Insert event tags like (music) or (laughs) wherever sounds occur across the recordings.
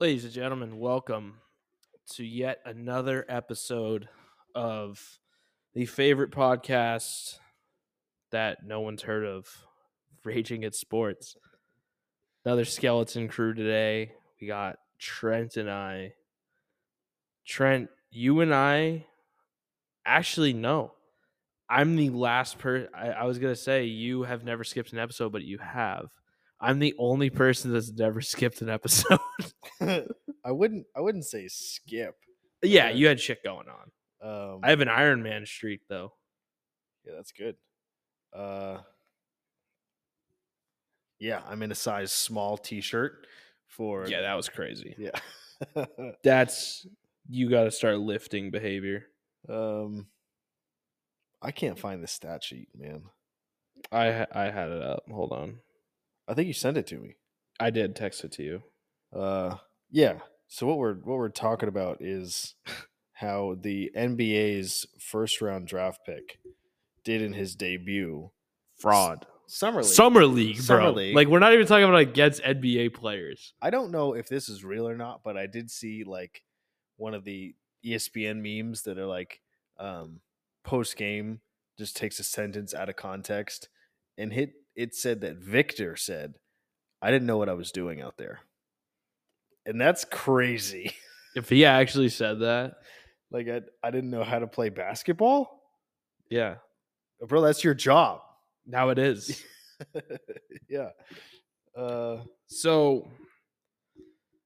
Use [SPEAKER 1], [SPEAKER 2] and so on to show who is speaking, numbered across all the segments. [SPEAKER 1] Ladies and gentlemen, welcome to yet another episode of the favorite podcast that no one's heard of, Raging at Sports. Another skeleton crew today. We got Trent and I. Trent, you and I actually no. I'm the last person. I, I was gonna say you have never skipped an episode, but you have. I'm the only person that's never (laughs) skipped an episode.
[SPEAKER 2] (laughs) I wouldn't I wouldn't say skip.
[SPEAKER 1] yeah,
[SPEAKER 2] Okay.
[SPEAKER 1] you had shit going on.
[SPEAKER 2] Um
[SPEAKER 1] I have an Iron Man streak though.
[SPEAKER 2] yeah, that's good. Uh Yeah, I'm in a size small t-shirt for
[SPEAKER 1] Yeah, that was crazy.
[SPEAKER 2] (laughs) Yeah.
[SPEAKER 1] That's you got to start lifting behavior.
[SPEAKER 2] um I can't find the stat sheet, man.
[SPEAKER 1] I ha- I had it up. Hold on.
[SPEAKER 2] I think you sent it to me.
[SPEAKER 1] I did text it to you.
[SPEAKER 2] Uh yeah. So what we're what we're talking about is how the NBA's first round draft pick did in his debut Fraud. summer league.
[SPEAKER 1] Summer league, bro.
[SPEAKER 2] Summer league.
[SPEAKER 1] Like we're not even talking about against NBA players.
[SPEAKER 2] I don't know if this is real or not, but I did see like one of the E ESPN memes that are like um, post game just takes a sentence out of context and hit it said that Victor said, I didn't know what I was doing out there. And that's crazy. (laughs)
[SPEAKER 1] If he actually said that,
[SPEAKER 2] like I, I didn't know how to play basketball.
[SPEAKER 1] yeah,
[SPEAKER 2] Bro, that's your job. (laughs)
[SPEAKER 1] now it is.
[SPEAKER 2] yeah. Uh
[SPEAKER 1] So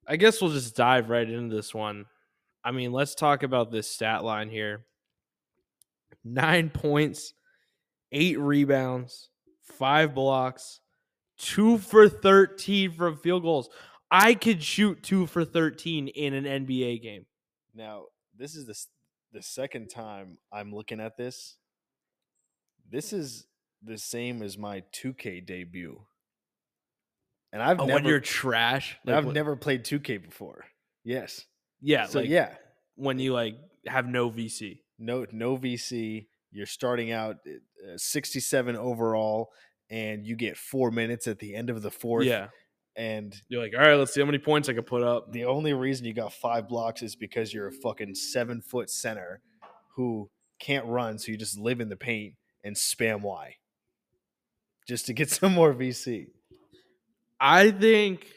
[SPEAKER 1] I guess we'll just dive right into this one. I mean, let's talk about this stat line here. Nine points, eight rebounds, five blocks, two for 13 from field goals. I could shoot two for 13 in an NBA game.
[SPEAKER 2] Now, this is the s- the second time I'm looking at this. This is the same as my 2K debut, and I've
[SPEAKER 1] Oh, when
[SPEAKER 2] never
[SPEAKER 1] you're trash. like
[SPEAKER 2] I've
[SPEAKER 1] when-
[SPEAKER 2] never played 2K before. Yes,
[SPEAKER 1] Yeah.
[SPEAKER 2] so
[SPEAKER 1] like
[SPEAKER 2] yeah,
[SPEAKER 1] When you like have no VC.
[SPEAKER 2] no no VC. You're starting out at, uh, 67 overall, and you get four minutes at the end of the fourth.
[SPEAKER 1] Yeah.
[SPEAKER 2] and
[SPEAKER 1] You're like, all right, let's see how many points I can put up.
[SPEAKER 2] the only reason you got five blocks is because you're a fucking seven foot center who can't run, so you just live in the paint and spam Y just to get (laughs) some more VC.
[SPEAKER 1] I think,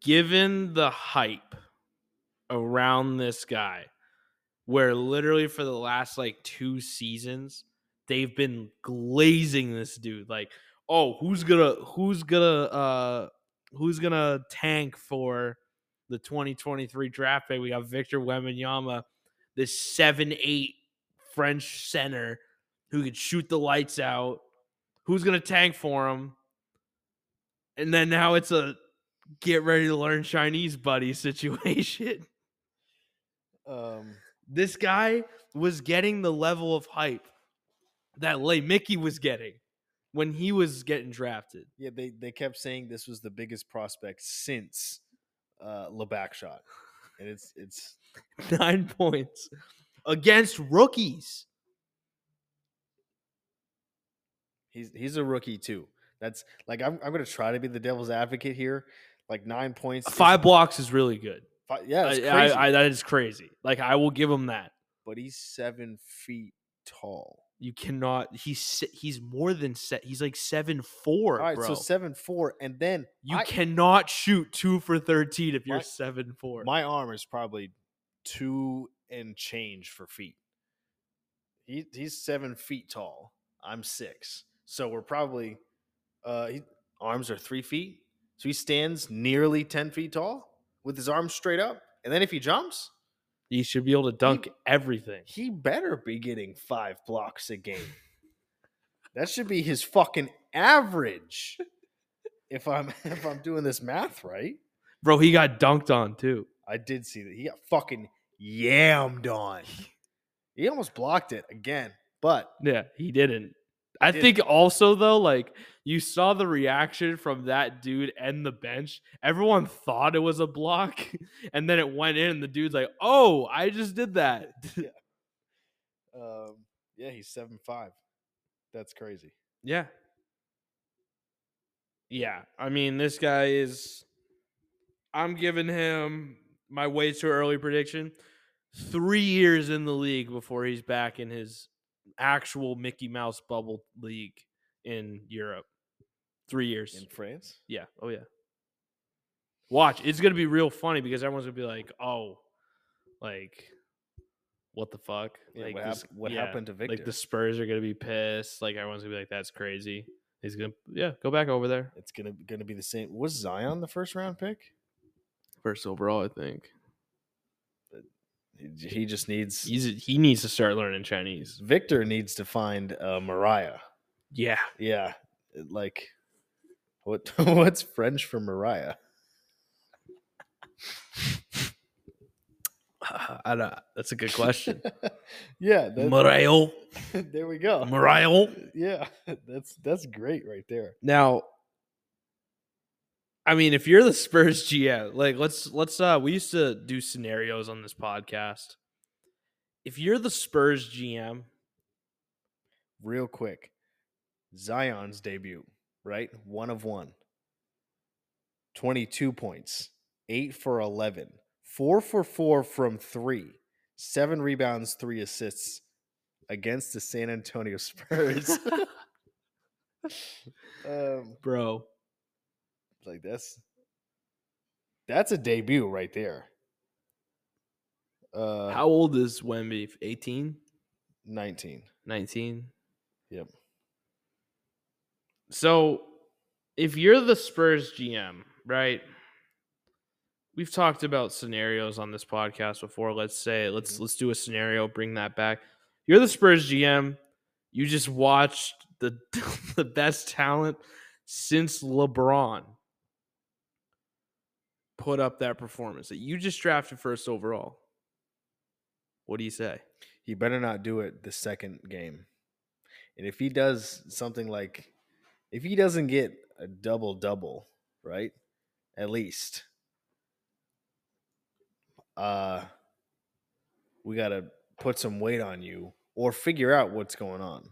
[SPEAKER 1] given the hype around this guy, where literally for the last like two seasons, they've been glazing this dude. Like, oh, who's gonna, who's gonna, uh, who's gonna tank for the 2023 draft pick? We got Victor Wembanyama, this seven eight French center who could shoot the lights out who's gonna tank for him and then now it's a get ready to learn chinese buddy (laughs) situation
[SPEAKER 2] Um,
[SPEAKER 1] this guy was getting the level of hype that lay mickey was getting when he was getting drafted (laughs)
[SPEAKER 2] yeah, they, they kept saying this was the biggest prospect since uh, LeBackshot. And it's, it's,
[SPEAKER 1] nine points against rookies
[SPEAKER 2] he's, he's a rookie too. That's like, I'm, I'm going to try to be the devil's advocate here. Like nine points. is-
[SPEAKER 1] five blocks is really good
[SPEAKER 2] fi- yeah, it's
[SPEAKER 1] I- I-
[SPEAKER 2] crazy.
[SPEAKER 1] I- that is crazy like i will give him that
[SPEAKER 2] but he's seven feet tall.
[SPEAKER 1] you cannot he's se- he's more than set he's like seven four
[SPEAKER 2] All right,
[SPEAKER 1] bro
[SPEAKER 2] so seven four, and then
[SPEAKER 1] You
[SPEAKER 2] I-
[SPEAKER 1] cannot shoot two for thirteen if you're
[SPEAKER 2] My-
[SPEAKER 1] seven four.
[SPEAKER 2] my arm is probably two and change for feet. He he's seven feet tall. I'm six, so we're probably uh, he, arms are three feet. So he stands nearly ten feet tall with his arms straight up, and then if he jumps,
[SPEAKER 1] you should be able to dunk
[SPEAKER 2] ca-
[SPEAKER 1] everything.
[SPEAKER 2] he better be getting five blocks a game. that should be his fucking average. If I'm (laughs) if I'm doing this math right.
[SPEAKER 1] Bro, he got dunked on too.
[SPEAKER 2] I did see that. He got fucking
[SPEAKER 1] (laughs)
[SPEAKER 2] yammed on. He almost blocked it again, but
[SPEAKER 1] Yeah, he didn't. I
[SPEAKER 2] didn't.
[SPEAKER 1] think also though, like you saw the reaction from that dude and the bench. Everyone thought it was a block, (laughs) and then it went in, and the dude's like, Oh, I just did that. (laughs)
[SPEAKER 2] um, yeah, he's seven five. That's crazy.
[SPEAKER 1] Yeah. Yeah. I mean, this guy is I'm giving him my way too early prediction. Three years in the league before he's back in his actual Mickey Mouse bubble league in Europe. Three years.
[SPEAKER 2] in France.
[SPEAKER 1] Yeah. Oh yeah. Watch. It's gonna be real funny because everyone's gonna be like, "Oh, like, what the fuck?
[SPEAKER 2] Yeah,
[SPEAKER 1] like,
[SPEAKER 2] what
[SPEAKER 1] this-
[SPEAKER 2] hap- what
[SPEAKER 1] yeah,
[SPEAKER 2] happened to Victor?
[SPEAKER 1] Like the Spurs are gonna be pissed. Like everyone's gonna be like, "That's crazy." He's gonna, yeah, go back over there
[SPEAKER 2] It's gonna gonna be the same. Was Zion the first round pick?
[SPEAKER 1] first overall. I think
[SPEAKER 2] He j- He just needs.
[SPEAKER 1] he's he needs to start learning Chinese.
[SPEAKER 2] Victor needs to find uh, Mariah.
[SPEAKER 1] Yeah, (laughs)
[SPEAKER 2] Yeah, it- like what? (laughs) what's French for Mariah? (laughs)
[SPEAKER 1] I don't, that's a good (laughs) question.
[SPEAKER 2] yeah, that-
[SPEAKER 1] Mario,
[SPEAKER 2] (laughs) there we
[SPEAKER 1] Oh.
[SPEAKER 2] go.
[SPEAKER 1] Mario.
[SPEAKER 2] (laughs) yeah, (laughs) that's that's great right there.
[SPEAKER 1] Now, I mean, if you're the Spurs GM, like let's let's uh we used to do scenarios on this podcast. If you're the Spurs GM,
[SPEAKER 2] Real quick, Zion's debut, right? One of one. Twenty-two points, eight for eleven, four for four from three, seven rebounds, three assists against the San Antonio (laughs) Spurs. um,
[SPEAKER 1] (laughs) bro,
[SPEAKER 2] like that's that's a debut right there. Uh,
[SPEAKER 1] how old is Wemby? 18,
[SPEAKER 2] nineteen?
[SPEAKER 1] 19?
[SPEAKER 2] Yep.
[SPEAKER 1] So, if you're the Spurs GM, right? We've talked about scenarios on this podcast before. Let's say let's
[SPEAKER 2] Mhm.
[SPEAKER 1] let's do a scenario, bring that back. You're the Spurs GM. You just watched the (laughs) the best talent since LeBron put up that performance that you just drafted first overall. What do you say?
[SPEAKER 2] He better not do it the second game. And if he does something like, if he doesn't get a double double, right? At least, uh, we gotta put some weight on you or figure out what's going on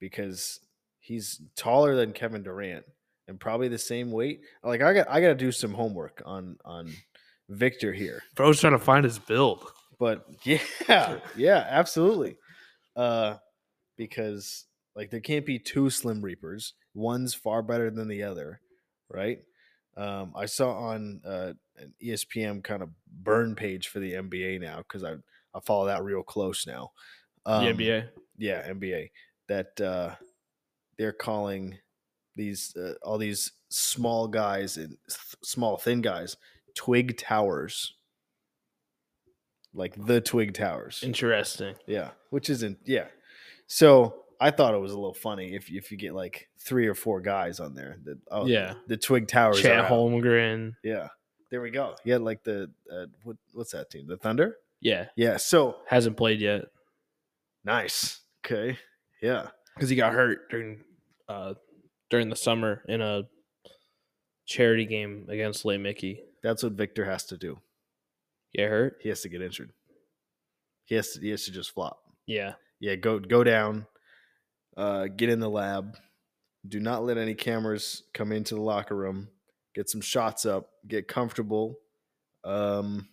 [SPEAKER 2] because he's taller than Kevin Durant and probably the same weight. Like I got, I gotta do some homework on on Victor here
[SPEAKER 1] Bro's trying to find his build.
[SPEAKER 2] but (laughs) yeah, yeah, absolutely. Uh, because like there can't be two Slim Reapers. One's far better than the other, right? Um, I saw on uh, an ESPN kind of burn page for the NBA now because I I follow that real close now. Um,
[SPEAKER 1] the NBA.
[SPEAKER 2] yeah, NBA that uh, they're calling these uh, all these small guys and th- small thin guys twig towers, like the twig towers.
[SPEAKER 1] Interesting.
[SPEAKER 2] Yeah, which isn't yeah. So I thought it was a little funny if if you get like three or four guys on there that oh
[SPEAKER 1] yeah.
[SPEAKER 2] the twig towers are
[SPEAKER 1] Chet
[SPEAKER 2] out.
[SPEAKER 1] Holmgren.
[SPEAKER 2] yeah there we go yeah like the uh, what, what's that team the Thunder
[SPEAKER 1] Yeah.
[SPEAKER 2] yeah so
[SPEAKER 1] Hasn't played yet
[SPEAKER 2] nice okay yeah
[SPEAKER 1] because he got hurt during uh during the summer in a charity game against Lay Mickey.
[SPEAKER 2] that's what Victor has to do.
[SPEAKER 1] Get hurt?
[SPEAKER 2] he has to get injured. He has to, he has to just flop.
[SPEAKER 1] Yeah.
[SPEAKER 2] Yeah, go go down, uh, get in the lab. Do not let any cameras come into the locker room. Get some shots up. Get comfortable. Um,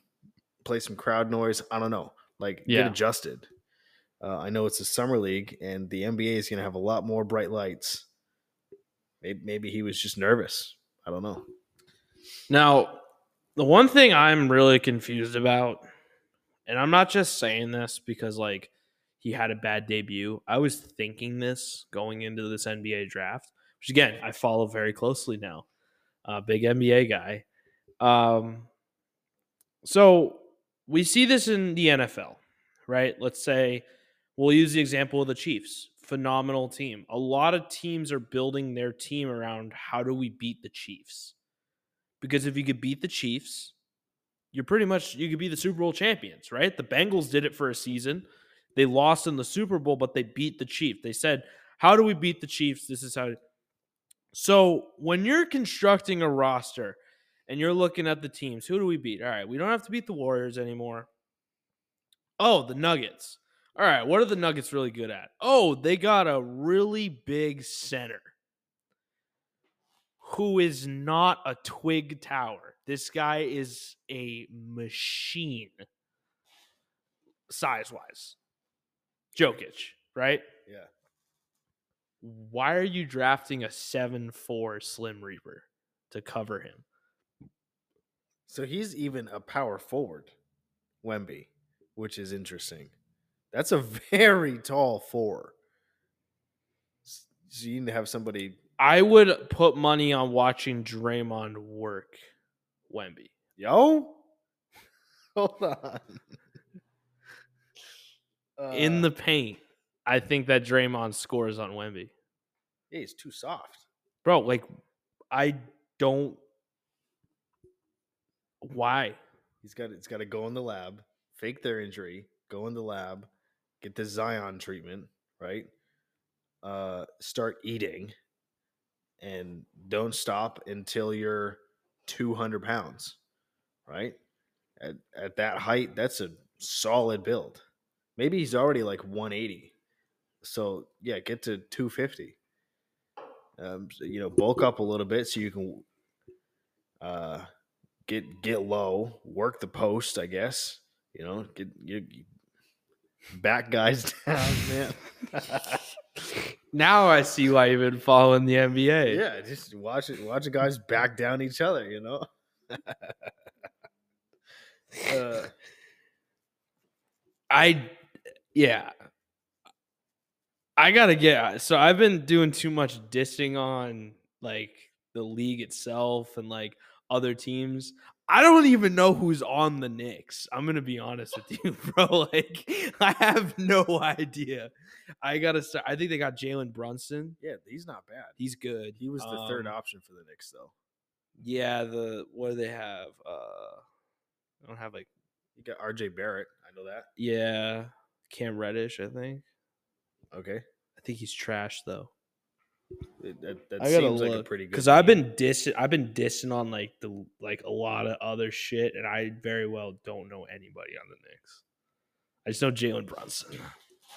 [SPEAKER 2] play some crowd noise. I don't know. Like
[SPEAKER 1] Yeah.
[SPEAKER 2] get adjusted. Uh, I know it's a summer league, and the NBA is going to have a lot more bright lights. Maybe, maybe he was just nervous. I don't know.
[SPEAKER 1] Now, the one thing I'm really confused about, and I'm not just saying this because like he had a bad debut. I was thinking this going into this NBA draft, which again I follow very closely now. Uh, big NBA guy. Um, so we see this in the NFL, right? Let's say we'll use the example of the Chiefs. Phenomenal team. A lot of teams are building their team around how do we beat the Chiefs? because if you could beat the Chiefs, you're pretty much you could be the Super Bowl champions, right? The Bengals did it for a season. They lost in the Super Bowl, but they beat the Chiefs. They said, "How do we beat the Chiefs? This is how." So when you're constructing a roster and you're looking at the teams, who do we beat? All right, we don't have to beat the Warriors anymore. Oh, the Nuggets. All right, what are the Nuggets really good at? Oh, they got a really big center who is not a twig tower. This guy is a machine size wise. Jokic, right?
[SPEAKER 2] Yeah.
[SPEAKER 1] Why are you drafting a 7 4 Slim Reaper to cover him?
[SPEAKER 2] So he's even a power forward, Wemby, which is interesting. That's a (laughs) very tall four. S- So you need to have somebody.
[SPEAKER 1] I would put money on watching Draymond work Wemby.
[SPEAKER 2] Yo, (laughs) hold on. (laughs)
[SPEAKER 1] In
[SPEAKER 2] Uh,
[SPEAKER 1] the paint, I think that Draymond scores on Wemby.
[SPEAKER 2] yeah, he's too soft.
[SPEAKER 1] Bro, like, I don't. Why?
[SPEAKER 2] He's got it's got to go in the lab, fake their injury, go in the lab, get the Zion treatment, right? Uh, start eating, and don't stop until you're 200 pounds, right? At at that height, that's a solid build. Maybe he's already like 180, so yeah, get to 250. Um, so, you know, bulk up a little bit so you can uh get get low, work the post, I guess. You know, get you, you back guys (laughs) down, man.
[SPEAKER 1] Now I see why you've been following the NBA.
[SPEAKER 2] yeah, just watch it. Watch the guys back down each other.
[SPEAKER 1] (laughs)
[SPEAKER 2] You know. uh,
[SPEAKER 1] I yeah. I gotta get uh, so I've been doing too much dissing on like the league itself and like other teams. I don't even know who's on the Knicks. I'm gonna be honest with you, (laughs) bro. Like I have no idea. I gotta start. I think they got Jalen Brunson.
[SPEAKER 2] yeah, he's not bad.
[SPEAKER 1] He's good.
[SPEAKER 2] He was the third
[SPEAKER 1] Um,
[SPEAKER 2] option for the Knicks, though.
[SPEAKER 1] Yeah, the what do they have? Uh I don't have like
[SPEAKER 2] You got R.J. Barrett. I know that.
[SPEAKER 1] yeah, Cam Reddish, I think.
[SPEAKER 2] Okay,
[SPEAKER 1] I think he's trash though.
[SPEAKER 2] It- that, that
[SPEAKER 1] I gotta
[SPEAKER 2] seems like a
[SPEAKER 1] look,
[SPEAKER 2] pretty good.
[SPEAKER 1] because I've
[SPEAKER 2] team.
[SPEAKER 1] been dissing. I've been dissing on like the like a lot of other shit, and I very well don't know anybody on the Knicks. I just know Jalen Brunson.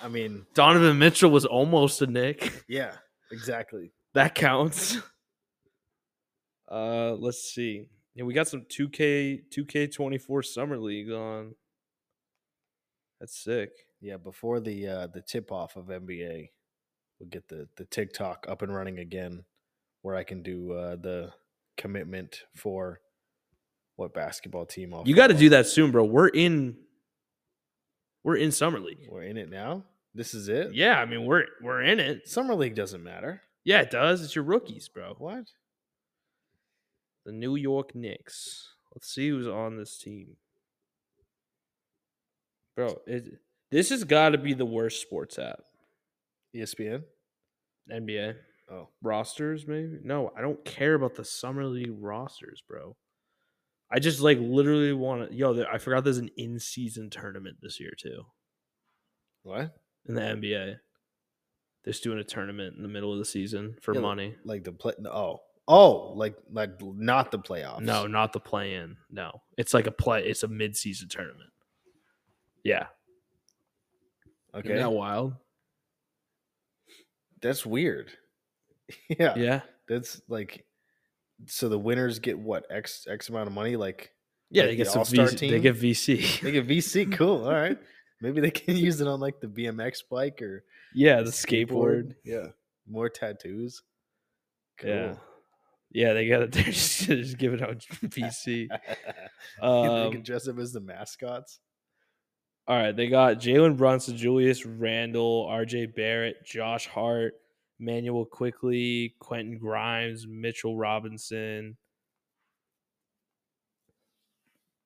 [SPEAKER 2] I mean,
[SPEAKER 1] Donovan Mitchell was almost a Nick.
[SPEAKER 2] yeah, exactly.
[SPEAKER 1] (laughs) That counts. (laughs) Uh, let's see. Yeah, we got some two K two K twenty four summer league on. That's sick.
[SPEAKER 2] Yeah, before the uh, the tip off of NBA, we'll get the the TikTok up and running again, where I can do uh, the commitment for what basketball team. I'll
[SPEAKER 1] You got to
[SPEAKER 2] follow.
[SPEAKER 1] do that soon, bro. We're in. We're in summer league.
[SPEAKER 2] We're in it now. This is it.
[SPEAKER 1] Yeah, I mean we're we're in it.
[SPEAKER 2] Summer league doesn't matter.
[SPEAKER 1] Yeah, it does. It's your rookies, bro.
[SPEAKER 2] What?
[SPEAKER 1] The New York Knicks. Let's see who's on this team. Bro, it, this has got to be the worst sports app.
[SPEAKER 2] ESPN.
[SPEAKER 1] NBA
[SPEAKER 2] Oh,
[SPEAKER 1] rosters, maybe? No, I don't care about the summer league rosters, bro. I just like literally want to. Yo, there- I forgot there's an in season tournament this year, too,
[SPEAKER 2] what?
[SPEAKER 1] in the NBA. They're just doing a tournament in the middle of the season for
[SPEAKER 2] Yeah, like-
[SPEAKER 1] money.
[SPEAKER 2] Like the play? Oh, oh, like like not the playoffs.
[SPEAKER 1] No, not the play in. No. It's like a play, it's a mid season tournament. Yeah.
[SPEAKER 2] Okay,
[SPEAKER 1] Isn't that wild?
[SPEAKER 2] that's weird. (laughs) yeah.
[SPEAKER 1] Yeah.
[SPEAKER 2] that's like. So the winners get what x x amount of money, like
[SPEAKER 1] Yeah,
[SPEAKER 2] Like
[SPEAKER 1] they
[SPEAKER 2] the
[SPEAKER 1] get some
[SPEAKER 2] All-Star
[SPEAKER 1] VC, they
[SPEAKER 2] team?
[SPEAKER 1] get VC. (laughs)
[SPEAKER 2] They get VC. Cool. All right. Maybe they can (laughs) use it on like the BMX bike or
[SPEAKER 1] yeah, the skateboard.
[SPEAKER 2] Yeah. More tattoos.
[SPEAKER 1] Yeah. Yeah, they got it. (laughs) They're just, they're just giving out (laughs)
[SPEAKER 2] (laughs)
[SPEAKER 1] VC.
[SPEAKER 2] they
[SPEAKER 1] Um,
[SPEAKER 2] can dress up as the mascots.
[SPEAKER 1] all right, they got Jalen Brunson, Julius Randle, RJ Barrett, Josh Hart, Manuel Quickly, Quentin Grimes, Mitchell Robinson.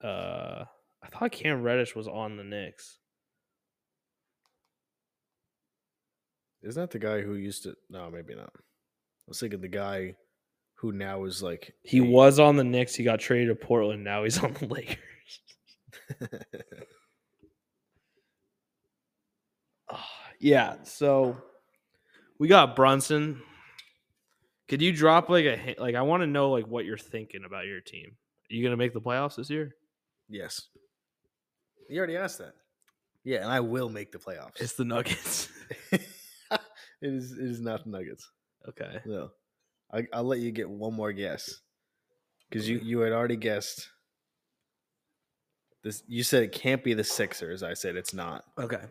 [SPEAKER 1] Uh, I thought Cam Reddish was on the Knicks.
[SPEAKER 2] Isn't that the guy who used to? No, maybe not. I was thinking the guy who now is like
[SPEAKER 1] He
[SPEAKER 2] a-
[SPEAKER 1] was on the Knicks. He got traded to Portland. Now he's on the (laughs) Lakers. Ah, yeah. So we got Brunson. Could you drop like a hint? Like, I want to know like what you're thinking about your team. Are you gonna make the playoffs this year?
[SPEAKER 2] yes. You already asked that. Yeah, and I will make the playoffs. (laughs)
[SPEAKER 1] It's the Nuggets. (laughs)
[SPEAKER 2] it is. It is not the Nuggets.
[SPEAKER 1] okay.
[SPEAKER 2] No, I, I'll let you get one more guess. because you you had already guessed. This you said it can't be the Sixers. I said it's not,
[SPEAKER 1] Okay.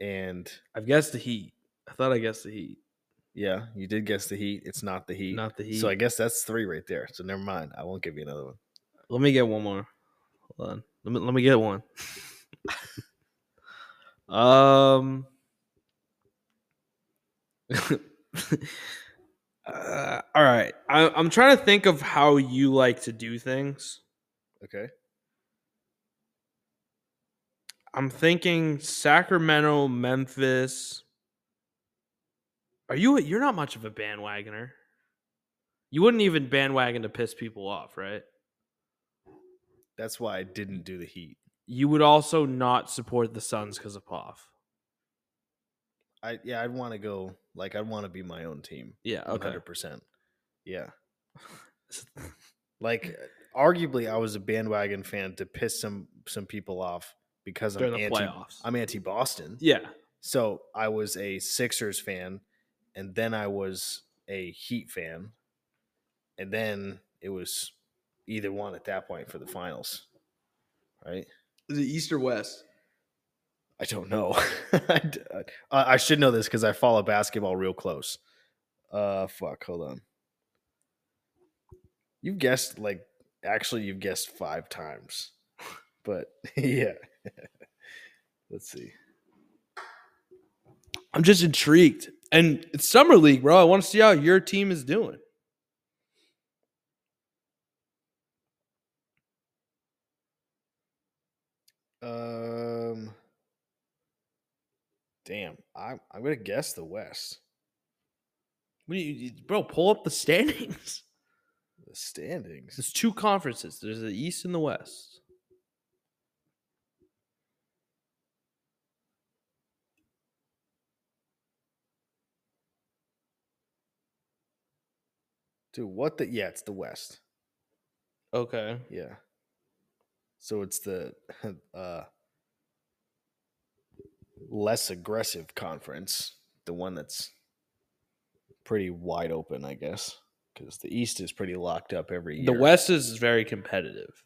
[SPEAKER 2] and
[SPEAKER 1] I've guessed the Heat. I thought I guessed the Heat,
[SPEAKER 2] yeah, you did guess the Heat. It's not the Heat.
[SPEAKER 1] not the Heat.
[SPEAKER 2] So I guess that's three right there. So never mind. I won't give you another one.
[SPEAKER 1] Let me get one more. Hold on. Let me let me get one. (laughs) um. (laughs) uh, all right. I, I'm trying to think of how you like to do things.
[SPEAKER 2] Okay.
[SPEAKER 1] I'm thinking Sacramento, Memphis. Are you? You're not much of a bandwagoner. You wouldn't even bandwagon to piss people off, right?
[SPEAKER 2] That's why I didn't do the Heat.
[SPEAKER 1] You would also not support the Suns because of Poff.
[SPEAKER 2] I yeah, I'd want to go like I'd want to be my own team.
[SPEAKER 1] Yeah.
[SPEAKER 2] One
[SPEAKER 1] Okay.
[SPEAKER 2] hundred percent. Yeah. Like arguably, I was a bandwagon fan to piss some some people off because
[SPEAKER 1] During
[SPEAKER 2] I'm
[SPEAKER 1] the
[SPEAKER 2] anti.
[SPEAKER 1] playoffs.
[SPEAKER 2] I'm anti Boston.
[SPEAKER 1] yeah.
[SPEAKER 2] So I was a Sixers fan, and then I was a Heat fan, and then it was either one at that point for the finals, right?
[SPEAKER 1] Is it East or West?
[SPEAKER 2] I don't know. (laughs) I, d- uh, I- I should know this because I follow basketball real close. Uh, fuck. Hold on. You've guessed like actually you've guessed five times, but (laughs) yeah. Let's see.
[SPEAKER 1] I'm just intrigued. And it's summer league, bro. I want to see how your team is doing.
[SPEAKER 2] Um. Damn, I'm I'm gonna guess the West.
[SPEAKER 1] What do you, you- bro? Pull up the (laughs) standings.
[SPEAKER 2] The standings.
[SPEAKER 1] There's two conferences. There's the East and the West.
[SPEAKER 2] Dude, what the? Yeah, it's the West.
[SPEAKER 1] Okay.
[SPEAKER 2] Yeah. So it's the (laughs) uh less aggressive conference, the one that's pretty wide open, I guess, cuz the East is pretty locked up every year.
[SPEAKER 1] The West is very competitive.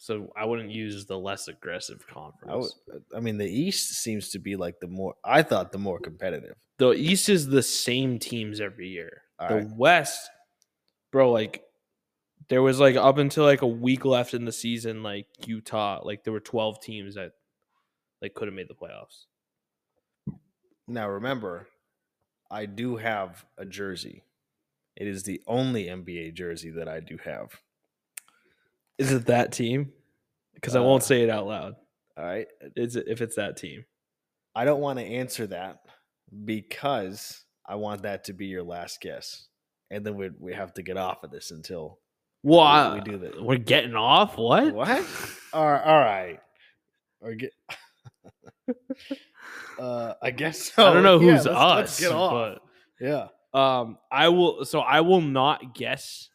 [SPEAKER 1] So I wouldn't use the less aggressive conference.
[SPEAKER 2] I, would, I mean, the East seems to be like the more I thought the more competitive.
[SPEAKER 1] the East is the same teams every year.
[SPEAKER 2] All
[SPEAKER 1] the
[SPEAKER 2] right.
[SPEAKER 1] West, bro, like there was like up until like a week left in the season, like Utah, like there were twelve teams that like could have made the playoffs.
[SPEAKER 2] Now remember, I do have a jersey. It is the only NBA jersey that I do have.
[SPEAKER 1] Is it that team? Because I won't
[SPEAKER 2] Uh,
[SPEAKER 1] say it out loud.
[SPEAKER 2] All right?
[SPEAKER 1] Is it if it's that team?
[SPEAKER 2] I don't want to answer that because I want that to be your last guess. And then we we have to get off of this until
[SPEAKER 1] Well, uh,
[SPEAKER 2] we-
[SPEAKER 1] we
[SPEAKER 2] we do that.
[SPEAKER 1] are getting off. What?
[SPEAKER 2] What? all right, all right.
[SPEAKER 1] (laughs)
[SPEAKER 2] Or get uh I guess so.
[SPEAKER 1] I don't know
[SPEAKER 2] Yeah,
[SPEAKER 1] who's
[SPEAKER 2] let's-
[SPEAKER 1] us.
[SPEAKER 2] let's get off.
[SPEAKER 1] but-
[SPEAKER 2] Yeah.
[SPEAKER 1] Um, I will. So I will not guess,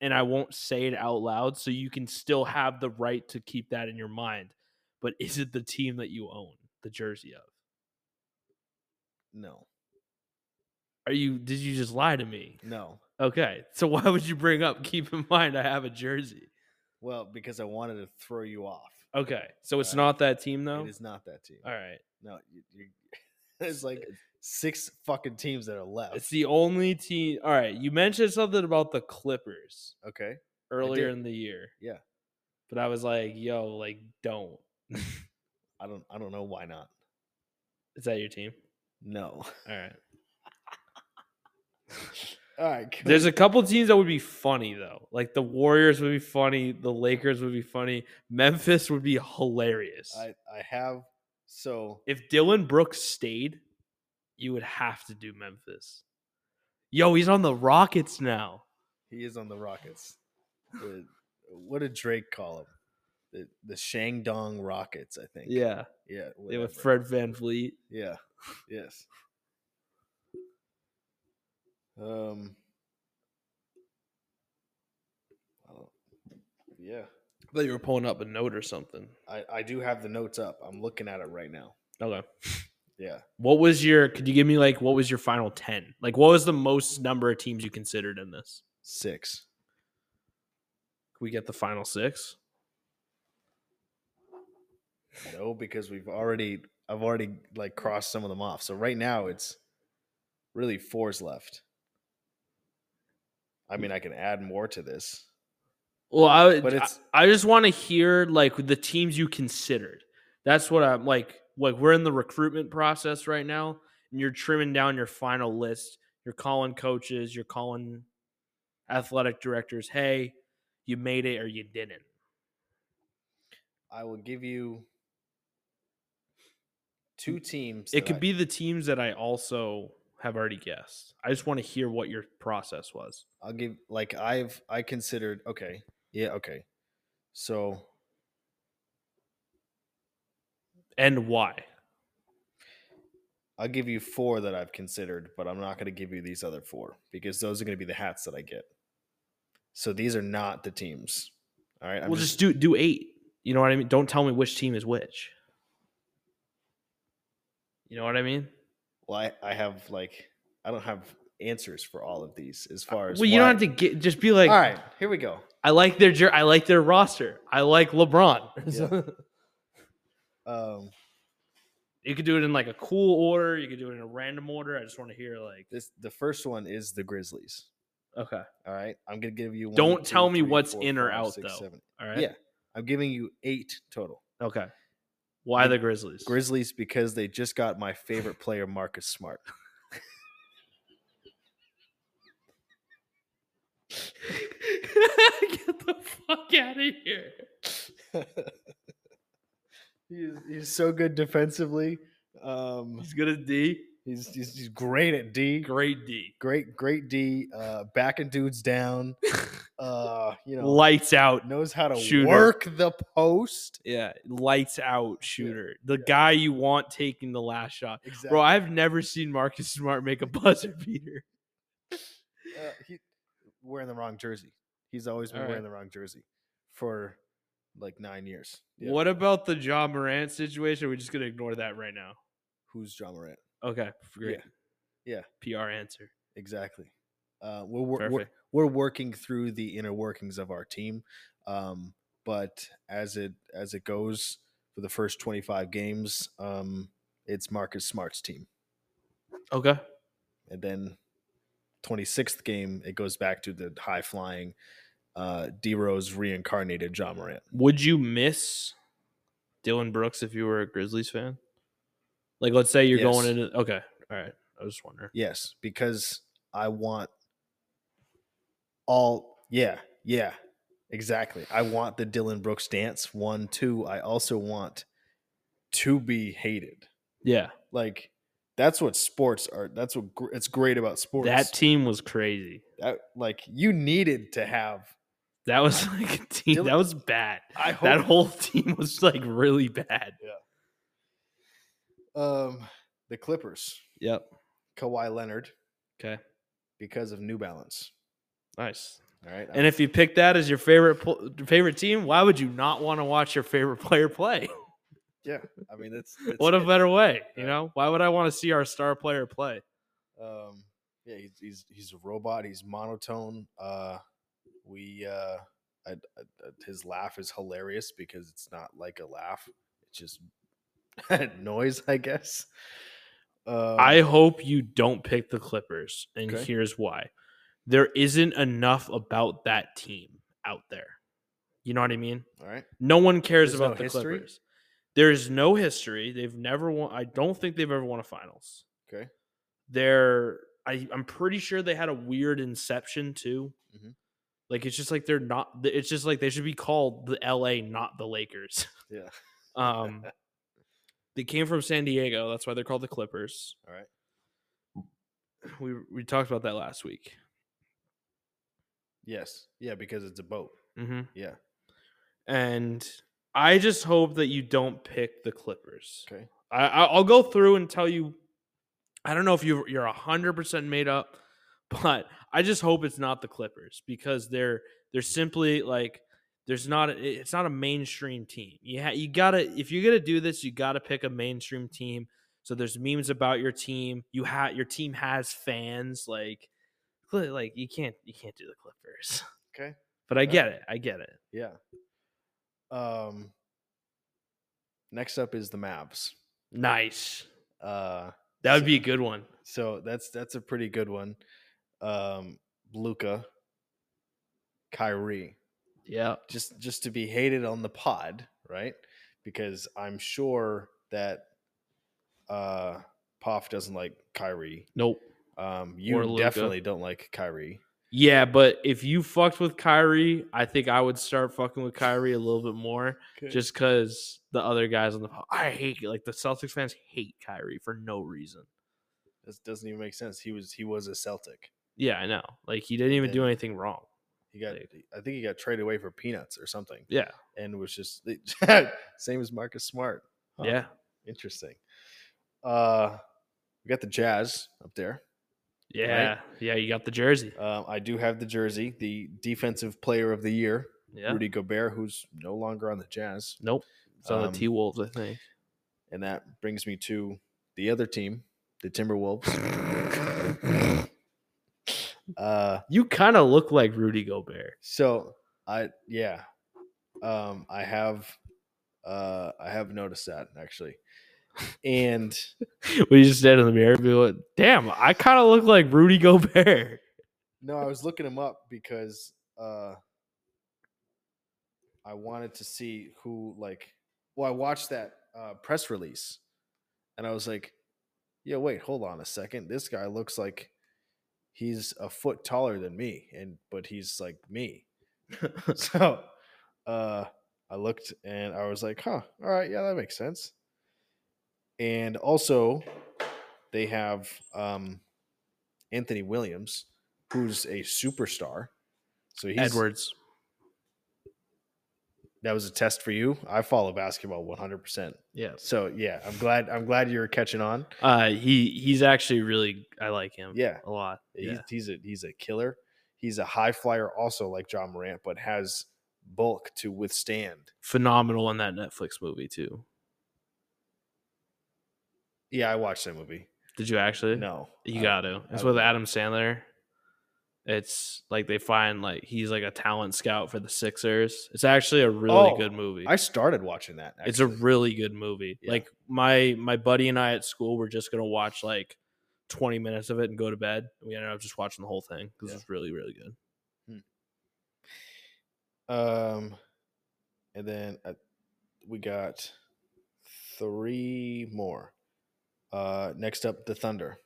[SPEAKER 1] and I won't say it out loud. So you can still have the right to keep that in your mind. But is it the team that you own the jersey of?
[SPEAKER 2] No.
[SPEAKER 1] Are you? Did you just lie to me?
[SPEAKER 2] No.
[SPEAKER 1] Okay. So (laughs) why would you bring up? Keep in mind, I have a jersey.
[SPEAKER 2] Well, because I wanted to throw you off.
[SPEAKER 1] Okay. So it's
[SPEAKER 2] Alright.
[SPEAKER 1] not that team though.
[SPEAKER 2] It is not that team.
[SPEAKER 1] All right.
[SPEAKER 2] No, you, you, (laughs) there's like six fucking teams that are left.
[SPEAKER 1] It's the only team. All right. You mentioned something about the Clippers
[SPEAKER 2] okay.
[SPEAKER 1] earlier
[SPEAKER 2] did.
[SPEAKER 1] in the year.
[SPEAKER 2] Yeah.
[SPEAKER 1] But I was like, yo, like, don't.
[SPEAKER 2] I don't I don't know why not.
[SPEAKER 1] Is that your team?
[SPEAKER 2] No. (laughs)
[SPEAKER 1] All right.
[SPEAKER 2] All right. cool.
[SPEAKER 1] There's a couple teams that would be funny though. Like the Warriors would be funny, the Lakers would be funny, Memphis would be hilarious.
[SPEAKER 2] I I have so
[SPEAKER 1] if Dylan Brooks stayed, you would have to do Memphis. Yo, he's on the Rockets now.
[SPEAKER 2] he is on the Rockets. The, what did Drake call him? The the Shangdong Rockets, I think.
[SPEAKER 1] Yeah,
[SPEAKER 2] Yeah.
[SPEAKER 1] yeah with
[SPEAKER 2] whatever.
[SPEAKER 1] Fred Van Vliet.
[SPEAKER 2] Yeah. Yes. Um. well, yeah.
[SPEAKER 1] I thought you were pulling up a note or something.
[SPEAKER 2] I I do have the notes up. I'm looking at it right now.
[SPEAKER 1] Okay.
[SPEAKER 2] Yeah.
[SPEAKER 1] What was your? Could you give me like what was your final ten? Like what was the most number of teams you considered in this?
[SPEAKER 2] Six.
[SPEAKER 1] we get the final six?
[SPEAKER 2] No, because we've already I've already like crossed some of them off. So right now it's really fours left. I mean, I can add more to this.
[SPEAKER 1] Well, I would,
[SPEAKER 2] But
[SPEAKER 1] I-
[SPEAKER 2] it's-
[SPEAKER 1] I, just want to hear like the teams you considered. That's what I'm like. Like we're in the recruitment process right now, and you're trimming down your final list. You're calling coaches. You're calling athletic directors. Hey, you made it or you didn't.
[SPEAKER 2] I will give you two teams.
[SPEAKER 1] It
[SPEAKER 2] that
[SPEAKER 1] could
[SPEAKER 2] I-
[SPEAKER 1] be the teams that I also have already guessed. I just want to hear what your process was.
[SPEAKER 2] I'll give like I've I considered okay. Yeah, okay. So
[SPEAKER 1] and why.
[SPEAKER 2] I'll give you four that I've considered, but I'm not going to give you these other four because those are going to be the hats that I get. So these are not the teams. All right. I'm
[SPEAKER 1] we'll just do do eight. You know what I mean? Don't tell me which team is which. You know what I mean?
[SPEAKER 2] Well, I, I have like I don't have answers for all of these as far as.
[SPEAKER 1] Uh, Well, you don't have
[SPEAKER 2] why-
[SPEAKER 1] to get, just be like,
[SPEAKER 2] all right, here we go.
[SPEAKER 1] I like their jer- I like their roster. I like LeBron. (laughs)
[SPEAKER 2] Yeah. Um,
[SPEAKER 1] you could do it in like a cool order. You could do it in a random order. I just want to hear like,
[SPEAKER 2] this the first one is the Grizzlies.
[SPEAKER 1] okay,
[SPEAKER 2] All right, I'm gonna give you. One,
[SPEAKER 1] Don't
[SPEAKER 2] two,
[SPEAKER 1] tell me
[SPEAKER 2] three,
[SPEAKER 1] what's
[SPEAKER 2] four,
[SPEAKER 1] in or
[SPEAKER 2] five,
[SPEAKER 1] out,
[SPEAKER 2] six,
[SPEAKER 1] though.
[SPEAKER 2] seven.
[SPEAKER 1] all right,
[SPEAKER 2] Yeah. I'm giving you eight total.
[SPEAKER 1] okay. Why
[SPEAKER 2] Gri-
[SPEAKER 1] the Grizzlies?
[SPEAKER 2] Grizzlies because they just got my favorite player, Marcus Smart.
[SPEAKER 1] (laughs)
[SPEAKER 2] (laughs)
[SPEAKER 1] Get the fuck out of here.
[SPEAKER 2] he's, he's so good defensively. Um,
[SPEAKER 1] He's good at D.
[SPEAKER 2] he's, he's he's great at D.
[SPEAKER 1] Great D.
[SPEAKER 2] Great great D. Uh, backing
[SPEAKER 1] (laughs)
[SPEAKER 2] dudes down. Uh, you know,
[SPEAKER 1] Lights out
[SPEAKER 2] knows how to
[SPEAKER 1] shooter.
[SPEAKER 2] work the post.
[SPEAKER 1] Yeah, lights out shooter. The guy you want taking the last shot.
[SPEAKER 2] Exactly.
[SPEAKER 1] Bro, I've never seen Marcus Smart make a (laughs) buzzer beater.
[SPEAKER 2] uh, he, wearing the wrong jersey. He's always been
[SPEAKER 1] All right.
[SPEAKER 2] wearing the wrong jersey for like nine years. Yeah.
[SPEAKER 1] What about the John Morant situation? We're just gonna ignore that right now.
[SPEAKER 2] Who's John Morant?
[SPEAKER 1] Okay, great.
[SPEAKER 2] Yeah.
[SPEAKER 1] PR answer.
[SPEAKER 2] Exactly. Uh, we're, wor- we're
[SPEAKER 1] Perfect.
[SPEAKER 2] we're working through the inner workings of our team, um, but as it as it goes for the first twenty five games, um, it's Marcus Smart's team,
[SPEAKER 1] Okay.
[SPEAKER 2] and then twenty sixth game it goes back to the high flying uh, D Rose reincarnated John Morant.
[SPEAKER 1] Would you miss Dylan Brooks if you were a Grizzlies fan? Like let's say you're going
[SPEAKER 2] Yes.
[SPEAKER 1] into okay. All right. I was wondering.
[SPEAKER 2] Yes, because I want all. Yeah, yeah, exactly. I want the Dylan Brooks dance. One, two. I also want to be hated.
[SPEAKER 1] Yeah.
[SPEAKER 2] Like that's what sports are. That's what gr- it's great about sports.
[SPEAKER 1] That team was crazy.
[SPEAKER 2] That- like you needed to have.
[SPEAKER 1] That was (laughs) like a team
[SPEAKER 2] Dylan-
[SPEAKER 1] that was bad.
[SPEAKER 2] I hope
[SPEAKER 1] That whole team was like really bad.
[SPEAKER 2] um the Clippers,
[SPEAKER 1] Yep.
[SPEAKER 2] Kawhi Leonard,
[SPEAKER 1] Okay.
[SPEAKER 2] because of New Balance.
[SPEAKER 1] Nice.
[SPEAKER 2] All right,
[SPEAKER 1] And if you pick that as your favorite pl- favorite team, why would you not want to watch your favorite player play?
[SPEAKER 2] yeah, I mean that's, that's
[SPEAKER 1] What a
[SPEAKER 2] it.
[SPEAKER 1] better way, you
[SPEAKER 2] Right.
[SPEAKER 1] know? Why would I want to see our star player play?
[SPEAKER 2] Um, yeah, he's, he's he's a robot. He's monotone. Uh, we uh, I, I, I- his laugh is hilarious because it's not like a laugh. It's just (laughs) noise, I guess. Um,
[SPEAKER 1] I hope you don't pick the Clippers, and
[SPEAKER 2] Okay.
[SPEAKER 1] here's why: there isn't enough about that team out there. You know what I mean?
[SPEAKER 2] all right.
[SPEAKER 1] No one cares
[SPEAKER 2] There's no
[SPEAKER 1] about the
[SPEAKER 2] history?
[SPEAKER 1] Clippers. There's no history. They've never won. I don't think they've ever won a finals.
[SPEAKER 2] Okay.
[SPEAKER 1] They're. I, I'm pretty sure they had a weird inception too.
[SPEAKER 2] Mhm.
[SPEAKER 1] Like it's just like they're not. It's just like they should be called the L.A. not the Lakers. (laughs)
[SPEAKER 2] Yeah. (laughs)
[SPEAKER 1] Um, they came from San Diego. That's why they're called the Clippers.
[SPEAKER 2] All right.
[SPEAKER 1] We we talked about that last week.
[SPEAKER 2] Yes. Yeah, because it's a boat.
[SPEAKER 1] Mm-hmm.
[SPEAKER 2] Yeah.
[SPEAKER 1] And I just hope that you don't pick the Clippers.
[SPEAKER 2] Okay.
[SPEAKER 1] I, I- I'll go through and tell you. I don't know if you you're hundred percent made up, (laughs) but I just hope it's not the Clippers because they're they're simply like there's not a, it's not a mainstream team. You ha- you gotta if you're gonna do this, you gotta pick a mainstream team. So there's memes about your team. You ha your team has fans. Like cl- like you can't you can't do the Clippers. (laughs)
[SPEAKER 2] Okay.
[SPEAKER 1] But I get it. I get it.
[SPEAKER 2] Yeah. Um. Next up is the Mavs.
[SPEAKER 1] Nice.
[SPEAKER 2] Uh.
[SPEAKER 1] That would be a good one.
[SPEAKER 2] So that's that's a pretty good one. Um. Luca. Kyrie.
[SPEAKER 1] Yeah.
[SPEAKER 2] just just to be hated on the pod, right? Because I'm sure that uh Poff doesn't like Kyrie.
[SPEAKER 1] Nope.
[SPEAKER 2] Um
[SPEAKER 1] Or
[SPEAKER 2] you
[SPEAKER 1] Luka.
[SPEAKER 2] definitely don't like Kyrie.
[SPEAKER 1] Yeah, but if you fucked with Kyrie, I think I would start fucking with Kyrie a little bit more just because the other guys on the pod. I hate Like the Celtics fans hate Kyrie for no reason.
[SPEAKER 2] this doesn't even make sense. He was he was a Celtic.
[SPEAKER 1] Yeah, I know. Like he didn't even do
[SPEAKER 2] Yeah.
[SPEAKER 1] anything wrong.
[SPEAKER 2] He got
[SPEAKER 1] Dude.
[SPEAKER 2] I think he got traded away for peanuts or something
[SPEAKER 1] Yeah.
[SPEAKER 2] and was just (laughs) same as Marcus Smart. Huh,
[SPEAKER 1] Yeah.
[SPEAKER 2] Interesting. Uh we got the Jazz up there.
[SPEAKER 1] Yeah. Yeah. You got the jersey.
[SPEAKER 2] Um, I do have the jersey, the defensive player of the year,
[SPEAKER 1] Yeah.
[SPEAKER 2] Rudy Gobert, who's no longer on the Jazz.
[SPEAKER 1] Nope. It's on
[SPEAKER 2] Um,
[SPEAKER 1] the T Wolves, I think.
[SPEAKER 2] And that brings me to the other team, the Timberwolves. Uh,
[SPEAKER 1] You kind of look like Rudy Gobert. (laughs)
[SPEAKER 2] so I yeah, um, I have uh, I have noticed that actually, and
[SPEAKER 1] we just stand in the mirror and be like, damn, I kind of look like Rudy Gobert.
[SPEAKER 2] no, I was looking him up because uh, I wanted to see who like. Well, I watched that uh, press release, and I was like, "Yeah, wait, hold on a second. This guy looks like he's a foot taller than me, and but he's like me." (laughs) so uh I looked and I was like, huh, all right, yeah, that makes sense. And also they have um Anthony Williams, who's a superstar. So he's
[SPEAKER 1] Edwards.
[SPEAKER 2] that was a test for you. I follow basketball 100%.
[SPEAKER 1] Yes.
[SPEAKER 2] So yeah, I'm glad I'm glad you're catching on.
[SPEAKER 1] Uh, he he's actually really I like him.
[SPEAKER 2] Yeah.
[SPEAKER 1] a lot. Yeah.
[SPEAKER 2] He's, he's a he's a killer. He's a high flyer also like John Morant, but has bulk to withstand
[SPEAKER 1] Phenomenal in that Netflix movie too.
[SPEAKER 2] yeah, I watched that movie.
[SPEAKER 1] Did you actually?
[SPEAKER 2] No,
[SPEAKER 1] You
[SPEAKER 2] I-
[SPEAKER 1] got to. It's
[SPEAKER 2] I-
[SPEAKER 1] with Adam Sandler. It's like they find like he's like a talent scout for the Sixers. It's actually a really
[SPEAKER 2] Oh,
[SPEAKER 1] good movie.
[SPEAKER 2] I started watching that.
[SPEAKER 1] it's a
[SPEAKER 2] actually.
[SPEAKER 1] really good movie.
[SPEAKER 2] Yeah.
[SPEAKER 1] Like my my buddy and I at school were just gonna watch like twenty minutes of it and go to bed. We ended up just watching the whole thing because
[SPEAKER 2] Yeah.
[SPEAKER 1] it's really really good.
[SPEAKER 2] Um, and then uh, we got three more. Uh, next up, the Thunder.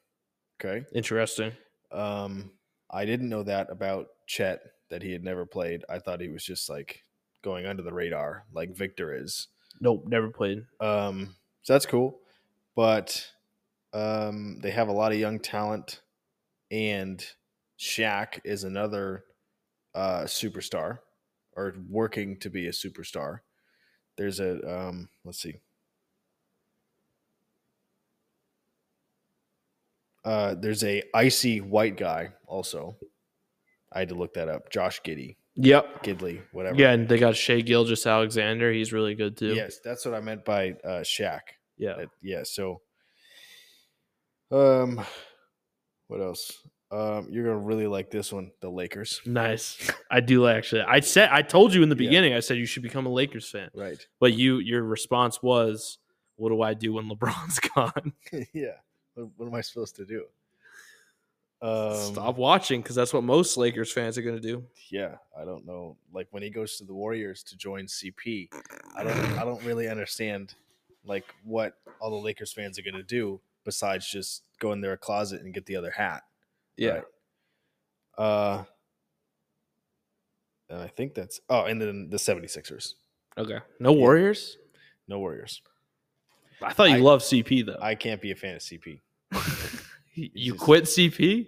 [SPEAKER 2] Okay.
[SPEAKER 1] Interesting.
[SPEAKER 2] Um, I didn't know that about Chet that he had never played. I thought he was just like going under the radar, like Victor is.
[SPEAKER 1] Nope, never played.
[SPEAKER 2] Um, so that's cool, but um, they have a lot of young talent, and Shaq is another uh, superstar or working to be a superstar. There's a um, let's see. Uh, there's a icy white guy also. I had to look that up. Josh Giddy,
[SPEAKER 1] Yep.
[SPEAKER 2] Gidley, whatever.
[SPEAKER 1] Yeah, and they got Shea Gilgis Alexander. He's really good too.
[SPEAKER 2] Yes, that's what I meant by uh, Shaq.
[SPEAKER 1] Yeah.
[SPEAKER 2] Uh, yeah so um what else um you're gonna really like this one the lakers
[SPEAKER 1] Nice. I do actually. I said I told you in the
[SPEAKER 2] Yeah.
[SPEAKER 1] beginning. I said you should become a Lakers fan,
[SPEAKER 2] right
[SPEAKER 1] but you your response was, "What do I do when (laughs) LeBron's gone?
[SPEAKER 2] (laughs) yeah what, what am i supposed to do um
[SPEAKER 1] Stop watching because that's what most Lakers fans are going to do."
[SPEAKER 2] yeah i don't know like when he goes to the warriors to join cp i don't i don't really understand like what all the lakers fans are gonna do besides just go in their closet and get the other hat
[SPEAKER 1] Yeah.
[SPEAKER 2] Right. uh and i think that's oh and then the 76ers
[SPEAKER 1] Okay. No
[SPEAKER 2] Yeah.
[SPEAKER 1] Warriors.
[SPEAKER 2] no warriors
[SPEAKER 1] I thought you
[SPEAKER 2] I-
[SPEAKER 1] loved CP though.
[SPEAKER 2] I can't be a fan of CP.
[SPEAKER 1] (laughs) you
[SPEAKER 2] just-
[SPEAKER 1] quit CP.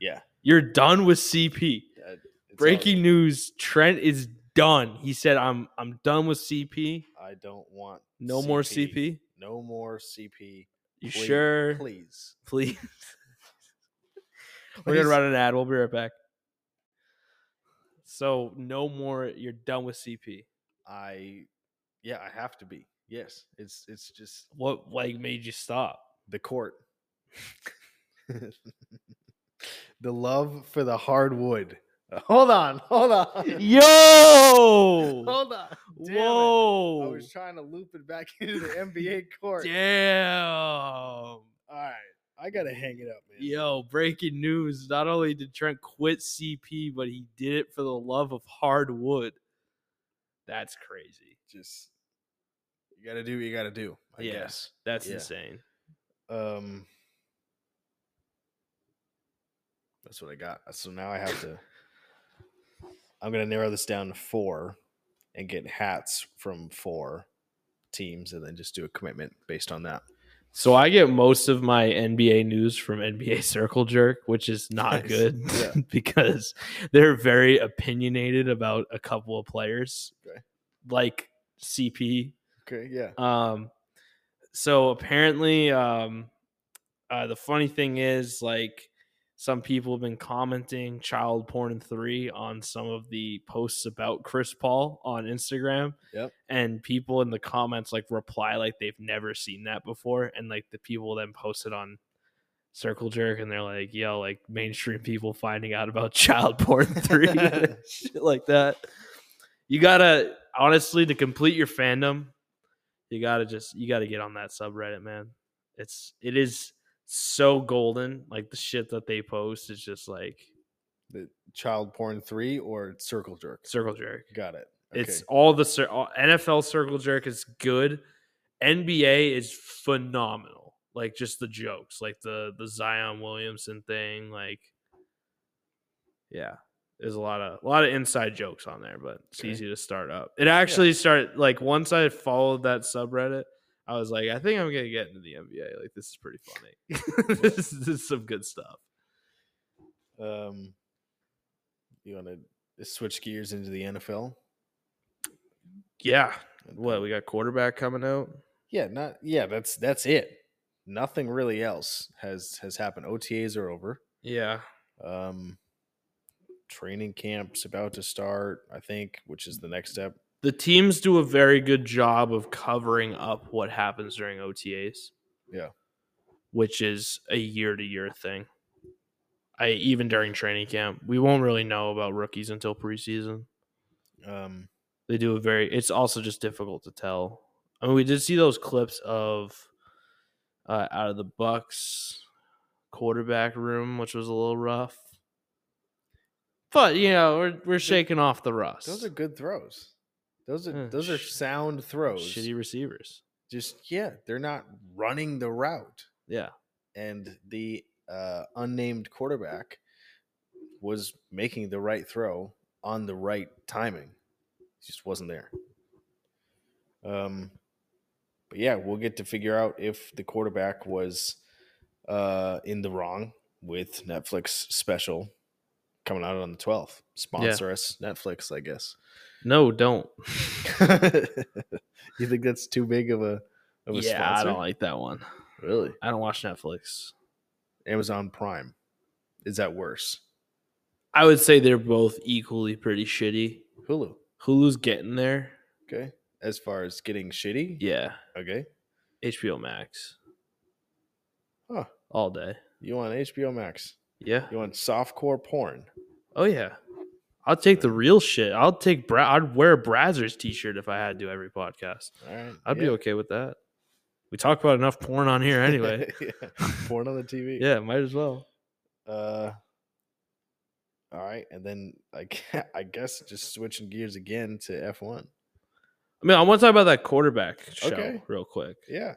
[SPEAKER 2] Yeah.
[SPEAKER 1] You're done with CP.
[SPEAKER 2] It's
[SPEAKER 1] Breaking news: Trent is done. He said, "I'm I'm done with CP.
[SPEAKER 2] all- I don't want
[SPEAKER 1] No more CP."
[SPEAKER 2] No more CP.
[SPEAKER 1] You
[SPEAKER 2] please-
[SPEAKER 1] sure?
[SPEAKER 2] Please. (laughs)
[SPEAKER 1] please. (laughs) We're gonna
[SPEAKER 2] Please.
[SPEAKER 1] run an ad. We'll be right back. So no more. You're done with CP.
[SPEAKER 2] I yeah, I have to be. Yes. It's it's just
[SPEAKER 1] What like made you
[SPEAKER 2] (laughs)
[SPEAKER 1] stop?
[SPEAKER 2] the court. the love for the hardwood. Hold on, hold
[SPEAKER 1] (laughs)
[SPEAKER 2] on.
[SPEAKER 1] Yo!
[SPEAKER 2] (laughs) Hold on. Oh, Damn it. I
[SPEAKER 1] Whoa!
[SPEAKER 2] was trying to loop it back (laughs) into the NBA court.
[SPEAKER 1] Damn!
[SPEAKER 2] All right. I got to hang it up, man.
[SPEAKER 1] Yo, breaking news. Not only did Trent quit CP, but he did it for the love of hardwood. That's crazy.
[SPEAKER 2] Just you got to do what you got to do, I
[SPEAKER 1] Yeah.
[SPEAKER 2] guess.
[SPEAKER 1] That's
[SPEAKER 2] Yeah.
[SPEAKER 1] insane.
[SPEAKER 2] Um That's what I got. So now I have (laughs) to I'm going to narrow this down to 4 and get hats from 4 teams and then just do a commitment based on that.
[SPEAKER 1] So I get most of my NBA news from NBA (laughs) Circle Jerk, which is not
[SPEAKER 2] Nice.
[SPEAKER 1] good
[SPEAKER 2] Yeah.
[SPEAKER 1] (laughs) because they're very opinionated about a couple of players,
[SPEAKER 2] Okay.
[SPEAKER 1] like CP.
[SPEAKER 2] Okay, yeah.
[SPEAKER 1] Um, so apparently, um, uh, the funny thing is, like, some people have been commenting child porn three on some of the posts about Chris Paul on Instagram.
[SPEAKER 2] Yep.
[SPEAKER 1] And people in the comments like reply like they've never seen that before, and like the people then post it on Circle Jerk, and they're like, "Yo, like mainstream people finding out about (laughs) child porn three, (laughs) shit like that." You gotta honestly to complete your fandom, you gotta just you gotta get on that subreddit, man. It's it is so golden. Like the shit that they post is just like
[SPEAKER 2] The child porn 3 or circle jerk.
[SPEAKER 1] circle jerk.
[SPEAKER 2] Got it.
[SPEAKER 1] It's all the cir- all- NFL circle jerk is good. NBA is phenomenal. Like just the jokes, like the the Zion Williamson thing. Like, yeah, there's a lot of a lot of inside jokes on there, but it's
[SPEAKER 2] Okay.
[SPEAKER 1] easy to start up. It actually started like once I followed that subreddit, I was like, I think I'm gonna get into the NBA. Like this is pretty funny. (laughs) this, is, this is some good stuff.
[SPEAKER 2] Um, you want to switch gears into the NFL?
[SPEAKER 1] Yeah.
[SPEAKER 2] And
[SPEAKER 1] What
[SPEAKER 2] then-
[SPEAKER 1] we got quarterback coming out.
[SPEAKER 2] Yeah, not yeah. That's that's it. Nothing really else has has happened. OTAs are over.
[SPEAKER 1] Yeah.
[SPEAKER 2] Um, training camp's about to start, I think, which is the next step.
[SPEAKER 1] the teams do a very good job of covering up what happens during OTAs.
[SPEAKER 2] Yeah.
[SPEAKER 1] Which is a year to year thing. I even during training camp, we won't really know about rookies until preseason.
[SPEAKER 2] Um,
[SPEAKER 1] They do a very it's also just difficult to tell. I mean, we did see those clips of uh, out of the Bucks quarterback room, which was a little rough. But you know, we're we're shaking off the rust.
[SPEAKER 2] those are good throws. Those are
[SPEAKER 1] Uh,
[SPEAKER 2] those are
[SPEAKER 1] sh-
[SPEAKER 2] sound throws.
[SPEAKER 1] shitty receivers.
[SPEAKER 2] Just yeah, they're not running the route.
[SPEAKER 1] Yeah.
[SPEAKER 2] and the uh, unnamed quarterback was making the right throw on the right timing. He just wasn't there. Um, but yeah, we'll get to figure out if the quarterback was uh, in the wrong with Netflix special coming out on the 12th. Sponsor us, Netflix,
[SPEAKER 1] (laughs)
[SPEAKER 2] I guess.
[SPEAKER 1] No, don't.
[SPEAKER 2] you think that's too big of a of a
[SPEAKER 1] yeah, I
[SPEAKER 2] sponsor?
[SPEAKER 1] don't like that one.
[SPEAKER 2] Really?
[SPEAKER 1] I don't watch Netflix.
[SPEAKER 2] Amazon Prime. Is that worse?
[SPEAKER 1] I would say they're both equally pretty shitty.
[SPEAKER 2] Hulu.
[SPEAKER 1] Hulu's getting there.
[SPEAKER 2] Okay. As far as getting shitty.
[SPEAKER 1] Yeah.
[SPEAKER 2] Okay.
[SPEAKER 1] HBO Max.
[SPEAKER 2] Huh.
[SPEAKER 1] All day.
[SPEAKER 2] You want HBO Max.
[SPEAKER 1] Yeah.
[SPEAKER 2] You want softcore porn.
[SPEAKER 1] Oh yeah. I'll take the real shit. I'll take Bra- I'd wear a Brazzers t-shirt if I had to every podcast.
[SPEAKER 2] All right.
[SPEAKER 1] I'd be
[SPEAKER 2] yeah.
[SPEAKER 1] okay with that. We talk about enough porn on here
[SPEAKER 2] (laughs)
[SPEAKER 1] anyway.
[SPEAKER 2] Yeah. Porn on the TV.
[SPEAKER 1] yeah, might as well.
[SPEAKER 2] Uh all right, and then I, (laughs) gue- I guess just switching gears again to F1.
[SPEAKER 1] I mean, I want to talk about that quarterback show
[SPEAKER 2] Okay.
[SPEAKER 1] real quick.
[SPEAKER 2] Yeah,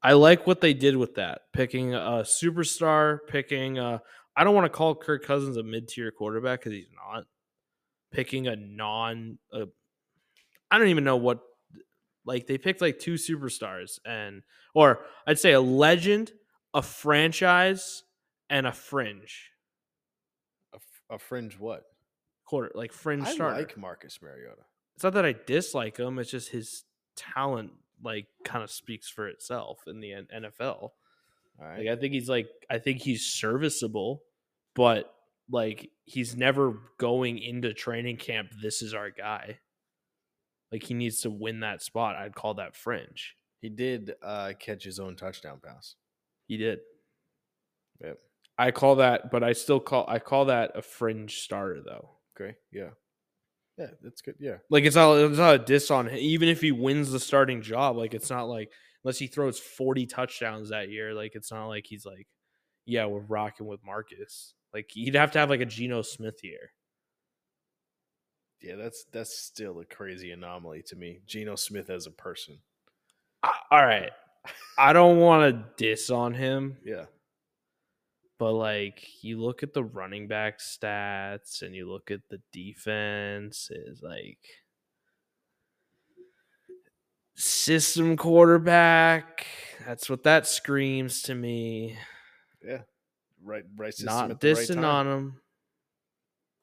[SPEAKER 1] I like what they did with that. Picking a superstar, picking I I don't want to call Kirk Cousins a mid-tier quarterback because he's not. Picking a non I I don't even know what like they picked like two superstars and or I'd say a legend, a franchise, and a fringe
[SPEAKER 2] a, f- a fringe what?
[SPEAKER 1] quarter like fringe
[SPEAKER 2] I
[SPEAKER 1] starter.
[SPEAKER 2] like Marcus Mariota.
[SPEAKER 1] it's not that I dislike him. It's just his talent like kind of speaks for itself in the N- NFL.
[SPEAKER 2] All right,
[SPEAKER 1] Like I think he's like I think he's serviceable, but like he's never going into training camp. This is our guy. Like he needs to win that spot. I'd call that fringe.
[SPEAKER 2] he did uh, catch his own touchdown pass.
[SPEAKER 1] He did.
[SPEAKER 2] Yep.
[SPEAKER 1] I call that, but I still call I call that a fringe starter though.
[SPEAKER 2] Gray. Yeah. Yeah, that's good. Yeah.
[SPEAKER 1] Like it's not it's not a diss on him. Even if he wins the starting job, like it's not like unless he throws forty touchdowns that year, like it's not like he's like, yeah, we're rocking with Marcus. Like he'd have to have like a Geno Smith year.
[SPEAKER 2] Yeah, that's that's still a crazy anomaly to me. Geno Smith as a person.
[SPEAKER 1] I- all right, I don't want to diss on him,
[SPEAKER 2] Yeah.
[SPEAKER 1] but like you look at the running back stats and you look at the defense is like system quarterback. That's what that screams to me.
[SPEAKER 2] Right right system
[SPEAKER 1] Not
[SPEAKER 2] at the right
[SPEAKER 1] dissing
[SPEAKER 2] time.
[SPEAKER 1] on him,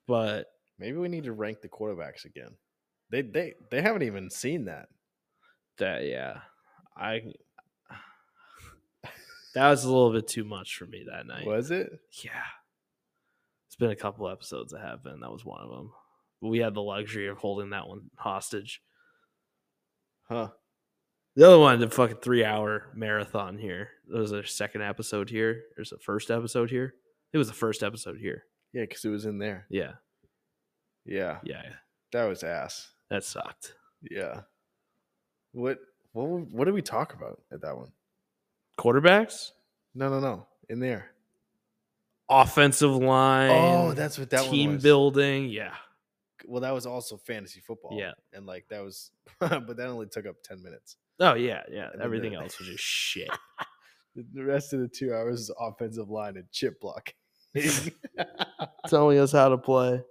[SPEAKER 1] but
[SPEAKER 2] Maybe we need to rank the quarterbacks again. They they they haven't even seen that.
[SPEAKER 1] that yeah, I (sighs) that was a little bit too much for me that night.
[SPEAKER 2] Was it?
[SPEAKER 1] Yeah. It's been a couple episodes that have been. That was one of them. We had the luxury of holding that one hostage.
[SPEAKER 2] Huh.
[SPEAKER 1] The other one did a fucking three hour marathon here. It was our second episode here. There's the first episode here. It was the first episode here.
[SPEAKER 2] Yeah, because it was in there.
[SPEAKER 1] Yeah.
[SPEAKER 2] Yeah.
[SPEAKER 1] Yeah.
[SPEAKER 2] That was ass.
[SPEAKER 1] That sucked.
[SPEAKER 2] Yeah. What what were- what did we talk about at that one?
[SPEAKER 1] Quarterbacks,
[SPEAKER 2] No, no, no. In there.
[SPEAKER 1] offensive line.
[SPEAKER 2] Oh, that's what that
[SPEAKER 1] team
[SPEAKER 2] one was.
[SPEAKER 1] building. Yeah.
[SPEAKER 2] Well, that was also fantasy football.
[SPEAKER 1] Yeah.
[SPEAKER 2] And like that was (laughs) but that only took up 10 minutes.
[SPEAKER 1] Oh, yeah. Yeah.
[SPEAKER 2] And then
[SPEAKER 1] Everything
[SPEAKER 2] the-
[SPEAKER 1] else was just shit.
[SPEAKER 2] The- The rest of the 2 hours is offensive line and chip
[SPEAKER 1] (laughs)
[SPEAKER 2] block. (laughs) oh
[SPEAKER 1] (laughs) Telling us how to play.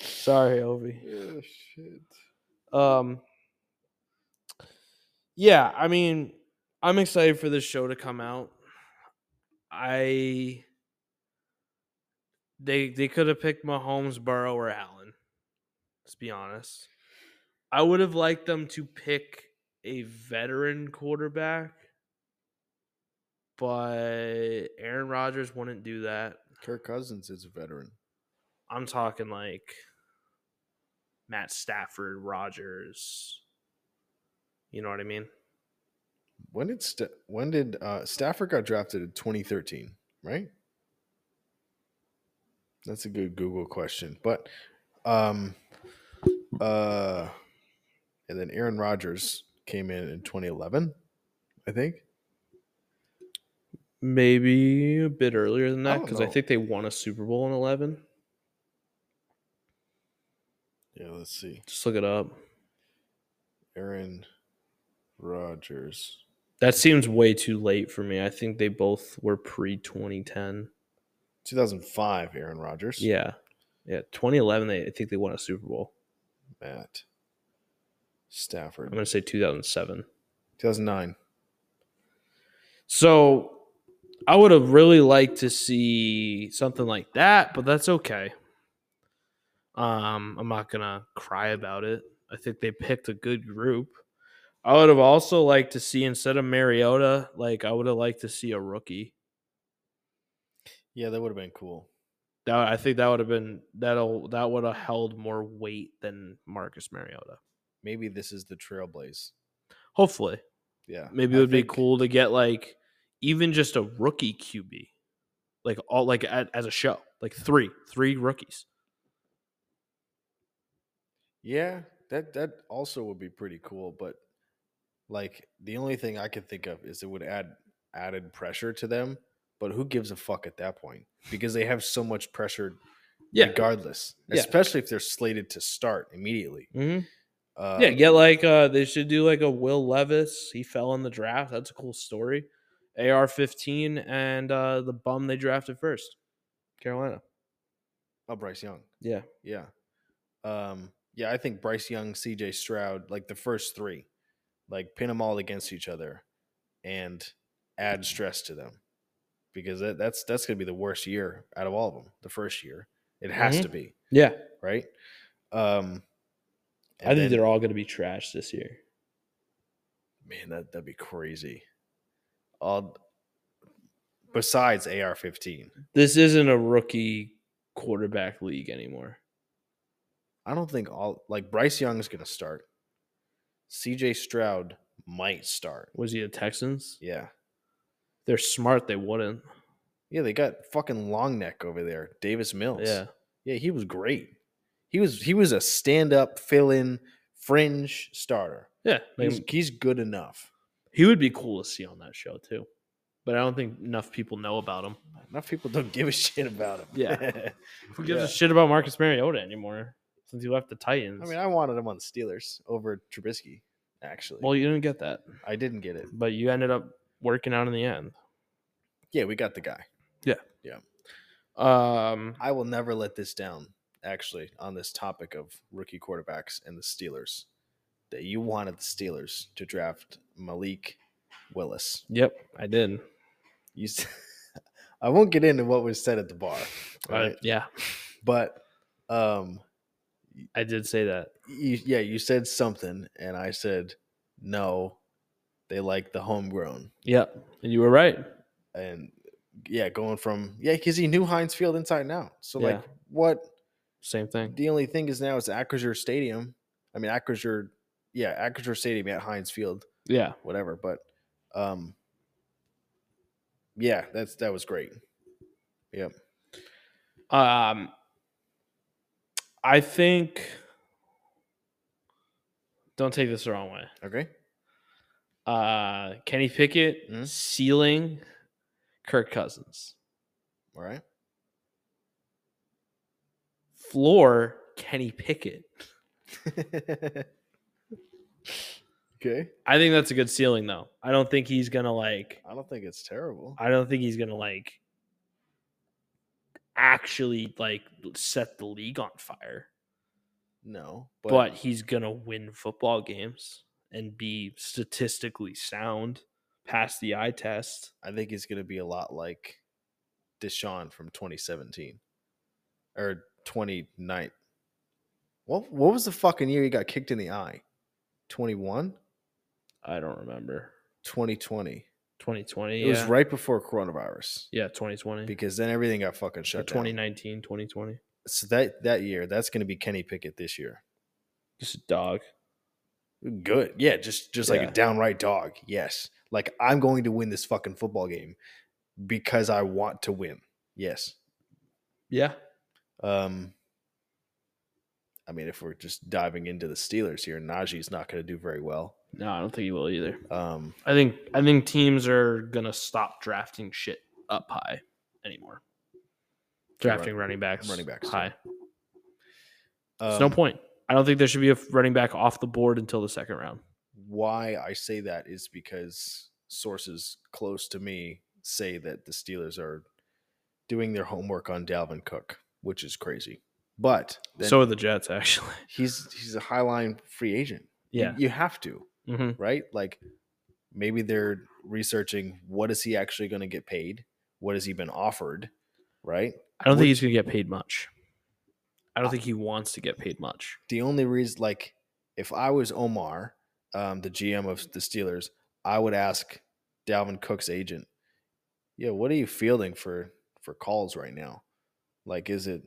[SPEAKER 1] Sorry, Ovi.
[SPEAKER 2] shit.
[SPEAKER 1] Um Yeah, I mean, I'm excited for this show to come out. I they they could have picked Mahomes, Burrow, or Allen. Let's be honest. I would have liked them to pick a veteran quarterback, but Aaron Rodgers wouldn't do that.
[SPEAKER 2] Kirk Cousins is a veteran.
[SPEAKER 1] I'm talking like Matt Stafford, Rogers. You know what I mean?
[SPEAKER 2] When did Sta when did uh, Stafford got drafted in 2013? Right. That's a good Google question, but um, uh, and then Aaron Rodgers came in in 2011, I think.
[SPEAKER 1] Maybe a bit earlier than
[SPEAKER 2] I
[SPEAKER 1] that
[SPEAKER 2] don't
[SPEAKER 1] because I,
[SPEAKER 2] know.
[SPEAKER 1] think they won a Super Bowl in 11.
[SPEAKER 2] Yeah, let's see.
[SPEAKER 1] Just look it up.
[SPEAKER 2] Aaron Rodgers.
[SPEAKER 1] That seems way too late for me. I think they both were pre 2010.
[SPEAKER 2] 2005, Aaron Rodgers.
[SPEAKER 1] Yeah. Yeah. 2011, they, I think they won a Super Bowl.
[SPEAKER 2] Matt
[SPEAKER 1] I'm
[SPEAKER 2] Stafford.
[SPEAKER 1] going to say 2007.
[SPEAKER 2] 2009.
[SPEAKER 1] So I would have really liked to see something like that, but that's okay. Um, I'm not gonna cry about it. I think they picked a good group. I would have also liked to see instead of Mariota, like I would have liked to see a rookie.
[SPEAKER 2] Yeah, that would have been cool.
[SPEAKER 1] That I think that would have been that'll that would have held more weight than Marcus Mariota.
[SPEAKER 2] Maybe this is the trailblaze.
[SPEAKER 1] Hopefully,
[SPEAKER 2] Yeah.
[SPEAKER 1] maybe
[SPEAKER 2] I
[SPEAKER 1] it would
[SPEAKER 2] think-
[SPEAKER 1] be cool to get like even just a rookie QB, like all like at, as a show, like three three rookies.
[SPEAKER 2] Yeah, that that also would be pretty cool, but like the only thing I could think of is it would add added pressure to them, but who gives a fuck at that point? Because they have so much pressure regardless,
[SPEAKER 1] Yeah.
[SPEAKER 2] especially if they're slated to start immediately.
[SPEAKER 1] hmm
[SPEAKER 2] Uh,
[SPEAKER 1] yeah, get like uh they should do like a Will Levis. He fell in the draft. That's a cool story. AR fifteen and uh the bum they drafted first. Carolina.
[SPEAKER 2] Oh, Bryce Young.
[SPEAKER 1] Yeah.
[SPEAKER 2] Yeah. Um, yeah, I think Bryce Young, CJ Stroud, like the first three, like pin them all against each other and add stress to them because that, that's that's going to be the worst year out of all of them. The first year, it has
[SPEAKER 1] Mhm.
[SPEAKER 2] to be
[SPEAKER 1] Yeah.
[SPEAKER 2] right. Um,
[SPEAKER 1] I think they're all gonna be trash this year.
[SPEAKER 2] man, that that'd be crazy. All besides AR fifteen,
[SPEAKER 1] This isn't a rookie quarterback league anymore.
[SPEAKER 2] I don't think all like Bryce Young's going to start. CJ Stroud might start.
[SPEAKER 1] Was he the Texans?
[SPEAKER 2] Yeah.
[SPEAKER 1] They're smart they wouldn't.
[SPEAKER 2] Yeah, they got fucking long neck over there, Davis Mills.
[SPEAKER 1] Yeah.
[SPEAKER 2] yeah, he was great. He was he was a stand up fill in fringe starter.
[SPEAKER 1] Yeah, like,
[SPEAKER 2] He's, he's good enough.
[SPEAKER 1] he would be cool to see on that show too, but I don't think enough people know about him.
[SPEAKER 2] Enough people don't give a (laughs) shit about him.
[SPEAKER 1] Yeah. Who gives
[SPEAKER 2] Yeah.
[SPEAKER 1] a shit about Marcus Mariota anymore since he left the Titans?
[SPEAKER 2] (laughs) I mean, I wanted him on the Steelers over Trubisky. Actually,
[SPEAKER 1] well, you didn't get that,
[SPEAKER 2] I didn't get it.
[SPEAKER 1] but you ended up working out in the end.
[SPEAKER 2] Yeah, we got the guy.
[SPEAKER 1] Um,
[SPEAKER 2] I will never let this down. Actually, on this topic of rookie quarterbacks and the Steelers, that you wanted the Steelers to draft Malik Willis.
[SPEAKER 1] yep, I did.
[SPEAKER 2] You, s- (laughs) I won't get into what was said at the bar,
[SPEAKER 1] I-
[SPEAKER 2] right?
[SPEAKER 1] Uh, yeah,
[SPEAKER 2] but um,
[SPEAKER 1] I did say that.
[SPEAKER 2] you, yeah, you said something, and I said no. They like the homegrown,
[SPEAKER 1] Yep, and you were right.
[SPEAKER 2] and yeah, going from yeah, because he knew Heinz Field inside and out. So like,
[SPEAKER 1] Yeah.
[SPEAKER 2] what
[SPEAKER 1] Same thing.
[SPEAKER 2] the only thing is now is Acrisure Stadium. I mean, Acrisure, yeah, Acrisure Stadium at Heinz Field,
[SPEAKER 1] Yeah,
[SPEAKER 2] whatever. But um, yeah, that's that was great. Yep.
[SPEAKER 1] Um, I think. Don't take this the wrong way.
[SPEAKER 2] Okay.
[SPEAKER 1] Uh, Kenny Pickett
[SPEAKER 2] Mhm.
[SPEAKER 1] ceiling, Kirk Cousins
[SPEAKER 2] All right. (laughs)
[SPEAKER 1] floor. Kenny Pickett.
[SPEAKER 2] okay.
[SPEAKER 1] I think that's a good ceiling though. I don't think he's gonna like.
[SPEAKER 2] I don't think it's terrible.
[SPEAKER 1] I don't think he's gonna like. Actually, like set the league on fire.
[SPEAKER 2] no,
[SPEAKER 1] but, he's gonna win football games and be statistically sound, pass the eye test.
[SPEAKER 2] I think he's going to be a lot like Deshaun from 2017 or 29. What what was the fucking year he got kicked in the eye? 21,
[SPEAKER 1] I don't remember
[SPEAKER 2] 2020.
[SPEAKER 1] 2020.
[SPEAKER 2] It was
[SPEAKER 1] yeah.
[SPEAKER 2] right before coronavirus
[SPEAKER 1] Yeah, 2020.
[SPEAKER 2] because then everything got fucking
[SPEAKER 1] Or
[SPEAKER 2] shut down.
[SPEAKER 1] 2019, 2020.
[SPEAKER 2] So that that year, that's going to be Kenny Pickett this year.
[SPEAKER 1] Just a dog.
[SPEAKER 2] Good. Yeah, just just like
[SPEAKER 1] Yeah.
[SPEAKER 2] a downright dog. Yes. Like I'm going to win this fucking football game because I want to win. Yes.
[SPEAKER 1] Yeah.
[SPEAKER 2] Um, I mean, if we're just diving into the Steelers here, Najee's not going to do very well.
[SPEAKER 1] No, I don't think he will either.
[SPEAKER 2] Um,
[SPEAKER 1] I think I think teams are gonna stop drafting shit up high anymore. Drafting running backs,
[SPEAKER 2] running backs, yeah.
[SPEAKER 1] high. There's no
[SPEAKER 2] um,
[SPEAKER 1] point. I don't think there should be a running back off the board until the second round.
[SPEAKER 2] Why I say that is because sources close to me say that the Steelers are doing their homework on Dalvin Cook, which is crazy. But then
[SPEAKER 1] so are the Jets, actually. (laughs)
[SPEAKER 2] he's he's a highline free agent. You-
[SPEAKER 1] Yeah.
[SPEAKER 2] you have to.
[SPEAKER 1] hmm
[SPEAKER 2] right? Like maybe they're researching what is he actually going to get paid? What has he been offered? Right?
[SPEAKER 1] I don't
[SPEAKER 2] Would-
[SPEAKER 1] think he's going to get paid much. I don't think he wants to get paid much.
[SPEAKER 2] The only reason, like, if I was Omar, um, the GM of the Steelers, I would ask Dalvin Cook's agent, "Yeah, what are you fielding for for calls right now? Like, is it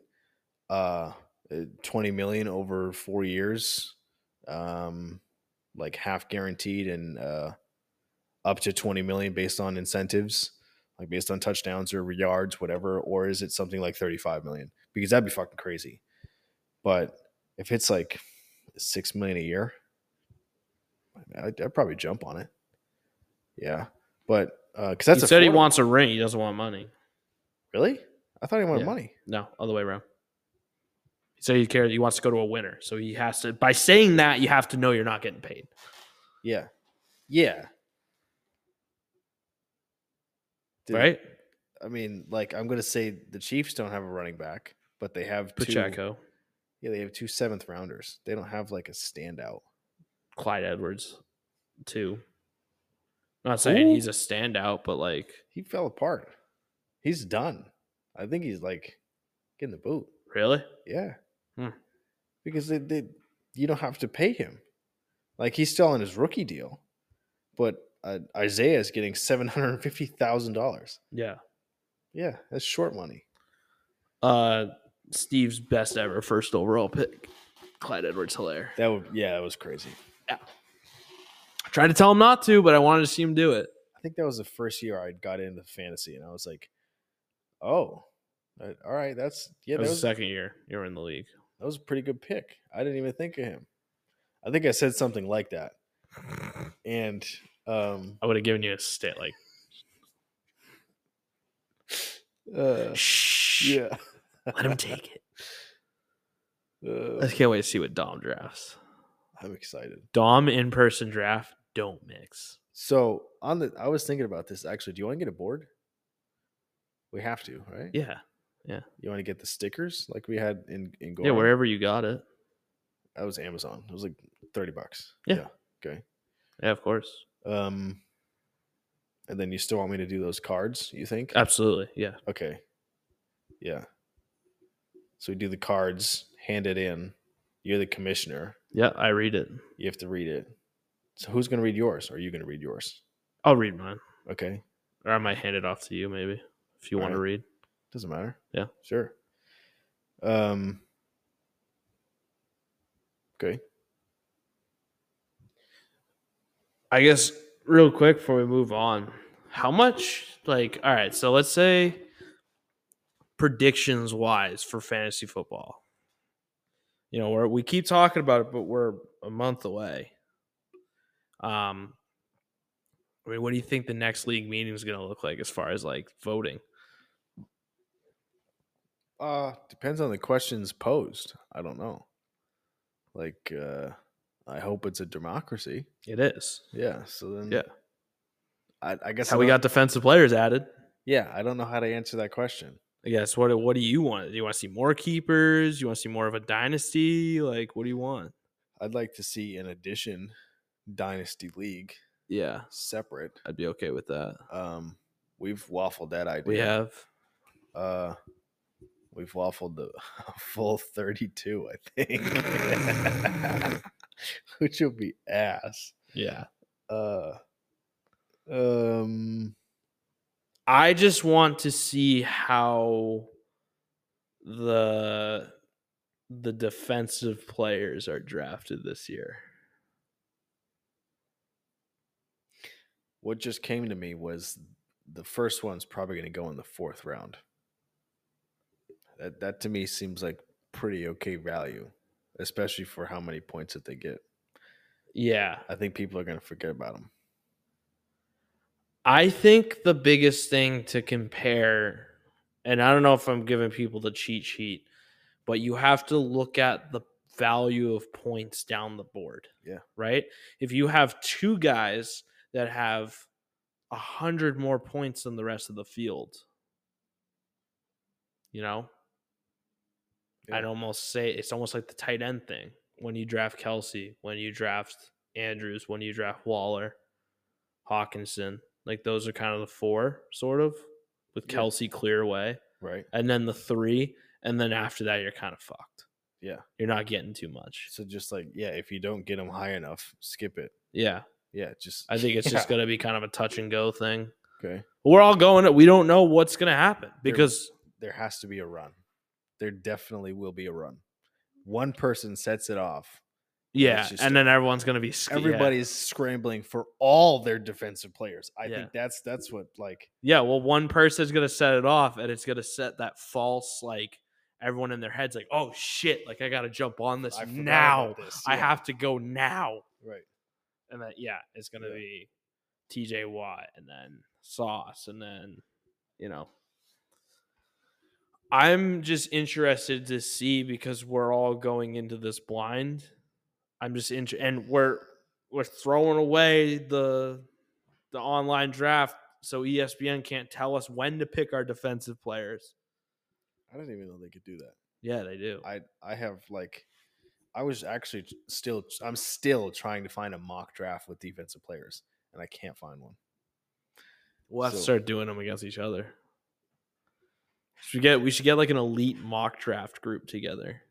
[SPEAKER 2] uh uh, twenty million over four years, um, like half guaranteed and uh, up to twenty million based on incentives, like based on touchdowns or yards, whatever, or is it something like thirty-five million? Because that'd be fucking crazy. But if it's like six million a year, I'd, I'd probably jump on it. Yeah, but because that's
[SPEAKER 1] he said he
[SPEAKER 2] affordable.
[SPEAKER 1] wants a ring. He doesn't want money.
[SPEAKER 2] really. I thought he wanted
[SPEAKER 1] Yeah.
[SPEAKER 2] money.
[SPEAKER 1] No, other way around. He said he cares. He wants to go to a winner. So he has to. By saying that, you have to know you're not getting paid.
[SPEAKER 2] Yeah, yeah. Dude,
[SPEAKER 1] Right?
[SPEAKER 2] I mean, like I'm gonna say the Chiefs don't have a running back, but they have two.
[SPEAKER 1] Pacheco,
[SPEAKER 2] Yeah, they have two seventh rounders. They don't have like a standout.
[SPEAKER 1] Clyde Edwards, too. I'm not saying
[SPEAKER 2] Who?
[SPEAKER 1] he's a standout, but like
[SPEAKER 2] He fell apart. He's done. I think he's like getting the boot.
[SPEAKER 1] really,
[SPEAKER 2] Yeah,
[SPEAKER 1] Hmm.
[SPEAKER 2] because they, they you don't have to pay him. Like he's still on his rookie deal, but uh, Isaiah is getting seven hundred fifty thousand dollars.
[SPEAKER 1] yeah.
[SPEAKER 2] Yeah, that's short money.
[SPEAKER 1] Uh, Steve's best ever first overall pick, Clyde Edwards Hilaire.
[SPEAKER 2] That would yeah, that was crazy.
[SPEAKER 1] I tried to tell him not to, but I wanted to see him do it.
[SPEAKER 2] I think that was the first year I got into fantasy, and I was like, "Oh, uh, all right, that's yeah,
[SPEAKER 1] That was
[SPEAKER 2] that
[SPEAKER 1] the
[SPEAKER 2] was,
[SPEAKER 1] second year you were in the league.
[SPEAKER 2] That was a pretty good pick. I didn't even think of him. I think I said something like that. And um
[SPEAKER 1] I would have given you a stit like
[SPEAKER 2] uh,
[SPEAKER 1] shh.
[SPEAKER 2] (laughs) yeah.
[SPEAKER 1] Let him take it. I
[SPEAKER 2] Uh,
[SPEAKER 1] can't wait to see what Dom drafts.
[SPEAKER 2] I'm excited.
[SPEAKER 1] Dom in person draft, don't mix.
[SPEAKER 2] So on the I was thinking about this actually. Do you want to get a board? We have to, right?
[SPEAKER 1] Yeah.
[SPEAKER 2] You want to get the stickers like we had in in Goran?
[SPEAKER 1] Yeah, wherever you got it.
[SPEAKER 2] That was Amazon. It was like 30 bucks.
[SPEAKER 1] Yeah. Yeah, of course.
[SPEAKER 2] Yeah. Um and then you still want me to do those cards, you think?
[SPEAKER 1] Absolutely. Yeah.
[SPEAKER 2] Okay. Yeah. So we do the cards, hand it in. You're the commissioner.
[SPEAKER 1] Yeah, I read it.
[SPEAKER 2] You have to read it. So who's going to read yours? Are you going to read yours?
[SPEAKER 1] I'll read mine.
[SPEAKER 2] Okay.
[SPEAKER 1] Or I might hand it off to you maybe if you
[SPEAKER 2] All
[SPEAKER 1] want to
[SPEAKER 2] right.
[SPEAKER 1] read.
[SPEAKER 2] Doesn't matter.
[SPEAKER 1] Yeah.
[SPEAKER 2] Sure. Um Okay.
[SPEAKER 1] I guess real quick before we move on, how much like all right, so let's say predictions wise for fantasy football. You know, we're, we keep talking about it, but we're a month away. Um, I mean, what do you think the next league meeting is going to look like as far as like voting?
[SPEAKER 2] Uh depends on the questions posed. I don't know. Like uh I hope it's a democracy.
[SPEAKER 1] It is.
[SPEAKER 2] Yeah. So then
[SPEAKER 1] Yeah.
[SPEAKER 2] I, I guess
[SPEAKER 1] That's how
[SPEAKER 2] I
[SPEAKER 1] we
[SPEAKER 2] don't-
[SPEAKER 1] got defensive players added.
[SPEAKER 2] Yeah, I don't know how to answer that question.
[SPEAKER 1] I guess what what do you want? Do you want to see more keepers? You want to see more of a dynasty? Like, what do you want?
[SPEAKER 2] I'd like to see an addition dynasty league
[SPEAKER 1] Yeah,
[SPEAKER 2] separate.
[SPEAKER 1] I'd be okay with that.
[SPEAKER 2] Um, we've waffled that idea.
[SPEAKER 1] We have
[SPEAKER 2] Uh, we've waffled the (laughs) full thirty-two, I think, (laughs) which will be ass.
[SPEAKER 1] yeah.
[SPEAKER 2] Uh, um,
[SPEAKER 1] I just want to see how the the defensive players are drafted this year.
[SPEAKER 2] what just came to me was the first one's probably going to go in the fourth round. That that to me seems like pretty okay value, especially for how many points that they get.
[SPEAKER 1] Yeah.
[SPEAKER 2] I think people are going to forget about them.
[SPEAKER 1] I think the biggest thing to compare, and I don't know if I'm giving people the cheat sheet, but you have to look at the value of points down the board.
[SPEAKER 2] Yeah.
[SPEAKER 1] Right? If you have two guys that have a hundred more points than the rest of the field, you know, I'd
[SPEAKER 2] Yeah.
[SPEAKER 1] almost say it's almost like the tight end thing. When you draft Kelsey, when you draft Andrews, when you draft Waller, Hawkinson, like those are kind of the four, sort of, with
[SPEAKER 2] Yeah.
[SPEAKER 1] Kelsey clear away.
[SPEAKER 2] Right.
[SPEAKER 1] And then the three. And then after that, you're kind of fucked.
[SPEAKER 2] Yeah.
[SPEAKER 1] You're not getting too much.
[SPEAKER 2] So just like yeah, if you don't get them high enough, skip it.
[SPEAKER 1] Yeah.
[SPEAKER 2] Yeah, just
[SPEAKER 1] I think it's just
[SPEAKER 2] (laughs) Yeah.
[SPEAKER 1] going to be kind of a touch and go thing.
[SPEAKER 2] okay.
[SPEAKER 1] We're all going, we don't know what's going to happen
[SPEAKER 2] There-
[SPEAKER 1] because,
[SPEAKER 2] There has to be a run. There definitely will be a run. One person sets it off.
[SPEAKER 1] yeah.
[SPEAKER 2] just-
[SPEAKER 1] And then everyone's going to be sc- yeah.
[SPEAKER 2] Everybody's scrambling for all their defensive players. I
[SPEAKER 1] Yeah.
[SPEAKER 2] think that's that's what like
[SPEAKER 1] Yeah, well, one person's gonna set it off, and it's gonna set that false like everyone in their heads like, oh shit, like I gotta jump on this
[SPEAKER 2] I forgot about
[SPEAKER 1] now.
[SPEAKER 2] this,
[SPEAKER 1] I
[SPEAKER 2] yeah,
[SPEAKER 1] have to go now,
[SPEAKER 2] right.
[SPEAKER 1] and that yeah, it's gonna
[SPEAKER 2] Yeah.
[SPEAKER 1] be T.J. Watt, and then Sauce, and then you know. I'm just interested to see because we're all going into this blind. I'm just inter- and we're we're throwing away the the online draft so E ESPN can't tell us when to pick our defensive players.
[SPEAKER 2] I didn't even know they could do that.
[SPEAKER 1] Yeah, they do.
[SPEAKER 2] I I have like I was actually t- still I'm still trying to find a mock draft with defensive players and I can't find one.
[SPEAKER 1] we'll have to
[SPEAKER 2] so-
[SPEAKER 1] start doing them against each other. Should we get we should get like an elite mock draft group together.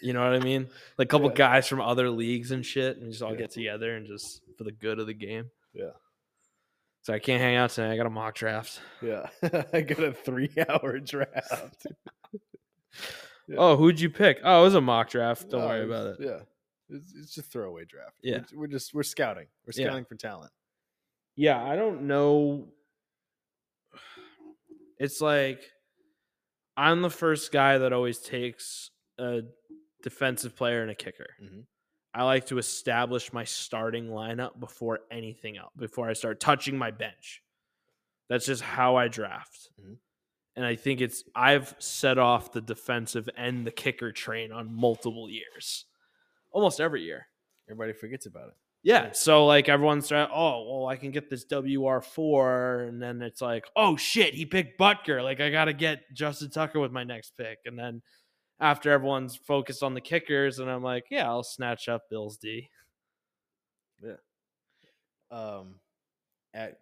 [SPEAKER 1] You know what I mean? Like a couple
[SPEAKER 2] Yeah.
[SPEAKER 1] guys from other leagues and shit, and just all
[SPEAKER 2] Yeah.
[SPEAKER 1] get together and just for the good of the game.
[SPEAKER 2] Yeah.
[SPEAKER 1] So I can't hang out tonight. I got a mock draft.
[SPEAKER 2] Yeah. (laughs) I got a (laughs) 3-hour draft. Yeah.
[SPEAKER 1] Oh, who'd you pick? Oh, it was a mock draft. Don't
[SPEAKER 2] No,
[SPEAKER 1] worry
[SPEAKER 2] it's-
[SPEAKER 1] about it.
[SPEAKER 2] Yeah, it's, it's a throwaway draft.
[SPEAKER 1] Yeah.
[SPEAKER 2] we're, j- we're just we're scouting. We're
[SPEAKER 1] Yeah.
[SPEAKER 2] scouting for talent.
[SPEAKER 1] yeah i don't know it's like i'm the first guy that always takes a defensive player, and a kicker.
[SPEAKER 2] Mhm.
[SPEAKER 1] I like to establish my starting lineup before anything else, before I start touching my bench. That's just how I draft.
[SPEAKER 2] Mhm.
[SPEAKER 1] And I think it's, I've set off the defensive and the kicker train on multiple years, almost every year.
[SPEAKER 2] Everybody forgets about it.
[SPEAKER 1] Yeah. So like everyone's trying, oh, well, I can get this WR4. And then it's like, oh shit, he picked Butker. Like I got to get Justin Tucker with my next pick. And then after everyone's focused on the kickers, and I'm like, yeah, I'll snatch up Bills D.
[SPEAKER 2] um at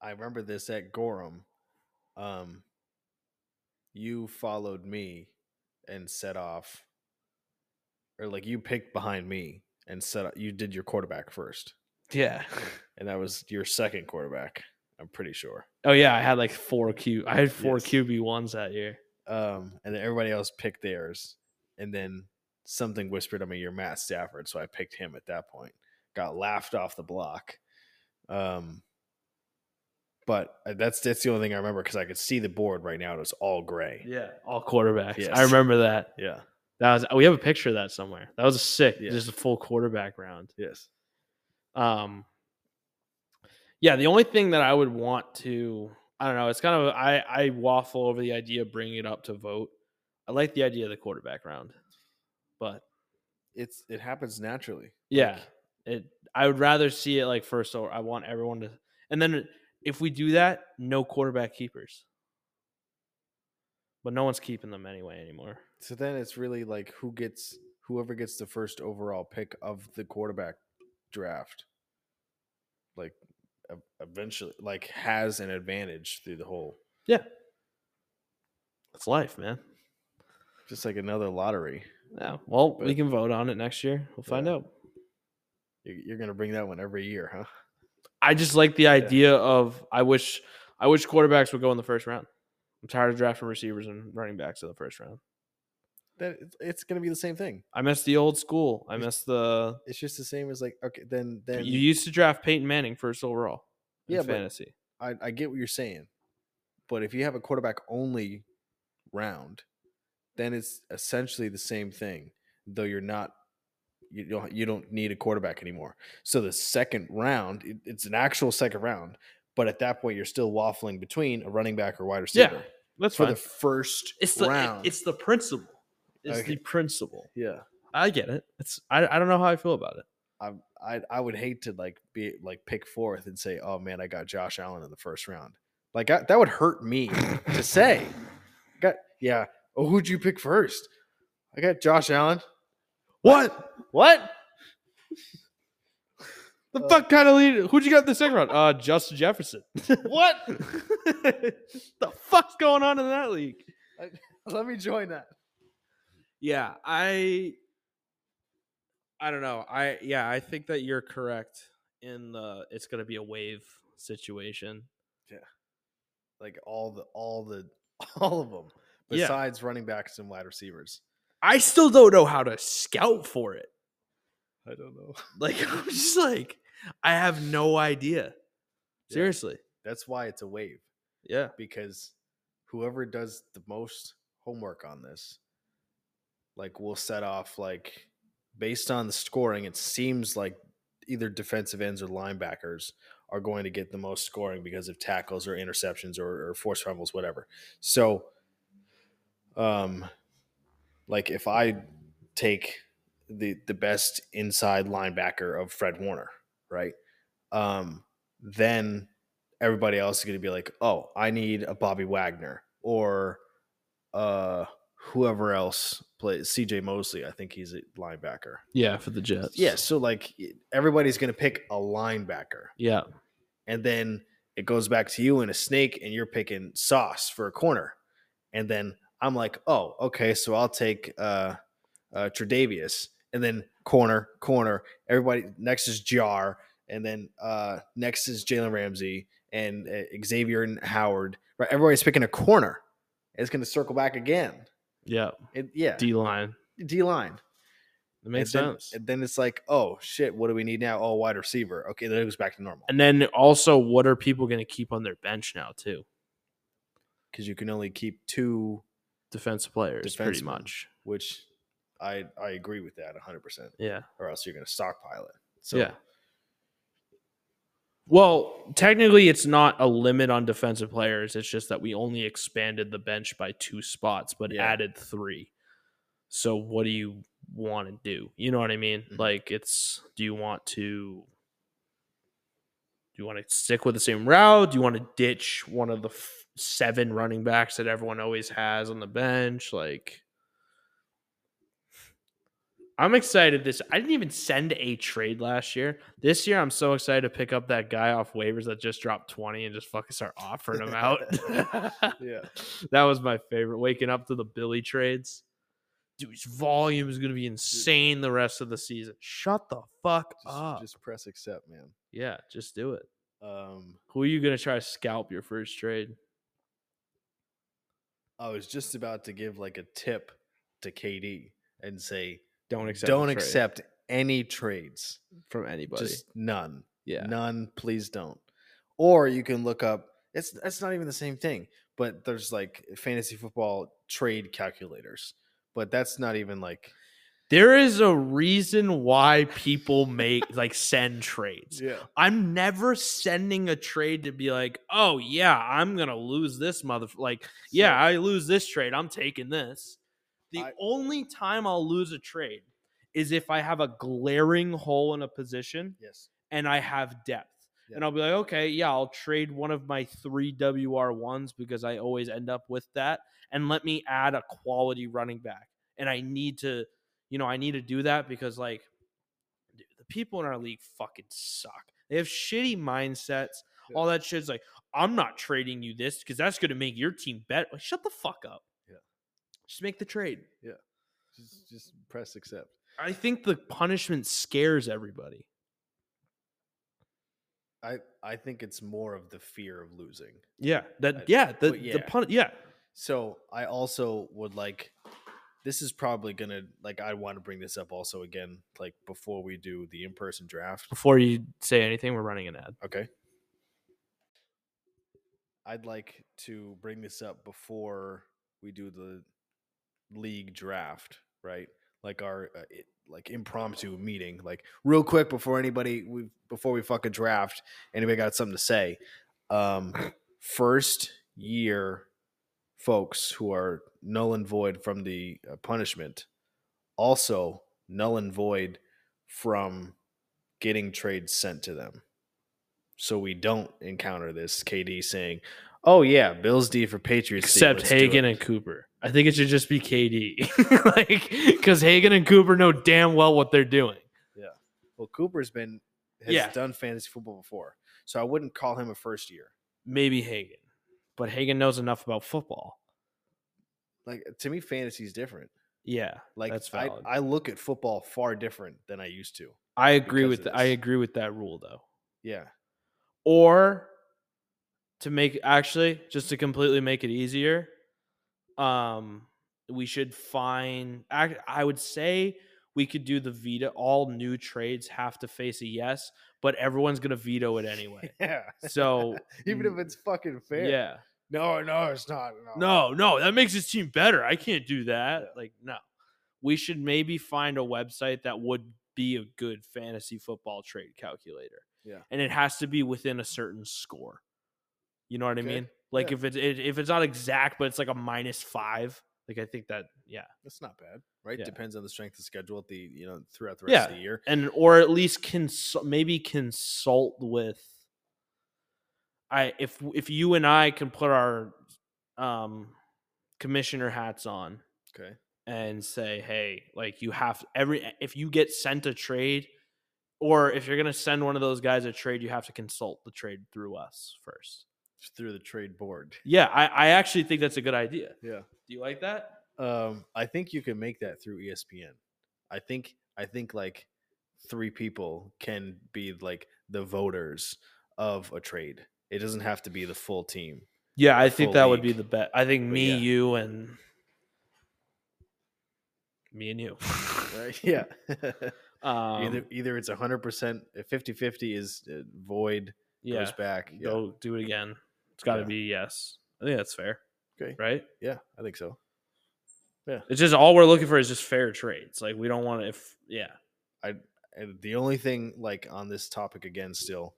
[SPEAKER 2] I remember this at Gorham. Um you followed me and set off or like you picked behind me and set up you did your quarterback first.
[SPEAKER 1] Yeah.
[SPEAKER 2] And that was your second quarterback, I'm pretty sure.
[SPEAKER 1] (laughs) Oh yeah, I had like four Q. I had four
[SPEAKER 2] Yes.
[SPEAKER 1] QB ones that year.
[SPEAKER 2] Um and then everybody else picked theirs. And then something whispered to me, you're Matt Stafford, so I picked him at that point. Got laughed off the block. Um, but uh, that's that's the only thing I remember because I could see the board right now. and It was all gray.
[SPEAKER 1] Yeah, all quarterbacks.
[SPEAKER 2] Yes.
[SPEAKER 1] I remember that.
[SPEAKER 2] Yeah.
[SPEAKER 1] That was we have a picture of that somewhere. That was sick.
[SPEAKER 2] Yeah.
[SPEAKER 1] Just a full quarterback round.
[SPEAKER 2] Yes.
[SPEAKER 1] Um, yeah, the only thing that I would want to, I don't know, it's kind of I I waffle over the idea of bringing it up to vote. I like the idea of the quarterback round, but
[SPEAKER 2] It's it happens naturally.
[SPEAKER 1] yeah,
[SPEAKER 2] Like,
[SPEAKER 1] it. I would rather see it like first over. I want everyone to, and then if we do that, no quarterback keepers. But no one's keeping them anyway anymore.
[SPEAKER 2] so then it's really like who gets whoever gets the first overall pick of the quarterback draft. Like ev- eventually like has an advantage through the whole
[SPEAKER 1] It's life, man.
[SPEAKER 2] just like another lottery.
[SPEAKER 1] Yeah. Well, we
[SPEAKER 2] But-
[SPEAKER 1] can vote on it next year. We'll find
[SPEAKER 2] Yeah.
[SPEAKER 1] out.
[SPEAKER 2] You- You're gonna bring that one every year, huh?
[SPEAKER 1] I just like the idea of I wish I wish quarterbacks would go in the first round. I'm tired of drafting receivers and running backs in the first round.
[SPEAKER 2] That it's- it's gonna be the same thing.
[SPEAKER 1] I miss the old school. I miss the
[SPEAKER 2] It's just the same as like okay, then then
[SPEAKER 1] you used to draft Peyton Manning first overall in
[SPEAKER 2] Yeah, but-
[SPEAKER 1] fantasy.
[SPEAKER 2] I, I get what you're saying, but if you have a quarterback only round, then it's essentially the same thing, though you're not you don't you don't need a quarterback anymore. So the second round, it, it's an actual second round, but at that point you're still waffling between a running back or wide
[SPEAKER 1] Yeah,
[SPEAKER 2] receiver
[SPEAKER 1] That's
[SPEAKER 2] for
[SPEAKER 1] fine.
[SPEAKER 2] the first
[SPEAKER 1] it's the it-
[SPEAKER 2] round.
[SPEAKER 1] it's the principle. It's
[SPEAKER 2] Okay.
[SPEAKER 1] the principle.
[SPEAKER 2] yeah.
[SPEAKER 1] I get it. It's I, I don't know how I feel about it.
[SPEAKER 2] I, I I would hate to like be like pick fourth and say, oh man, I got Josh Allen in the first round. Like I, that would hurt me to say. Got yeah. Oh, who'd you pick first? I got Josh Allen. What? What?
[SPEAKER 1] (laughs) The
[SPEAKER 2] Uh,
[SPEAKER 1] fuck kind of lead? Who'd you got in the second round? Uh, Justin Jefferson.
[SPEAKER 2] (laughs) What?
[SPEAKER 1] (laughs) the fuck's going on in that league?
[SPEAKER 2] (laughs) Let me join that.
[SPEAKER 1] yeah i i don't know i yeah i think that you're correct in the it's going to be a wave situation
[SPEAKER 2] Like all the all the (laughs) all of them
[SPEAKER 1] Yeah.
[SPEAKER 2] besides running backs and wide receivers.
[SPEAKER 1] i still don't know how to scout for it (laughs)
[SPEAKER 2] I don't know. (laughs)
[SPEAKER 1] like i'm just like i have no idea
[SPEAKER 2] Yeah.
[SPEAKER 1] seriously
[SPEAKER 2] That's why it's a wave.
[SPEAKER 1] yeah
[SPEAKER 2] because whoever does the most homework on this, like will set off like based on the scoring, it seems like either defensive ends or linebackers are going to get the most scoring because of tackles or interceptions or, or force fumbles, whatever. So um like if I take the the best inside linebacker of Fred Warner, right? Um then everybody else is going to be like, oh, I need a Bobby Wagner or uh, whoever else plays CJ Mosley. I think he's a linebacker.
[SPEAKER 1] yeah for the jets
[SPEAKER 2] Yeah. So, like, y- everybody's going to pick a linebacker.
[SPEAKER 1] yeah
[SPEAKER 2] And then it goes back to you and a snake, and you're picking sauce for a corner. And then I'm like, oh, okay. So I'll take uh, uh, Tredavious. And then corner, corner. Everybody next is Jar. And then uh, next is Jalen Ramsey and uh, Xavier and Howard. Right. Everybody's picking a corner. It's going to circle back again.
[SPEAKER 1] yeah
[SPEAKER 2] It, yeah. D,
[SPEAKER 1] d line
[SPEAKER 2] line.
[SPEAKER 1] it makes
[SPEAKER 2] and then,
[SPEAKER 1] sense
[SPEAKER 2] And then it's like, oh, shit. What do we need now? Oh, wide receiver. Okay. Then it goes back to normal.
[SPEAKER 1] and then also what are people going to keep on their bench now too
[SPEAKER 2] Because you can only keep two
[SPEAKER 1] defensive players pretty
[SPEAKER 2] Defensemen.
[SPEAKER 1] much
[SPEAKER 2] which I I agree with that 100, percent
[SPEAKER 1] Yeah.
[SPEAKER 2] or else you're gonna stockpile it. So
[SPEAKER 1] Yeah. Well, technically, it's not a limit on defensive players. It's just that we only expanded the bench by two spots, but
[SPEAKER 2] Yeah.
[SPEAKER 1] added three. So, what do you want to do? You know what I mean?
[SPEAKER 2] Mhm.
[SPEAKER 1] Like, it's do you want to do you want to stick with the same route? Do you want to ditch one of the f- seven running backs that everyone always has on the bench? Like, I'm excited this. I didn't even send a trade last year. This year, I'm so excited to pick up that guy off waivers that just dropped 20 and just fucking start offering him
[SPEAKER 2] (laughs)
[SPEAKER 1] out. (laughs)
[SPEAKER 2] yeah,
[SPEAKER 1] that was my favorite. Waking up to the Billy trades. Dude's volume is going to be insane the rest of the season. Shut the fuck
[SPEAKER 2] just,
[SPEAKER 1] up.
[SPEAKER 2] just press accept, man.
[SPEAKER 1] yeah, just do it.
[SPEAKER 2] Um,
[SPEAKER 1] Who are you gonna try to scalp your first trade?
[SPEAKER 2] I was just about to give like a tip to KD and say,
[SPEAKER 1] Don't accept.
[SPEAKER 2] don't
[SPEAKER 1] a trade
[SPEAKER 2] accept any trades,
[SPEAKER 1] from anybody.
[SPEAKER 2] just none.
[SPEAKER 1] yeah,
[SPEAKER 2] None, please don't. Or you can look up it's that's not even the same thing, but there's like fantasy football trade calculators. But that's not even like
[SPEAKER 1] there is a reason why people make like send trades.
[SPEAKER 2] yeah.
[SPEAKER 1] I'm never sending a trade to be like, oh yeah, I'm gonna lose this mother. Like, yeah, I lose this trade. I'm taking this. The
[SPEAKER 2] I-
[SPEAKER 1] only time I'll lose a trade is if I have a glaring hole in a position
[SPEAKER 2] Yes.
[SPEAKER 1] and I have depth. And
[SPEAKER 2] Yeah.
[SPEAKER 1] I'll be like, okay, yeah, I'll trade one of my three WR1s because I always end up with that. And let me add a quality running back. And I need to, you know, I need to do that because, like, dude, the people in our league fucking suck. They have shitty mindsets.
[SPEAKER 2] Yeah.
[SPEAKER 1] All that shit's like, I'm not trading you this because that's going to make your team better. Like, shut the fuck up.
[SPEAKER 2] Yeah.
[SPEAKER 1] Just make the trade.
[SPEAKER 2] Just just press accept.
[SPEAKER 1] I think the punishment scares everybody.
[SPEAKER 2] I I think it's more of the fear of losing.
[SPEAKER 1] Yeah.
[SPEAKER 2] I-
[SPEAKER 1] That, yeah. The,
[SPEAKER 2] but
[SPEAKER 1] the
[SPEAKER 2] yeah.
[SPEAKER 1] pun, yeah.
[SPEAKER 2] So I also would like this is probably gonna like I want to bring this up also again, like before we do the in-person draft.
[SPEAKER 1] Before you say anything, we're running an ad.
[SPEAKER 2] Okay. I'd like to bring this up before we do the league draft, right? Like our uh, it, like impromptu meeting, like real quick before anybody we before we fuck a draft, anybody got something to say? Um first year folks who are null and void from the uh, punishment also null and void from getting trades sent to them so we don't encounter this KD saying, "Oh yeah, Bills D for Patriots." D,
[SPEAKER 1] except
[SPEAKER 2] let's do it."
[SPEAKER 1] Hagen and Cooper. I think it should just be KD, (laughs) like (laughs) because Hagen and Cooper know damn well what they're doing.
[SPEAKER 2] Well, Cooper's been has
[SPEAKER 1] Yeah.
[SPEAKER 2] done fantasy football before, so I wouldn't call him a first year.
[SPEAKER 1] Maybe Hagen, but Hagen knows enough about football.
[SPEAKER 2] Like to me, fantasy is different.
[SPEAKER 1] Yeah,
[SPEAKER 2] Like
[SPEAKER 1] That's
[SPEAKER 2] I,
[SPEAKER 1] valid.
[SPEAKER 2] I look at football far different than I used to.
[SPEAKER 1] I agree with
[SPEAKER 2] Because of
[SPEAKER 1] th- I
[SPEAKER 2] this.
[SPEAKER 1] agree with that rule though.
[SPEAKER 2] Yeah,
[SPEAKER 1] Or to make actually just to completely make it easier, um, we should find. ac- I would say we could do the veto. All new trades have to face a yes, but everyone's gonna veto it anyway.
[SPEAKER 2] (laughs) yeah.
[SPEAKER 1] So
[SPEAKER 2] Even if
[SPEAKER 1] mm,
[SPEAKER 2] it's fucking fair.
[SPEAKER 1] Eh, Yeah.
[SPEAKER 2] No, no, it's not.
[SPEAKER 1] No, no, that makes his team better. I can't do that.
[SPEAKER 2] Yeah.
[SPEAKER 1] Like, no. We should maybe find a website that would be a good fantasy football trade calculator.
[SPEAKER 2] Yeah.
[SPEAKER 1] And it has to be within a certain score. You know what I
[SPEAKER 2] Okay.
[SPEAKER 1] mean? Like
[SPEAKER 2] Yeah.
[SPEAKER 1] if it's it, if it's not exact, but it's like a minus five. Like I think that yeah.
[SPEAKER 2] that's not bad, right?
[SPEAKER 1] Yeah.
[SPEAKER 2] Depends on the strength of schedule at the you know throughout the rest of
[SPEAKER 1] Yeah.
[SPEAKER 2] the year.
[SPEAKER 1] and or at least cons- maybe consult with i if if you and i can put our um commissioner hats on
[SPEAKER 2] Okay.
[SPEAKER 1] and say hey like you have every if you get sent a trade or if you're going to send one of those guys a trade you have to consult the trade through us first
[SPEAKER 2] Through the trade board.
[SPEAKER 1] yeah i i actually think that's a good idea
[SPEAKER 2] Yeah.
[SPEAKER 1] do you like that
[SPEAKER 2] Um, I think you can make that through E ESPN. I think I think like three people can be like the voters of a trade. It doesn't have to be the full team.
[SPEAKER 1] yeah i
[SPEAKER 2] full
[SPEAKER 1] think that would be
[SPEAKER 2] league.
[SPEAKER 1] the best i think
[SPEAKER 2] But
[SPEAKER 1] me
[SPEAKER 2] yeah.
[SPEAKER 1] you and me and (laughs) you
[SPEAKER 2] Right? (laughs) Yeah.
[SPEAKER 1] Um,
[SPEAKER 2] either either it's 100% 50-50 is uh, void
[SPEAKER 1] yeah,
[SPEAKER 2] goes back. Yeah.
[SPEAKER 1] go do it again. It's got to
[SPEAKER 2] Yeah.
[SPEAKER 1] be yes. I think that's fair.
[SPEAKER 2] Okay.
[SPEAKER 1] Right?
[SPEAKER 2] Yeah, I think so. Yeah.
[SPEAKER 1] It's just all we're looking for is just fair trades. Like we don't want to if yeah.
[SPEAKER 2] And the only thing like on this topic again still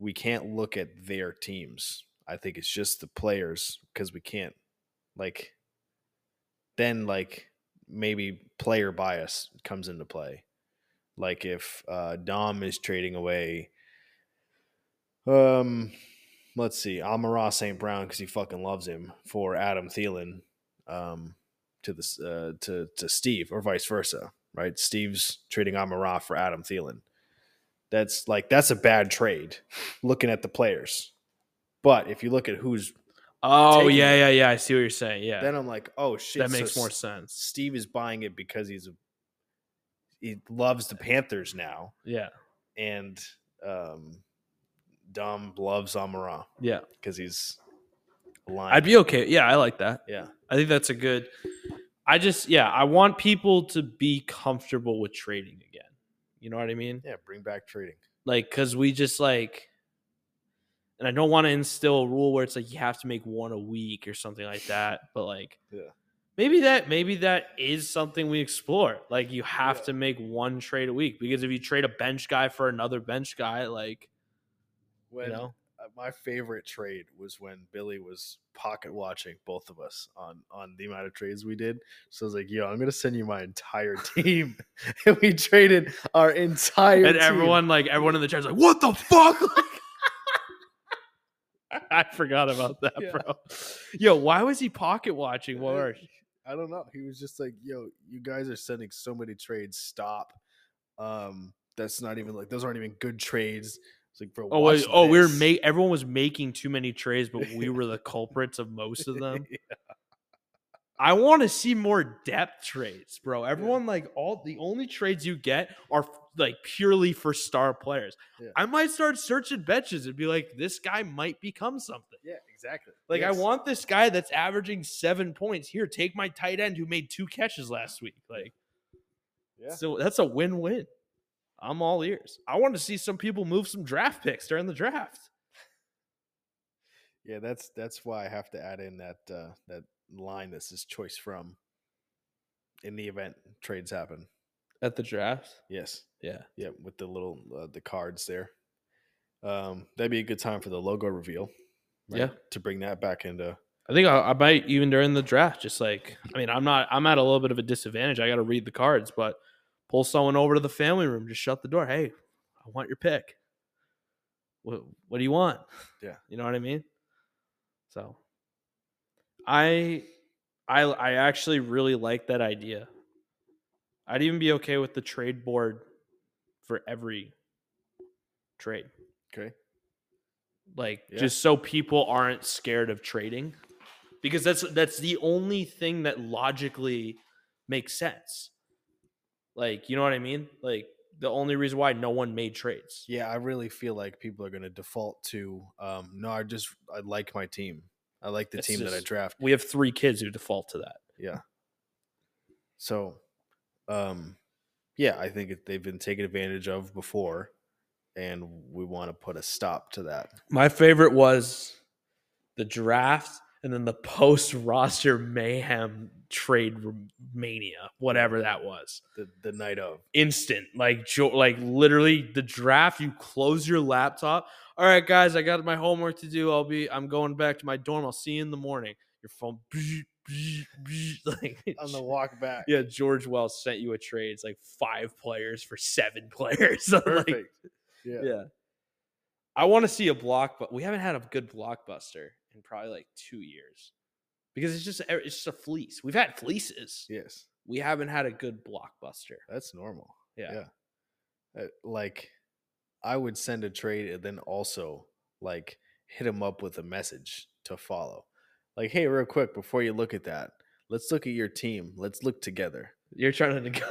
[SPEAKER 2] we can't look at their teams i think it's just the players because we can't like then like maybe player bias comes into play like if uh dom is trading away um let's see amara st brown because he fucking loves him for adam Thielen, um to this uh to to steve or vice versa right? Steve's trading Amara for Adam Thielen. That's like that's a bad trade, looking at the players. But if you look at who's,
[SPEAKER 1] Oh
[SPEAKER 2] Taking
[SPEAKER 1] yeah,
[SPEAKER 2] it.
[SPEAKER 1] yeah, yeah. I see what you're saying. Yeah.
[SPEAKER 2] then I'm like, oh shit,
[SPEAKER 1] that
[SPEAKER 2] so
[SPEAKER 1] makes more
[SPEAKER 2] S-
[SPEAKER 1] sense.
[SPEAKER 2] Steve is buying it because he's a, he loves the Panthers now,
[SPEAKER 1] Yeah.
[SPEAKER 2] and um, Dom loves Amara
[SPEAKER 1] Yeah.
[SPEAKER 2] because he's aligned.
[SPEAKER 1] I'd be okay. Yeah, I like that.
[SPEAKER 2] yeah,
[SPEAKER 1] I think that's a good. I just yeah, I want people to be comfortable with trading again. You know what I mean?
[SPEAKER 2] yeah. Bring back trading.
[SPEAKER 1] Like cuz we just like and I don't want to instill a rule where it's like you have to make one a week or something like that, but like
[SPEAKER 2] Yeah.
[SPEAKER 1] Maybe that maybe that is something we explore. Like you have
[SPEAKER 2] Yeah.
[SPEAKER 1] to make one trade a week because if you trade a bench guy for another bench guy like
[SPEAKER 2] When
[SPEAKER 1] you know
[SPEAKER 2] uh, my favorite trade was when Billy was pocket watching both of us on on the amount of trades we did. So I was like, "Yo, I'm gonna send you
[SPEAKER 1] (laughs)
[SPEAKER 2] my entire team," (laughs) and we traded our entire
[SPEAKER 1] and
[SPEAKER 2] team.
[SPEAKER 1] everyone like everyone in the chat's like what the fuck (laughs) i forgot about that
[SPEAKER 2] Yeah.
[SPEAKER 1] bro yo why was he pocket watching while
[SPEAKER 2] (laughs)
[SPEAKER 1] we were-
[SPEAKER 2] I don't know. He was just like, "Yo, you guys are sending so many trades. Stop. Um, that's not even like those aren't even good trades." It's like, bro.
[SPEAKER 1] oh wait,
[SPEAKER 2] watch
[SPEAKER 1] oh we were
[SPEAKER 2] this."
[SPEAKER 1] make everyone was making too many trades but we were the culprits of most
[SPEAKER 2] (laughs)
[SPEAKER 1] of them i want to see more depth trades bro everyone like all the only trades you get are like purely for star players
[SPEAKER 2] Yeah.
[SPEAKER 1] i might start searching benches and be like this guy might become something
[SPEAKER 2] yeah, exactly.
[SPEAKER 1] Like
[SPEAKER 2] Yes.
[SPEAKER 1] I want this guy that's averaging seven points. Here, take my tight end who made two catches last week. Like,
[SPEAKER 2] Yeah.
[SPEAKER 1] so that's a win-win. I'm all ears. I want to see some people move some draft picks during the draft.
[SPEAKER 2] Yeah, that's that's why I have to add in that uh, that line that says choice from. In the event trades happen,
[SPEAKER 1] At the draft?
[SPEAKER 2] yes,
[SPEAKER 1] Yeah.
[SPEAKER 2] yeah, with the little uh, the cards there. Um, that'd be a good time for the logo reveal.
[SPEAKER 1] Yeah.
[SPEAKER 2] to bring that back into
[SPEAKER 1] I think I, I might even during the draft, just like I mean, I'm not I'm at a little bit of a disadvantage. I gotta read the cards, but pull someone over to the family room, just shut the door. Hey, I want your pick. What what do you want?
[SPEAKER 2] Yeah.
[SPEAKER 1] (laughs) You know what I mean? So I I I actually really like that idea. I'd even be okay with the trade board for every trade.
[SPEAKER 2] okay.
[SPEAKER 1] Like
[SPEAKER 2] Yeah.
[SPEAKER 1] just so people aren't scared of trading. Because that's that's the only thing that logically makes sense. Like, you know what I mean? Like the only reason why no one made trades.
[SPEAKER 2] Yeah, I really feel like people are going to default to um, no. I just I like my team. I like the
[SPEAKER 1] It's
[SPEAKER 2] team that I
[SPEAKER 1] just-
[SPEAKER 2] draft.
[SPEAKER 1] We have three kids who default to that.
[SPEAKER 2] So, um, yeah, I think it- they've been taken advantage of before, and we want to put a stop to that.
[SPEAKER 1] My favorite was the draft and then the post roster mayhem trade mania, whatever that was.
[SPEAKER 2] the, the night of.
[SPEAKER 1] instant like jo- like literally the draft you close your laptop all right guys i got my homework to do i'll be i'm going back to my dorm i'll see you in the morning your phone (laughs) like
[SPEAKER 2] On the walk back. (laughs)
[SPEAKER 1] yeah george wells sent you a trade it's like five players for seven (laughs) players I'm like,
[SPEAKER 2] Perfect. yeah.
[SPEAKER 1] yeah i want to see a block but we haven't had a good blockbuster in probably like two years because it's just eh, it's just a fleece we've had fleeces
[SPEAKER 2] Yes.
[SPEAKER 1] we haven't had a good blockbuster
[SPEAKER 2] That's normal.
[SPEAKER 1] yeah,
[SPEAKER 2] Yeah. Uh, Like, I would send a trade and then also, like, hit him up with a message to follow. Like, hey, real quick, before you look at that, let's look at your team. Let's look together.
[SPEAKER 1] You're trying to. (laughs) neg-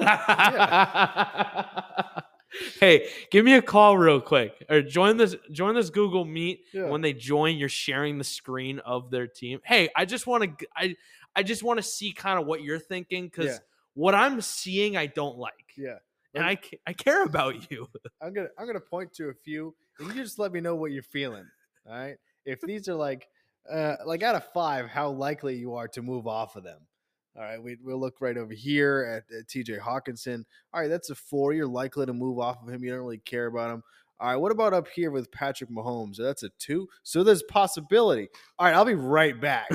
[SPEAKER 1] hey, give me a call real quick, or join this join this Google Meet.
[SPEAKER 2] Yeah.
[SPEAKER 1] When they join, you're sharing the screen of their team. Hey, I just want to I I just want to see kind of what you're thinking because
[SPEAKER 2] Yeah.
[SPEAKER 1] what I'm seeing I don't like,
[SPEAKER 2] Yeah.
[SPEAKER 1] and I ca- I care about
[SPEAKER 2] (laughs)
[SPEAKER 1] you.
[SPEAKER 2] I'm gonna I'm gonna point to a few, and you just let me know what you're feeling. All right. If these are like, uh, like out of five, how likely you are to move off of them. All right, we, we'll look right over here at, at TJ Hawkinson. All right, that's a four. You're likely to move off of him. You don't really care about him. All right, what about up here with Patrick Mahomes? That's a two. So there's possibility. All right, I'll be right
[SPEAKER 1] (laughs)
[SPEAKER 2] back.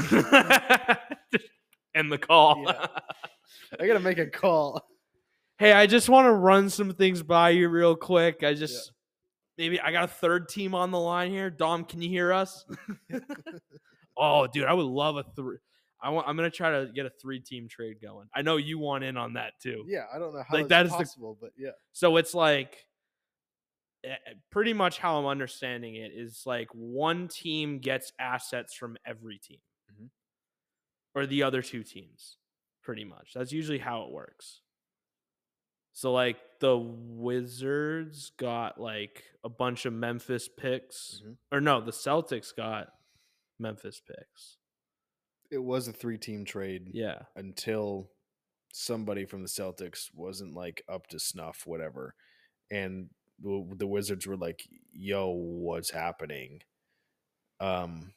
[SPEAKER 1] End the call.
[SPEAKER 2] Yeah. I got to make a call.
[SPEAKER 1] (laughs) hey, I just want to run some things by you real quick. I just maybe I got a third team on the line here. Dom, can you hear
[SPEAKER 2] (laughs)
[SPEAKER 1] us? oh, dude, I would love a three. I want. I'm gonna try to get a three team trade going. I know you want in on that too.
[SPEAKER 2] Yeah, I don't know how
[SPEAKER 1] Like,
[SPEAKER 2] like,
[SPEAKER 1] that
[SPEAKER 2] that's
[SPEAKER 1] is the-
[SPEAKER 2] possible, but yeah.
[SPEAKER 1] So it's like eh, eh, pretty much how I'm understanding it is like one team gets assets from every team
[SPEAKER 2] Mhm.
[SPEAKER 1] or the other two teams, pretty much. That's usually how it works. So, like, the Wizards got like a bunch of Memphis picks,
[SPEAKER 2] Mhm.
[SPEAKER 1] or no, the Celtics got Memphis picks.
[SPEAKER 2] It was a three team trade
[SPEAKER 1] Yeah.
[SPEAKER 2] until somebody from the Celtics wasn't like up to snuff, whatever. And the the Wizards were like, yo, what's happening? Um,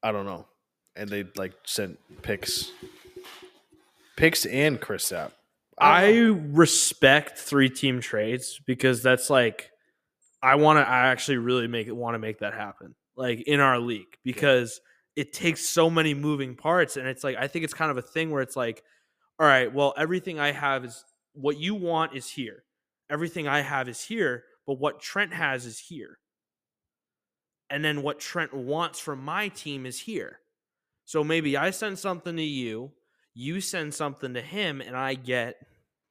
[SPEAKER 2] I don't know. And they like sent picks, picks and Chris Sapp.
[SPEAKER 1] I
[SPEAKER 2] don't know.
[SPEAKER 1] respect three team trades because that's like I want to I actually really make it want to make that happen like in our league because it takes so many moving parts and it's like I think it's kind of a thing where it's like all right well everything I have is what you want is here everything I have is here but what Trent has is here and then what Trent wants from my team is here so maybe I send something to you you send something to him and I get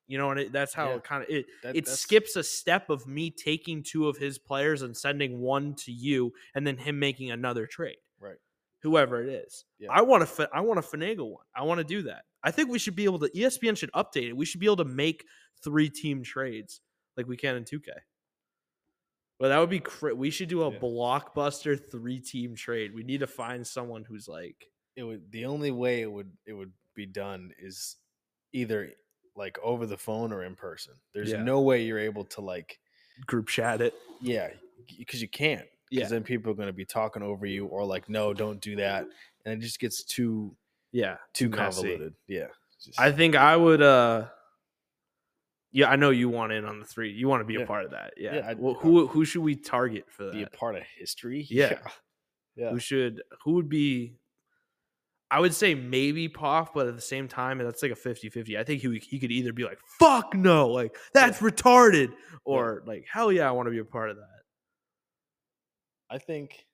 [SPEAKER 1] you know and it, that's how
[SPEAKER 2] Yeah.
[SPEAKER 1] it kind of it
[SPEAKER 2] That-
[SPEAKER 1] it
[SPEAKER 2] that's-
[SPEAKER 1] skips a step of me taking two of his players and sending one to you and then him making another trade
[SPEAKER 2] Right.
[SPEAKER 1] whoever it is
[SPEAKER 2] Yeah.
[SPEAKER 1] i want to fi- i want to finagle one i want to do that i think we should be able to E espn should update it we should be able to make three team trades like we can in 2k well that would be cra- we should do a
[SPEAKER 2] Yeah.
[SPEAKER 1] blockbuster three team trade we need to find someone who's like
[SPEAKER 2] it would the only way it would it would be done is either like over the phone or in person. There's
[SPEAKER 1] Yeah.
[SPEAKER 2] no way you're able to like
[SPEAKER 1] group chat it
[SPEAKER 2] yeah, because you can't. Because
[SPEAKER 1] Yeah.
[SPEAKER 2] then people are going to be talking over you or like no, don't do that, and it just gets too
[SPEAKER 1] yeah
[SPEAKER 2] too
[SPEAKER 1] messy.
[SPEAKER 2] convoluted. Yeah, just,
[SPEAKER 1] I think I would. uh Yeah, I know you want in on the three. You want to be a
[SPEAKER 2] Yeah.
[SPEAKER 1] part of that. Yeah.
[SPEAKER 2] Yeah, I'd-
[SPEAKER 1] Well, who who should we target for that?
[SPEAKER 2] be a part of history. (laughs)
[SPEAKER 1] Yeah.
[SPEAKER 2] yeah.
[SPEAKER 1] Who should? Who would be? I would say maybe Poff, but at the same time, that's like a 50-50. I think he would- he could either be like "fuck no," like that's retarded, or like "hell yeah, I want to be a part of that."
[SPEAKER 2] I think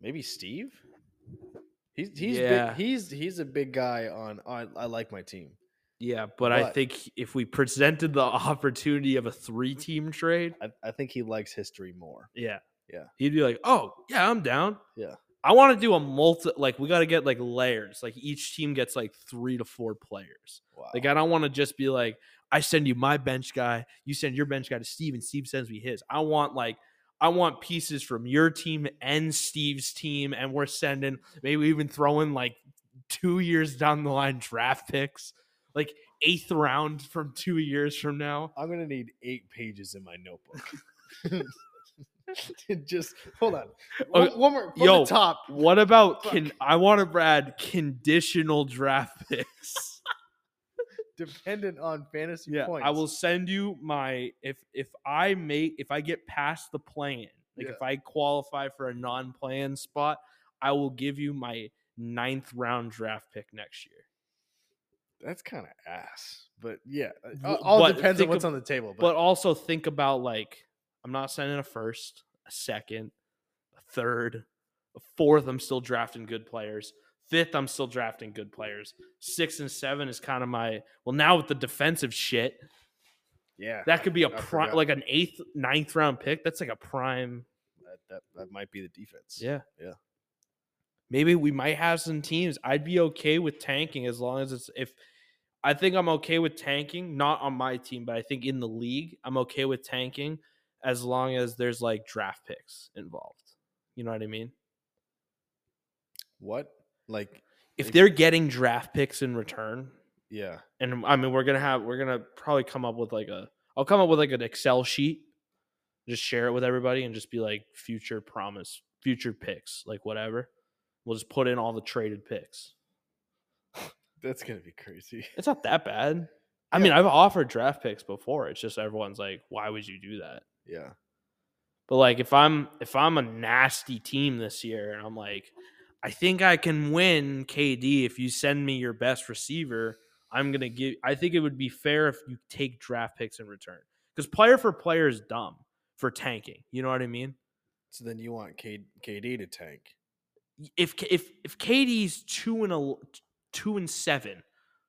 [SPEAKER 2] maybe Steve. He's he's
[SPEAKER 1] Yeah.
[SPEAKER 2] big, he's he's a big guy on. "Oh, I, I like my team.
[SPEAKER 1] Yeah, but, I
[SPEAKER 2] But-
[SPEAKER 1] think if we presented the (laughs) opportunity of a three-team trade,
[SPEAKER 2] I, I think he likes history more.
[SPEAKER 1] Yeah.
[SPEAKER 2] Yeah.
[SPEAKER 1] He'd be like, "Oh, yeah, I'm down."
[SPEAKER 2] Yeah.
[SPEAKER 1] I want to do a multi like we got to get like layers. Like each team gets like 3 to 4 players.
[SPEAKER 2] Wow.
[SPEAKER 1] Like I don't want to just be like I send you my bench guy, you send your bench guy to Steve and Steve sends me his. I want like I want pieces from your team and Steve's team and we're sending maybe even throwing like 2 years down the line draft picks. Like eighth round from 2 years from now.
[SPEAKER 2] I'm gonna need eight pages in my notebook. (laughs) Just hold on. One,
[SPEAKER 1] Okay,
[SPEAKER 2] one more from
[SPEAKER 1] Oh, yo,
[SPEAKER 2] the top.
[SPEAKER 1] What about
[SPEAKER 2] Fuck.
[SPEAKER 1] can I want to add conditional draft (laughs) picks?
[SPEAKER 2] Dependent on fantasy
[SPEAKER 1] yeah,
[SPEAKER 2] points.
[SPEAKER 1] I will send you my if if I make if I get past the plan, like
[SPEAKER 2] Yeah.
[SPEAKER 1] if I qualify for a non-plan spot, I will give you my ninth round draft pick next year.
[SPEAKER 2] That's kind of ass, but yeah, uh,
[SPEAKER 1] W-
[SPEAKER 2] all
[SPEAKER 1] but
[SPEAKER 2] depends on
[SPEAKER 1] think
[SPEAKER 2] what's
[SPEAKER 1] of-
[SPEAKER 2] on the table.
[SPEAKER 1] But
[SPEAKER 2] But,
[SPEAKER 1] also think about like I'm not sending a first, a second, a third, a fourth. I'm still drafting good players. Fifth, I'm still drafting good players. Six and seven is kind of my well now with the defensive shit.
[SPEAKER 2] yeah,
[SPEAKER 1] That could be a
[SPEAKER 2] I
[SPEAKER 1] prime,
[SPEAKER 2] forgot.
[SPEAKER 1] like an eighth, ninth round pick. That's like a prime.
[SPEAKER 2] that, that, that might be the defense. Yeah.
[SPEAKER 1] Maybe we might have some teams. I'd be okay with tanking as long as it's if I think I'm okay with tanking, not on my team, but I think in the league, I'm okay with tanking as long as there's like draft picks involved. You know what I mean?
[SPEAKER 2] What? Like,
[SPEAKER 1] If
[SPEAKER 2] Like-
[SPEAKER 1] they're getting draft picks in return,
[SPEAKER 2] yeah,
[SPEAKER 1] and I mean we're gonna have we're gonna probably come up with like a I'll come up with like an Excel sheet, just share it with everybody and just be like future promise, future picks, like whatever. We'll just put in all the traded picks.
[SPEAKER 2] That's gonna be crazy. (laughs)
[SPEAKER 1] It's not that bad. I mean, I've offered draft picks before. It's just everyone's like, why would you do that?
[SPEAKER 2] Yeah.
[SPEAKER 1] But like if I'm if I'm a nasty team this year and I'm like, I think I can win KD if you send me your best receiver, I'm gonna give I think it would be fair if you take draft picks in return. Because player for player is dumb for tanking. You know what I mean?
[SPEAKER 2] So then you want K- KD to tank?
[SPEAKER 1] If K- if if KD's two and a two and seven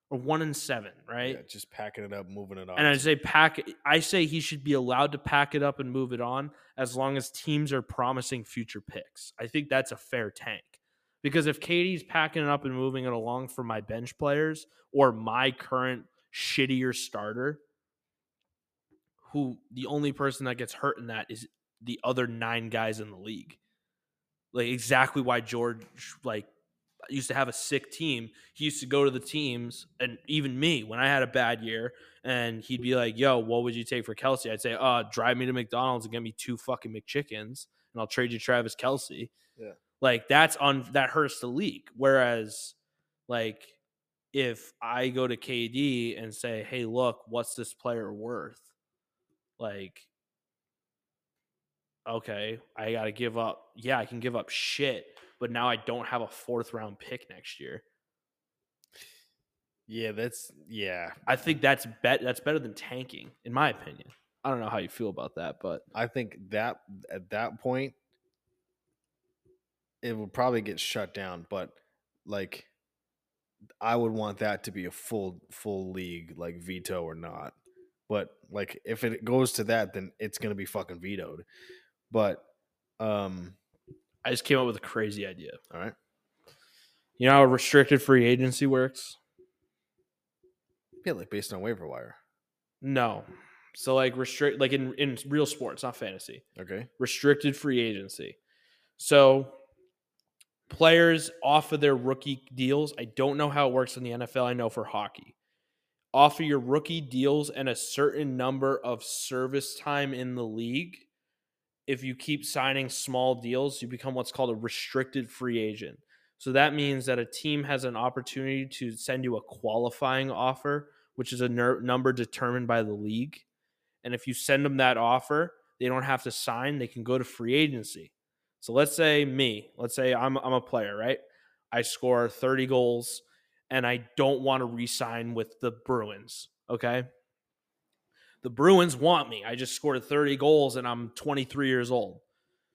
[SPEAKER 1] or one and seven, right?
[SPEAKER 2] Yeah, just packing it up, moving it on.
[SPEAKER 1] And I say pack. I say he should be allowed to pack it up and move it on as long as teams are promising future picks. I think that's a fair tank because if Katie's packing it up and moving it along for my bench players or my current shittier starter, who the only person that gets hurt in that is the other nine guys in the league. Like exactly why George like used to have a sick team. He used to go to the teams, and even me when I had a bad year, and he'd be like, "Yo, what would you take for Kelsey?" I'd say, "Uh, drive me to McDonald's and get me two fucking McChickens, and I'll trade you Travis Kelsey."
[SPEAKER 2] Yeah.
[SPEAKER 1] like that's on that hurts the league. Whereas, like, if I go to KD and say, "Hey, look, what's this player worth?" Like. Okay, I got to give up. Yeah, I can give up shit, but now I don't have a fourth round pick next year.
[SPEAKER 2] yeah, that's yeah.
[SPEAKER 1] I think that's bet that's better than tanking, in my opinion. I don't know how you feel about that, but
[SPEAKER 2] I think that at that point, it would probably get shut down. But like, I would want that to be a full full league, like veto or not. But like, if it goes to that, then it's gonna be fucking vetoed. But um,
[SPEAKER 1] I just came up with a crazy idea.
[SPEAKER 2] all right,
[SPEAKER 1] You know how restricted free agency works?
[SPEAKER 2] yeah, like based on waiver wire.
[SPEAKER 1] No. So like restrict like in in real sports, not fantasy.
[SPEAKER 2] Okay,
[SPEAKER 1] restricted free agency. So players off of their rookie deals, I don't know how it works in the NFL, I know for hockey. Off of your rookie deals and a certain number of service time in the league, if you keep signing small deals, you become what's called a restricted free agent. So that means that a team has an opportunity to send you a qualifying offer, which is a ner- number determined by the league. And if you send them that offer, they don't have to sign. They can go to free agency. So let's say me, let's say I'm, I'm a player, right? I score 30 goals and I don't want to re sign with the Bruins. Okay. The Bruins want me. I just scored 30 goals and I'm 23 years old.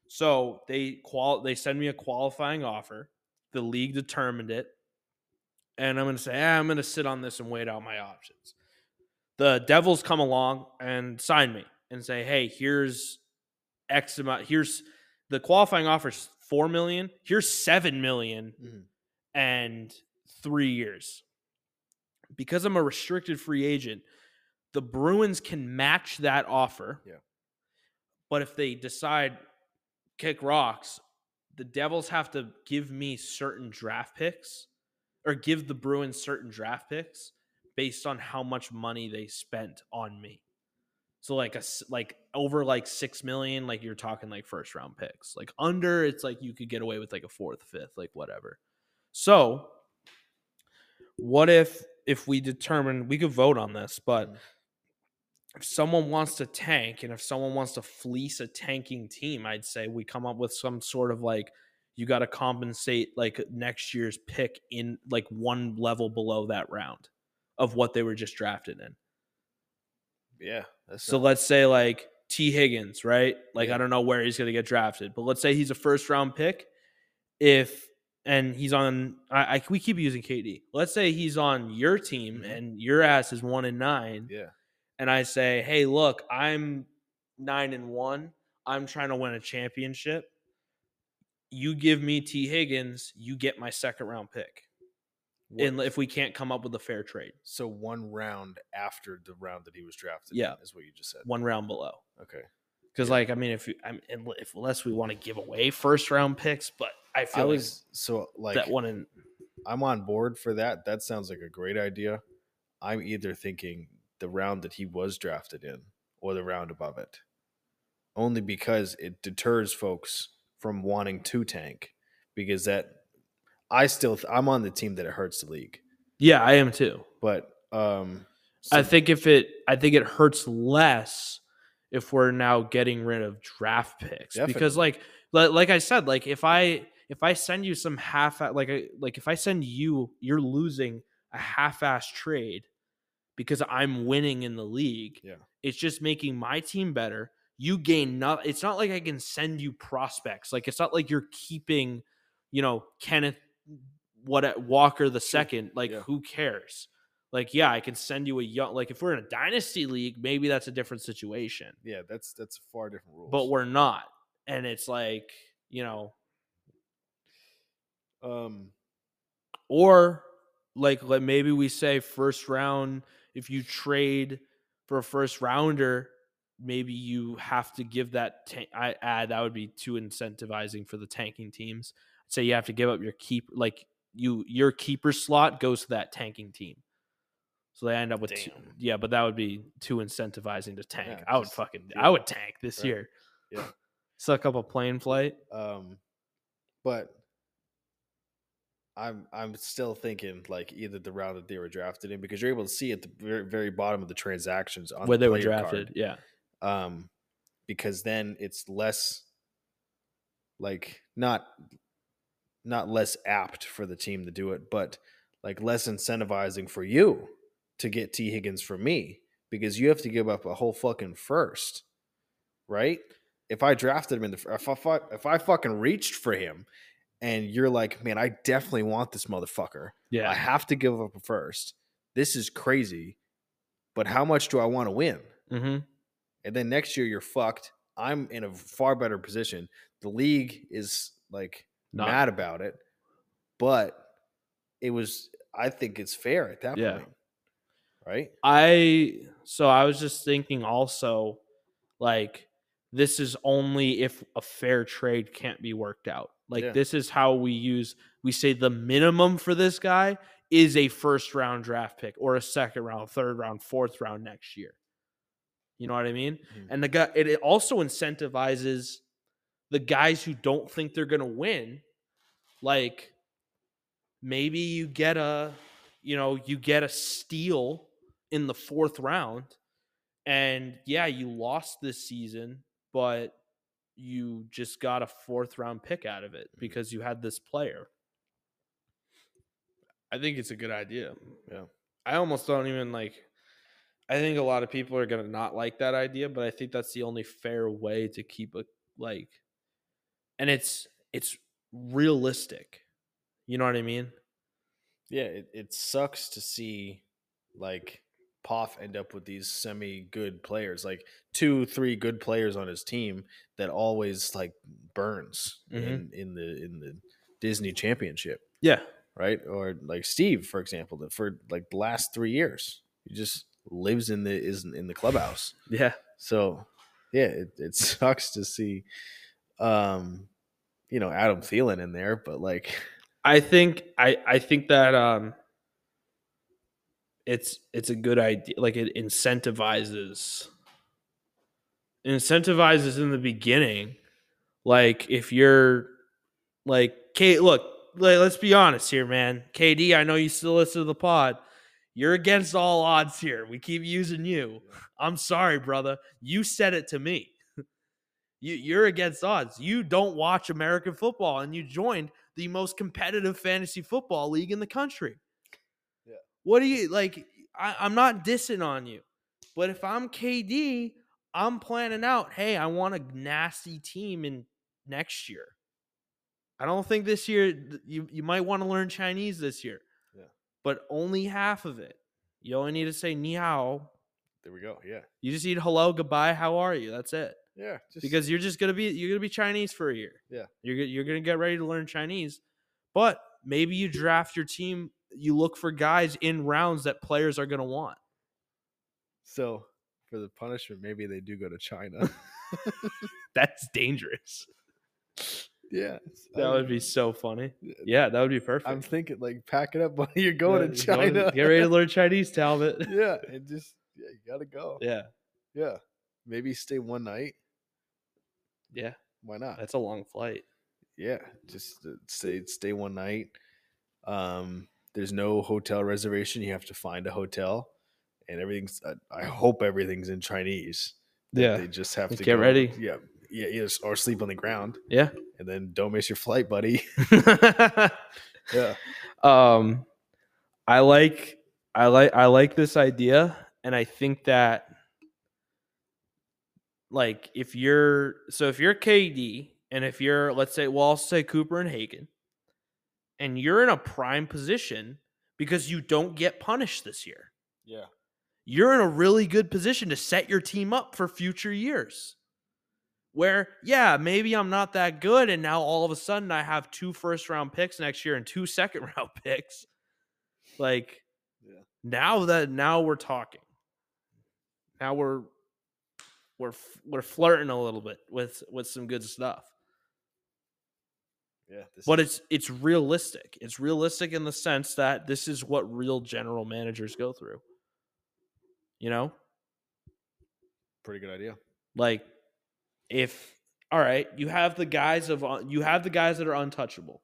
[SPEAKER 1] So they qual they send me a qualifying offer. The league determined it. And I'm going to say, "Ah, I'm going to sit on this and wait out my options the Devils come along and sign me and say, "Hey, here's X amount. Here's the qualifying offer is four million. Here's seven million
[SPEAKER 2] Mhm.
[SPEAKER 1] and three years." Because I'm a restricted free agent, the Bruins can match that offer.
[SPEAKER 2] Yeah.
[SPEAKER 1] But if they decide kick rocks, the Devils have to give me certain draft picks or give the Bruins certain draft picks based on how much money they spent on me. So like a s- like over like 6 million like you're talking like first round picks. Like under it's like you could get away with like a fourth, fifth, like whatever. So what if if we determine we could vote on this, but
[SPEAKER 2] Mhm.
[SPEAKER 1] if someone wants to tank and if someone wants to fleece a tanking team, I'd say we come up with some sort of like you got to compensate like next year's pick in like one level below that round of what they were just drafted in.
[SPEAKER 2] yeah, that's
[SPEAKER 1] So
[SPEAKER 2] not-
[SPEAKER 1] let's say like T Higgins, right? Like
[SPEAKER 2] Yeah.
[SPEAKER 1] I don't know where he's going to get drafted, but let's say he's a first round pick. If and he's on, I, I we keep using KD. Let's say he's on your team
[SPEAKER 2] Mhm.
[SPEAKER 1] and your ass is one and nine
[SPEAKER 2] yeah,
[SPEAKER 1] and I say, "Hey, look, I'm 9 and 1. I'm trying to win a championship. You give me T Higgins, you get my second round pick. And
[SPEAKER 2] What-
[SPEAKER 1] if we can't come up with a fair trade,
[SPEAKER 2] so one round after the round that he was drafted.
[SPEAKER 1] Yeah.
[SPEAKER 2] in, is what you just said.
[SPEAKER 1] one round below.
[SPEAKER 2] Okay,
[SPEAKER 1] Cuz like I mean if you I mean, and if unless we want to give away first round picks, but I feel
[SPEAKER 2] I
[SPEAKER 1] like
[SPEAKER 2] was so like
[SPEAKER 1] that one in
[SPEAKER 2] I'm on board for that. That sounds like a great idea. I'm either thinking the round that he was drafted in or the round above it. Only because it deters folks from wanting to tank because that I still I'm on the team that it hurts the league.
[SPEAKER 1] Yeah, I am too.
[SPEAKER 2] But um,
[SPEAKER 1] I
[SPEAKER 2] so-
[SPEAKER 1] think if it, I think it hurts less if we're now getting rid of draft picks because, like, li- like I said, like if I if I send you some half like I like if I send you, you're losing a half-ass trade because I'm winning in the league.
[SPEAKER 2] Yeah.
[SPEAKER 1] it's just making my team better. You gain not. It's not like I can send you prospects. Like it's not like you're keeping, you know, Kenneth what at Walker the second. Like
[SPEAKER 2] Yeah.
[SPEAKER 1] who cares? like yeah i can send you a young like if we're in a dynasty league maybe that's a different situation
[SPEAKER 2] yeah, that's that's far different rules.
[SPEAKER 1] but we're not and it's like you know
[SPEAKER 2] um,
[SPEAKER 1] or like, like maybe we say first round if you trade for a first rounder maybe you have to give that ta- i add that would be too incentivizing for the tanking teams say you have to give up your keep like you your keeper slot goes to that tanking team so they end up with two,
[SPEAKER 2] Damn.
[SPEAKER 1] yeah but that would be too incentivizing to tank
[SPEAKER 2] Yeah,
[SPEAKER 1] i would
[SPEAKER 2] just-
[SPEAKER 1] fucking
[SPEAKER 2] yeah.
[SPEAKER 1] i would tank this
[SPEAKER 2] Right.
[SPEAKER 1] year
[SPEAKER 2] Yeah.
[SPEAKER 1] (laughs) suck up a plane flight
[SPEAKER 2] um, but I'm I'm still thinking like either the round that they were drafted in because you're able to see at the very, very bottom of the transactions on the
[SPEAKER 1] where they were
[SPEAKER 2] player card.
[SPEAKER 1] drafted yeah
[SPEAKER 2] um, because then it's less like not not less apt for the team to do it, but like less incentivizing for you to get T Higgins for me because you have to give up a whole fucking first, right? If I drafted him in the fir- if I fu- if I fucking reached for him, and you're like, man, I definitely want this motherfucker. I
[SPEAKER 1] yeah
[SPEAKER 2] have to give up a first. This is crazy, but how much do I want to win?
[SPEAKER 1] mm-hmm
[SPEAKER 2] and then next year you're fucked. I'm in a far better position. The league is like
[SPEAKER 1] Not-
[SPEAKER 2] mad about it, but it was. I think it's fair at that
[SPEAKER 1] Yeah.
[SPEAKER 2] point, right?
[SPEAKER 1] I so I was just thinking also like this is only if a fair trade can't be worked out. Like
[SPEAKER 2] Yeah.
[SPEAKER 1] this is how we use we say the minimum for this guy is a first round draft pick or a second round, third round, fourth round next year. You know what I mean?
[SPEAKER 2] Mhm.
[SPEAKER 1] And the guy it it also incentivizes the guys who don't think they're going to win like maybe you get a you know, you get a steal in the fourth round. And yeah, you lost this season, but you just got a fourth round pick out of it because you had this player. I think it's a good idea.
[SPEAKER 2] Yeah.
[SPEAKER 1] I almost don't even like I think a lot of people are going to not like that idea, but I think that's the only fair way to keep a like and it's it's realistic. You know what I mean?
[SPEAKER 2] Yeah, it, it sucks to see like Poff end up with these semi good players, like two, three good players on his team that always like burns in,
[SPEAKER 1] Mhm.
[SPEAKER 2] in the in the Disney Championship.
[SPEAKER 1] Yeah.
[SPEAKER 2] right? Or like Steve, for example, that for like the last three years, he just lives in the is in the clubhouse.
[SPEAKER 1] Yeah.
[SPEAKER 2] So yeah, it, it (laughs) sucks to see, um, you know, Adam Thielen in there, but like, (laughs)
[SPEAKER 1] I think I I think that um it's it's a good idea like it incentivizes incentivizes in the beginning like if you're like K look like, let's be honest here man KD I know you still listen to the pod you're against all odds here we keep using you I'm sorry brother you said it to me (laughs) you you're against odds you don't watch American football and you joined the most competitive fantasy football league in the country.
[SPEAKER 2] Yeah.
[SPEAKER 1] What do you like? I, I'm not dissing on you, but if I'm KD, I'm planning out. Hey, I want a nasty team in next year. I don't think this year th- you you might want to learn Chinese this year.
[SPEAKER 2] Yeah.
[SPEAKER 1] But only half of it. You only need to say ni hao.
[SPEAKER 2] there we go. Yeah,
[SPEAKER 1] You just need hello, goodbye, how are you? That's it
[SPEAKER 2] yeah, just,
[SPEAKER 1] because you're just gonna be you're gonna be Chinese for a year.
[SPEAKER 2] Yeah.
[SPEAKER 1] you're go- you're gonna get ready to learn Chinese, but maybe you draft your team. You look for guys in rounds that players are gonna want. (laughs)
[SPEAKER 2] so for the punishment, maybe they do go
[SPEAKER 1] (laughs)
[SPEAKER 2] to China. (laughs)
[SPEAKER 1] That's dangerous.
[SPEAKER 2] yeah,
[SPEAKER 1] That
[SPEAKER 2] I
[SPEAKER 1] would
[SPEAKER 2] mean,
[SPEAKER 1] be so funny.
[SPEAKER 2] Yeah.
[SPEAKER 1] Yeah, that would be perfect.
[SPEAKER 2] I'm thinking like pack it up, (laughs) buddy. You're going to
[SPEAKER 1] Yeah, go
[SPEAKER 2] China.
[SPEAKER 1] get ready to learn Chinese, Talbot. (laughs)
[SPEAKER 2] (laughs) yeah, and just yeah, you gotta go.
[SPEAKER 1] yeah,
[SPEAKER 2] yeah, maybe stay one night.
[SPEAKER 1] yeah,
[SPEAKER 2] Why not?
[SPEAKER 1] that's a long flight.
[SPEAKER 2] yeah, just uh, stay stay one night. Um, There's no hotel reservation. You have to find a hotel, and everything's. I- I hope everything's in Chinese. that
[SPEAKER 1] Yeah.
[SPEAKER 2] they just have to
[SPEAKER 1] Get
[SPEAKER 2] go-
[SPEAKER 1] ready.
[SPEAKER 2] Yeah, yeah, yes, or sleep on the ground.
[SPEAKER 1] Yeah.
[SPEAKER 2] and then don't miss your
[SPEAKER 1] (laughs)
[SPEAKER 2] flight, buddy. (laughs) yeah,
[SPEAKER 1] um i like i like i like this idea and i think that like if you're so if you're kd and if you're let's say well i'll say cooper and hagan and you're in a prime position because you don't get punished this year
[SPEAKER 2] yeah,
[SPEAKER 1] you're in a really good position to set your team up for future years. Where, yeah, maybe I'm not that good. And now all of a sudden I have two first round picks next year and two (laughs) second round picks. Like,
[SPEAKER 2] Yeah.
[SPEAKER 1] now that now we're talking. Now we're we're f- we're flirting a little bit with with some good stuff.
[SPEAKER 2] yeah. This
[SPEAKER 1] But
[SPEAKER 2] is-
[SPEAKER 1] it's it's realistic. It's realistic in the sense that this is what real general managers go through. You know?
[SPEAKER 2] pretty good idea.
[SPEAKER 1] like if all right you have the guys of you have the guys that are untouchable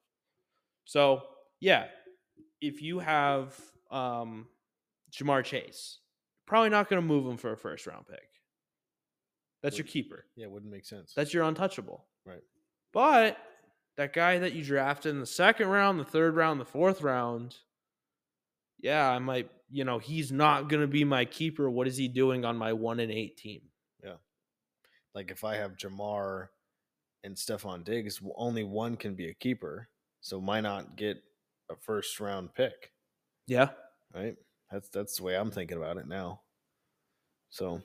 [SPEAKER 1] so yeah if you have um jamar chase probably not going to move him for a first round pick that's your
[SPEAKER 2] Would-
[SPEAKER 1] keeper
[SPEAKER 2] Yeah, wouldn't make sense.
[SPEAKER 1] that's your untouchable
[SPEAKER 2] Right.
[SPEAKER 1] but that guy that you drafted in the second round the third round the fourth round yeah i might you know he's not going to be my keeper what is he doing on my one and eight team
[SPEAKER 2] like if I have Jamar and Stefan Diggs, w- only one can be a keeper. So why not get a first round pick?
[SPEAKER 1] yeah
[SPEAKER 2] Right? That's that's the way I'm thinking about it now. So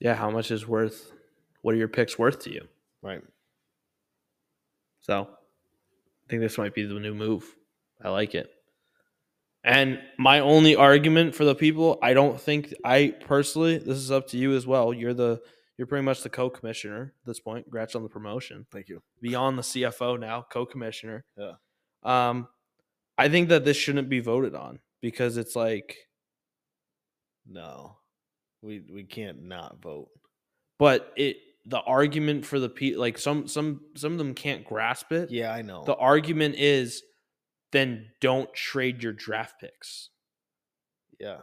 [SPEAKER 1] yeah, how much is worth what are your picks worth to you?
[SPEAKER 2] right.
[SPEAKER 1] So I think this might be the new move. I like it. And my only argument for the people, I don't think I personally, this is up to you as well. You're the you're pretty much the co-commissioner at this point. Congrats on the promotion.
[SPEAKER 2] Thank you.
[SPEAKER 1] Beyond the CFO now, co-commissioner.
[SPEAKER 2] Yeah.
[SPEAKER 1] Um I think that this shouldn't be voted on because it's like
[SPEAKER 2] No. We we can't not vote.
[SPEAKER 1] but it the argument for the pe like some some some of them can't grasp it.
[SPEAKER 2] Yeah, I know.
[SPEAKER 1] The argument is then don't trade your draft picks.
[SPEAKER 2] yeah.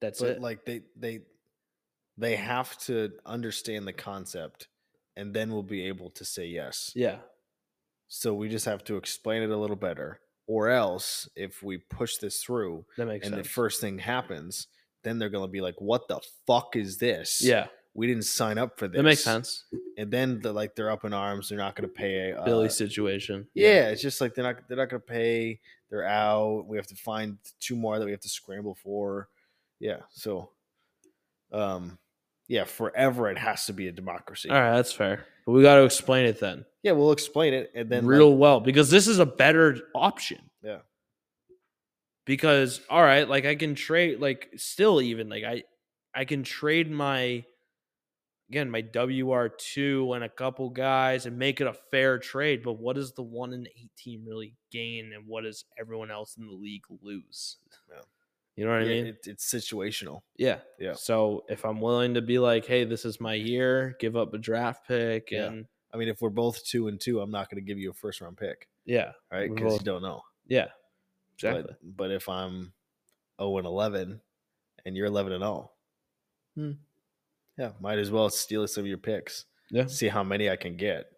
[SPEAKER 1] That's
[SPEAKER 2] but
[SPEAKER 1] it.
[SPEAKER 2] like they they they have to understand the concept and then we'll be able to say yes.
[SPEAKER 1] yeah.
[SPEAKER 2] So we just have to explain it a little better. Or else if we push this through,
[SPEAKER 1] That makes
[SPEAKER 2] and
[SPEAKER 1] sense.
[SPEAKER 2] the first thing happens, then they're gonna be like, "What the fuck is this?
[SPEAKER 1] yeah.
[SPEAKER 2] we didn't sign up for this."
[SPEAKER 1] That makes sense.
[SPEAKER 2] And then the, like they're up in arms. They're not gonna pay. Uh,
[SPEAKER 1] Billy situation.
[SPEAKER 2] Yeah, it's just like they're not they're not gonna pay. They're out. We have to find two more that we have to scramble for. Yeah, so, um, yeah, forever it has to be a democracy.
[SPEAKER 1] All right, that's fair. But we got to explain it then,
[SPEAKER 2] Yeah, we'll explain it and then like,
[SPEAKER 1] real well because this is a better option.
[SPEAKER 2] Yeah.
[SPEAKER 1] Because all right, like I can trade like still even like I I can trade my again my WR2 and a couple guys and make it a fair trade, but what does the 1 in 8 team really gain and what does everyone else in the league lose?
[SPEAKER 2] Yeah.
[SPEAKER 1] You know what I
[SPEAKER 2] yeah,
[SPEAKER 1] mean?
[SPEAKER 2] it, it's situational.
[SPEAKER 1] Yeah.
[SPEAKER 2] Yeah.
[SPEAKER 1] So if I'm willing to be like, hey, this is my year, give up a draft pick
[SPEAKER 2] Yeah.
[SPEAKER 1] and
[SPEAKER 2] I mean, if we're both two and two, I'm not gonna give you a first round pick,
[SPEAKER 1] yeah,
[SPEAKER 2] right?
[SPEAKER 1] We're
[SPEAKER 2] Because
[SPEAKER 1] both-
[SPEAKER 2] you don't know.
[SPEAKER 1] yeah.
[SPEAKER 2] But-
[SPEAKER 1] Exactly.
[SPEAKER 2] But, if I'm 0 and 11 and you're 11 and 0,
[SPEAKER 1] Hmm.
[SPEAKER 2] yeah, might as well steal some of your picks,
[SPEAKER 1] yeah.
[SPEAKER 2] see how many I can get.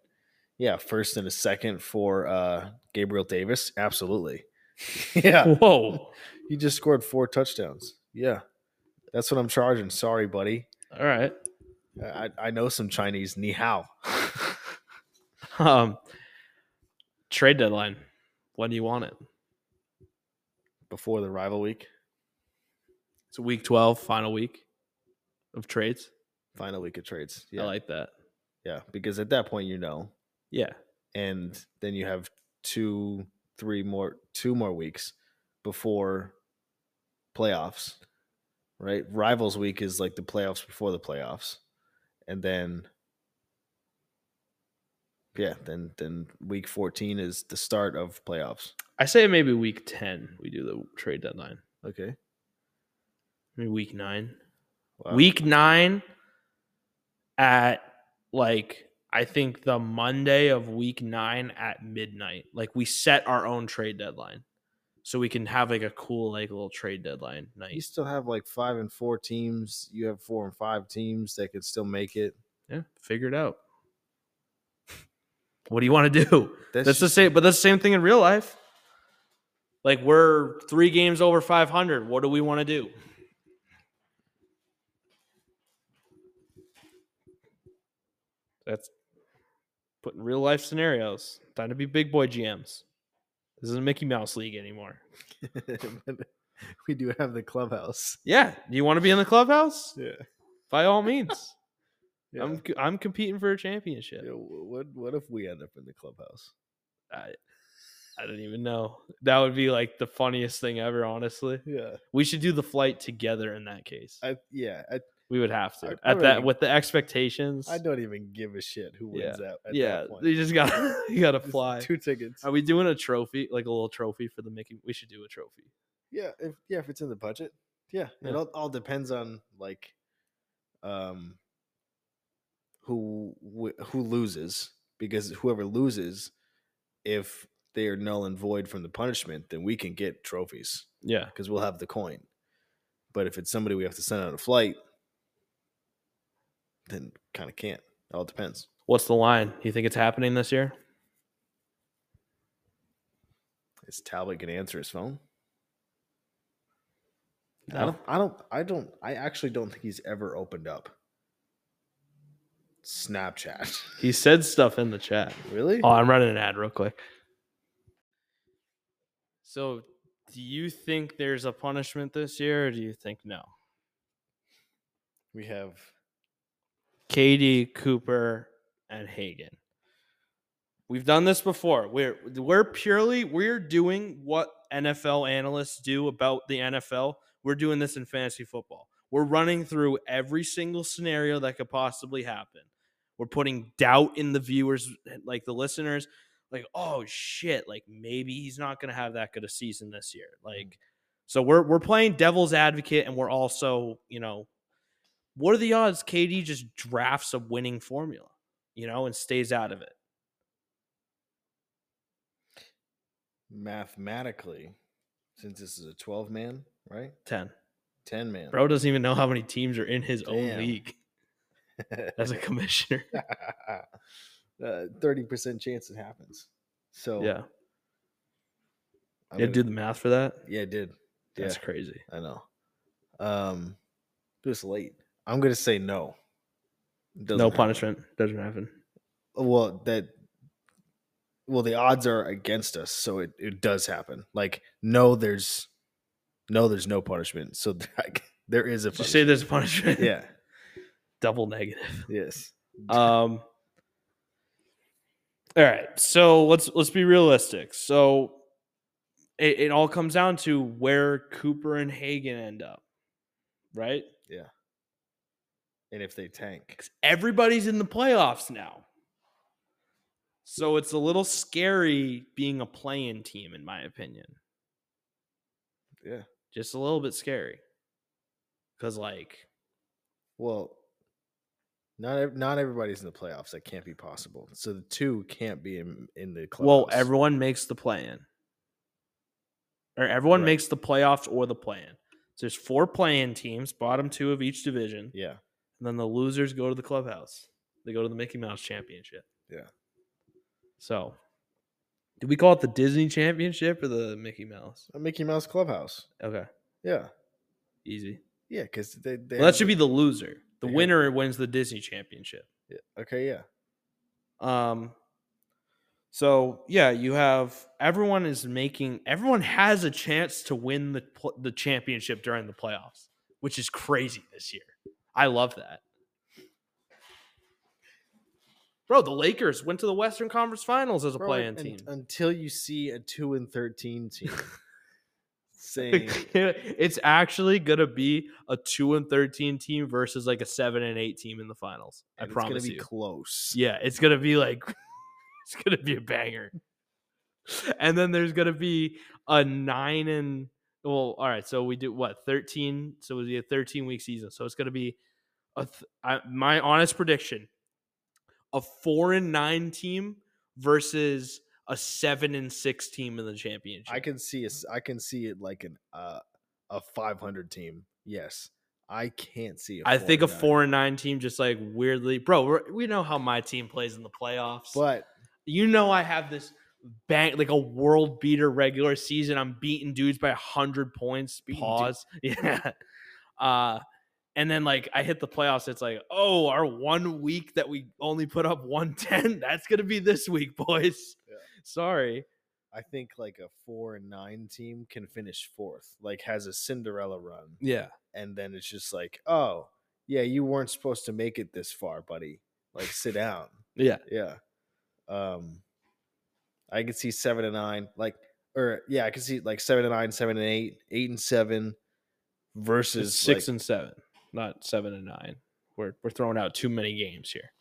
[SPEAKER 2] Yeah, first and a second for uh, Gabriel Davis. Absolutely. (laughs) yeah,
[SPEAKER 1] Whoa.
[SPEAKER 2] you just scored four touchdowns. Yeah, that's what I'm charging. Sorry, buddy.
[SPEAKER 1] All
[SPEAKER 2] (laughs)
[SPEAKER 1] right.
[SPEAKER 2] I, I know some Chinese. Ni hao. (laughs)
[SPEAKER 1] Um trade deadline. When do you want it?
[SPEAKER 2] Before the rival week,
[SPEAKER 1] It's week twelve, final week of trades.
[SPEAKER 2] final week of trades. Yeah,
[SPEAKER 1] I like that.
[SPEAKER 2] yeah, because at that point, you know
[SPEAKER 1] Yeah.
[SPEAKER 2] and then you have two, three more, two more weeks before playoffs, right? Rivals week is like the playoffs before the playoffs, and then yeah, then then week fourteen is the start of playoffs.
[SPEAKER 1] I say maybe week ten we do the trade deadline.
[SPEAKER 2] Okay,
[SPEAKER 1] Maybe week nine.
[SPEAKER 2] Wow.
[SPEAKER 1] Week nine at like I think the Monday of week nine at midnight. Like we set our own trade deadline. so we can have like a cool like little trade deadline
[SPEAKER 2] You
[SPEAKER 1] night.
[SPEAKER 2] still have like five and four teams. You have four and five teams that could still make it.
[SPEAKER 1] Yeah, figure it out. what do you want to do?
[SPEAKER 2] That's,
[SPEAKER 1] That's the
[SPEAKER 2] just- (laughs)
[SPEAKER 1] same, but that's the same thing in real life. Like we're three games over 500. What do we want to do? That's putting real life scenarios. Time to be big boy GMs. This isn't Mickey Mouse League anymore.
[SPEAKER 2] we do have the clubhouse.
[SPEAKER 1] Yeah, you want to be in the clubhouse?
[SPEAKER 2] Yeah.
[SPEAKER 1] By all means.
[SPEAKER 2] yeah.
[SPEAKER 1] I'm co- I'm competing for a championship.
[SPEAKER 2] Yeah, wh- What what if we end up in the clubhouse?
[SPEAKER 1] I, I don't even know. That would be like the funniest thing ever, honestly.
[SPEAKER 2] Yeah.
[SPEAKER 1] We should do the flight together in that case.
[SPEAKER 2] I yeah. I
[SPEAKER 1] we would have to
[SPEAKER 2] I
[SPEAKER 1] at
[SPEAKER 2] probably-
[SPEAKER 1] that with the expectations.
[SPEAKER 2] I don't even give a shit who wins that. At
[SPEAKER 1] yeah,
[SPEAKER 2] That point.
[SPEAKER 1] you just got (laughs) to you got to
[SPEAKER 2] Just
[SPEAKER 1] fly.
[SPEAKER 2] Two tickets.
[SPEAKER 1] Are we doing a trophy, like a little trophy for the Mickey? We should do a trophy.
[SPEAKER 2] yeah. If yeah, if it's in the budget. Yeah.
[SPEAKER 1] Yeah.
[SPEAKER 2] It all, all depends on like, um, who wi- who loses because whoever loses, if they are null and void from the punishment, then we can get trophies.
[SPEAKER 1] Yeah,
[SPEAKER 2] because we'll have the coin. But if it's somebody we have to send on a flight, then kind of can't. It all depends.
[SPEAKER 1] what's the line? You think it's happening this year?
[SPEAKER 2] Is Talbot gonna answer his phone? I
[SPEAKER 1] No.
[SPEAKER 2] don't. I don't. I don't. I actually don't think he's ever opened up Snapchat. (laughs)
[SPEAKER 1] He said stuff in the (laughs) chat.
[SPEAKER 2] really?
[SPEAKER 1] Oh, I'm running an ad real quick. So, do you think there's a punishment this year, or do you think no?
[SPEAKER 2] we have.
[SPEAKER 1] Katie, Cooper, and Hagan. We've done this before. We're we're purely we're doing what NFL analysts do about the NFL. We're doing this in fantasy football. We're running through every single scenario that could possibly happen. We're putting doubt in the viewers, like the listeners, like, oh shit, like maybe he's not gonna have that good a season this year. Like, so we're we're playing devil's advocate and we're also, you know, what are the odds KD just drafts a winning formula, you know, and stays out of it?
[SPEAKER 2] Mathematically, since this is a twelve man, right?
[SPEAKER 1] 10.
[SPEAKER 2] Ten man. (laughs)
[SPEAKER 1] Bro doesn't even know how many teams are in his own
[SPEAKER 2] Damn.
[SPEAKER 1] league (laughs) as a commissioner.
[SPEAKER 2] Uh, Thirty percent chance it happens. So
[SPEAKER 1] yeah.
[SPEAKER 2] I
[SPEAKER 1] yeah,
[SPEAKER 2] mean,
[SPEAKER 1] do the math for that.
[SPEAKER 2] Yeah, it did.
[SPEAKER 1] That's
[SPEAKER 2] yeah,
[SPEAKER 1] crazy.
[SPEAKER 2] I know. Um, it was late. I'm gonna say no. Doesn't
[SPEAKER 1] no
[SPEAKER 2] happen.
[SPEAKER 1] punishment. Doesn't happen.
[SPEAKER 2] Well, that. Well, the odds are against us, so it, it does happen. Like no, there's, no, there's no punishment. So (laughs) like, there is a
[SPEAKER 1] Just say
[SPEAKER 2] punishment.
[SPEAKER 1] there's a punishment.
[SPEAKER 2] yeah.
[SPEAKER 1] (laughs) Double negative.
[SPEAKER 2] Yes.
[SPEAKER 1] Um All right. So let's let's be realistic. So it, it all comes down to where Cooper and Hagen end up. Right?
[SPEAKER 2] And if they tank,
[SPEAKER 1] 'Cause everybody's in the playoffs now. So it's a little scary being a playing team, in my opinion.
[SPEAKER 2] Yeah.
[SPEAKER 1] Just a little bit scary. Because, like,
[SPEAKER 2] well, not ev- not everybody's in the playoffs. That can't be possible. So the two can't be in in the clubhouse.
[SPEAKER 1] well, everyone makes the play in. Or everyone
[SPEAKER 2] Right.
[SPEAKER 1] makes the playoffs or the play in. So there's four playing teams, bottom two of each division.
[SPEAKER 2] yeah.
[SPEAKER 1] And then the losers go to the clubhouse. They go to the Mickey Mouse Championship.
[SPEAKER 2] Yeah.
[SPEAKER 1] So, did we call it the Disney Championship or the Mickey Mouse?
[SPEAKER 2] A Mickey Mouse clubhouse.
[SPEAKER 1] Okay,
[SPEAKER 2] Yeah.
[SPEAKER 1] easy.
[SPEAKER 2] Yeah, because they, they
[SPEAKER 1] Well, that
[SPEAKER 2] have
[SPEAKER 1] should be the loser. The
[SPEAKER 2] they have-
[SPEAKER 1] winner wins the Disney Championship.
[SPEAKER 2] Yeah, Okay, yeah.
[SPEAKER 1] Um, so yeah, you have everyone is making everyone has a chance to win the pl- the championship during the playoffs, which is crazy this year. I love that. Bro, the Lakers went to the Western Conference Finals as a
[SPEAKER 2] Bro,
[SPEAKER 1] play-in
[SPEAKER 2] un-
[SPEAKER 1] team.
[SPEAKER 2] Until you see a two and thirteen team
[SPEAKER 1] (laughs)
[SPEAKER 2] saying
[SPEAKER 1] (laughs) it's actually gonna be a two and thirteen team versus like a seven and eight team in the finals. I
[SPEAKER 2] "And
[SPEAKER 1] promise
[SPEAKER 2] it's gonna be
[SPEAKER 1] you.
[SPEAKER 2] close.
[SPEAKER 1] Yeah, it's gonna be like (laughs) it's gonna be a banger. And then there's gonna be a nine and well, all right. So we do what thirteen? So it would be a thirteen week season. So it's gonna be a th- I, my honest prediction: a four and nine team versus a seven and six team in the championship.
[SPEAKER 2] I can see it. I can see it like an uh, a 500 team. Yes, I can't see. I
[SPEAKER 1] I think a
[SPEAKER 2] nine.
[SPEAKER 1] four and nine team just like weirdly, bro. we're- We know how my team plays in the playoffs.
[SPEAKER 2] But
[SPEAKER 1] you know, I have this bang like a world beater regular season. I'm beating dudes by hundred points.
[SPEAKER 2] Beating
[SPEAKER 1] pause.
[SPEAKER 2] dudes.
[SPEAKER 1] (laughs) Yeah. Uh, and then like I hit the playoffs. It's like, oh, our one week that we only put up one ten. That's gonna be this week, (laughs) boys.
[SPEAKER 2] Yeah.
[SPEAKER 1] Sorry.
[SPEAKER 2] I think like a four and nine team can finish fourth. Like has a Cinderella run,
[SPEAKER 1] Yeah.
[SPEAKER 2] and then it's just like, oh yeah, you weren't supposed to make it this far, buddy. Like sit down.
[SPEAKER 1] Yeah.
[SPEAKER 2] Yeah. Um, I could see seven and nine, like, or yeah, I could see like seven and nine, seven and eight, eight and seven, versus
[SPEAKER 1] It's six
[SPEAKER 2] like-
[SPEAKER 1] and seven, not seven and nine. We're we're throwing out too many games here.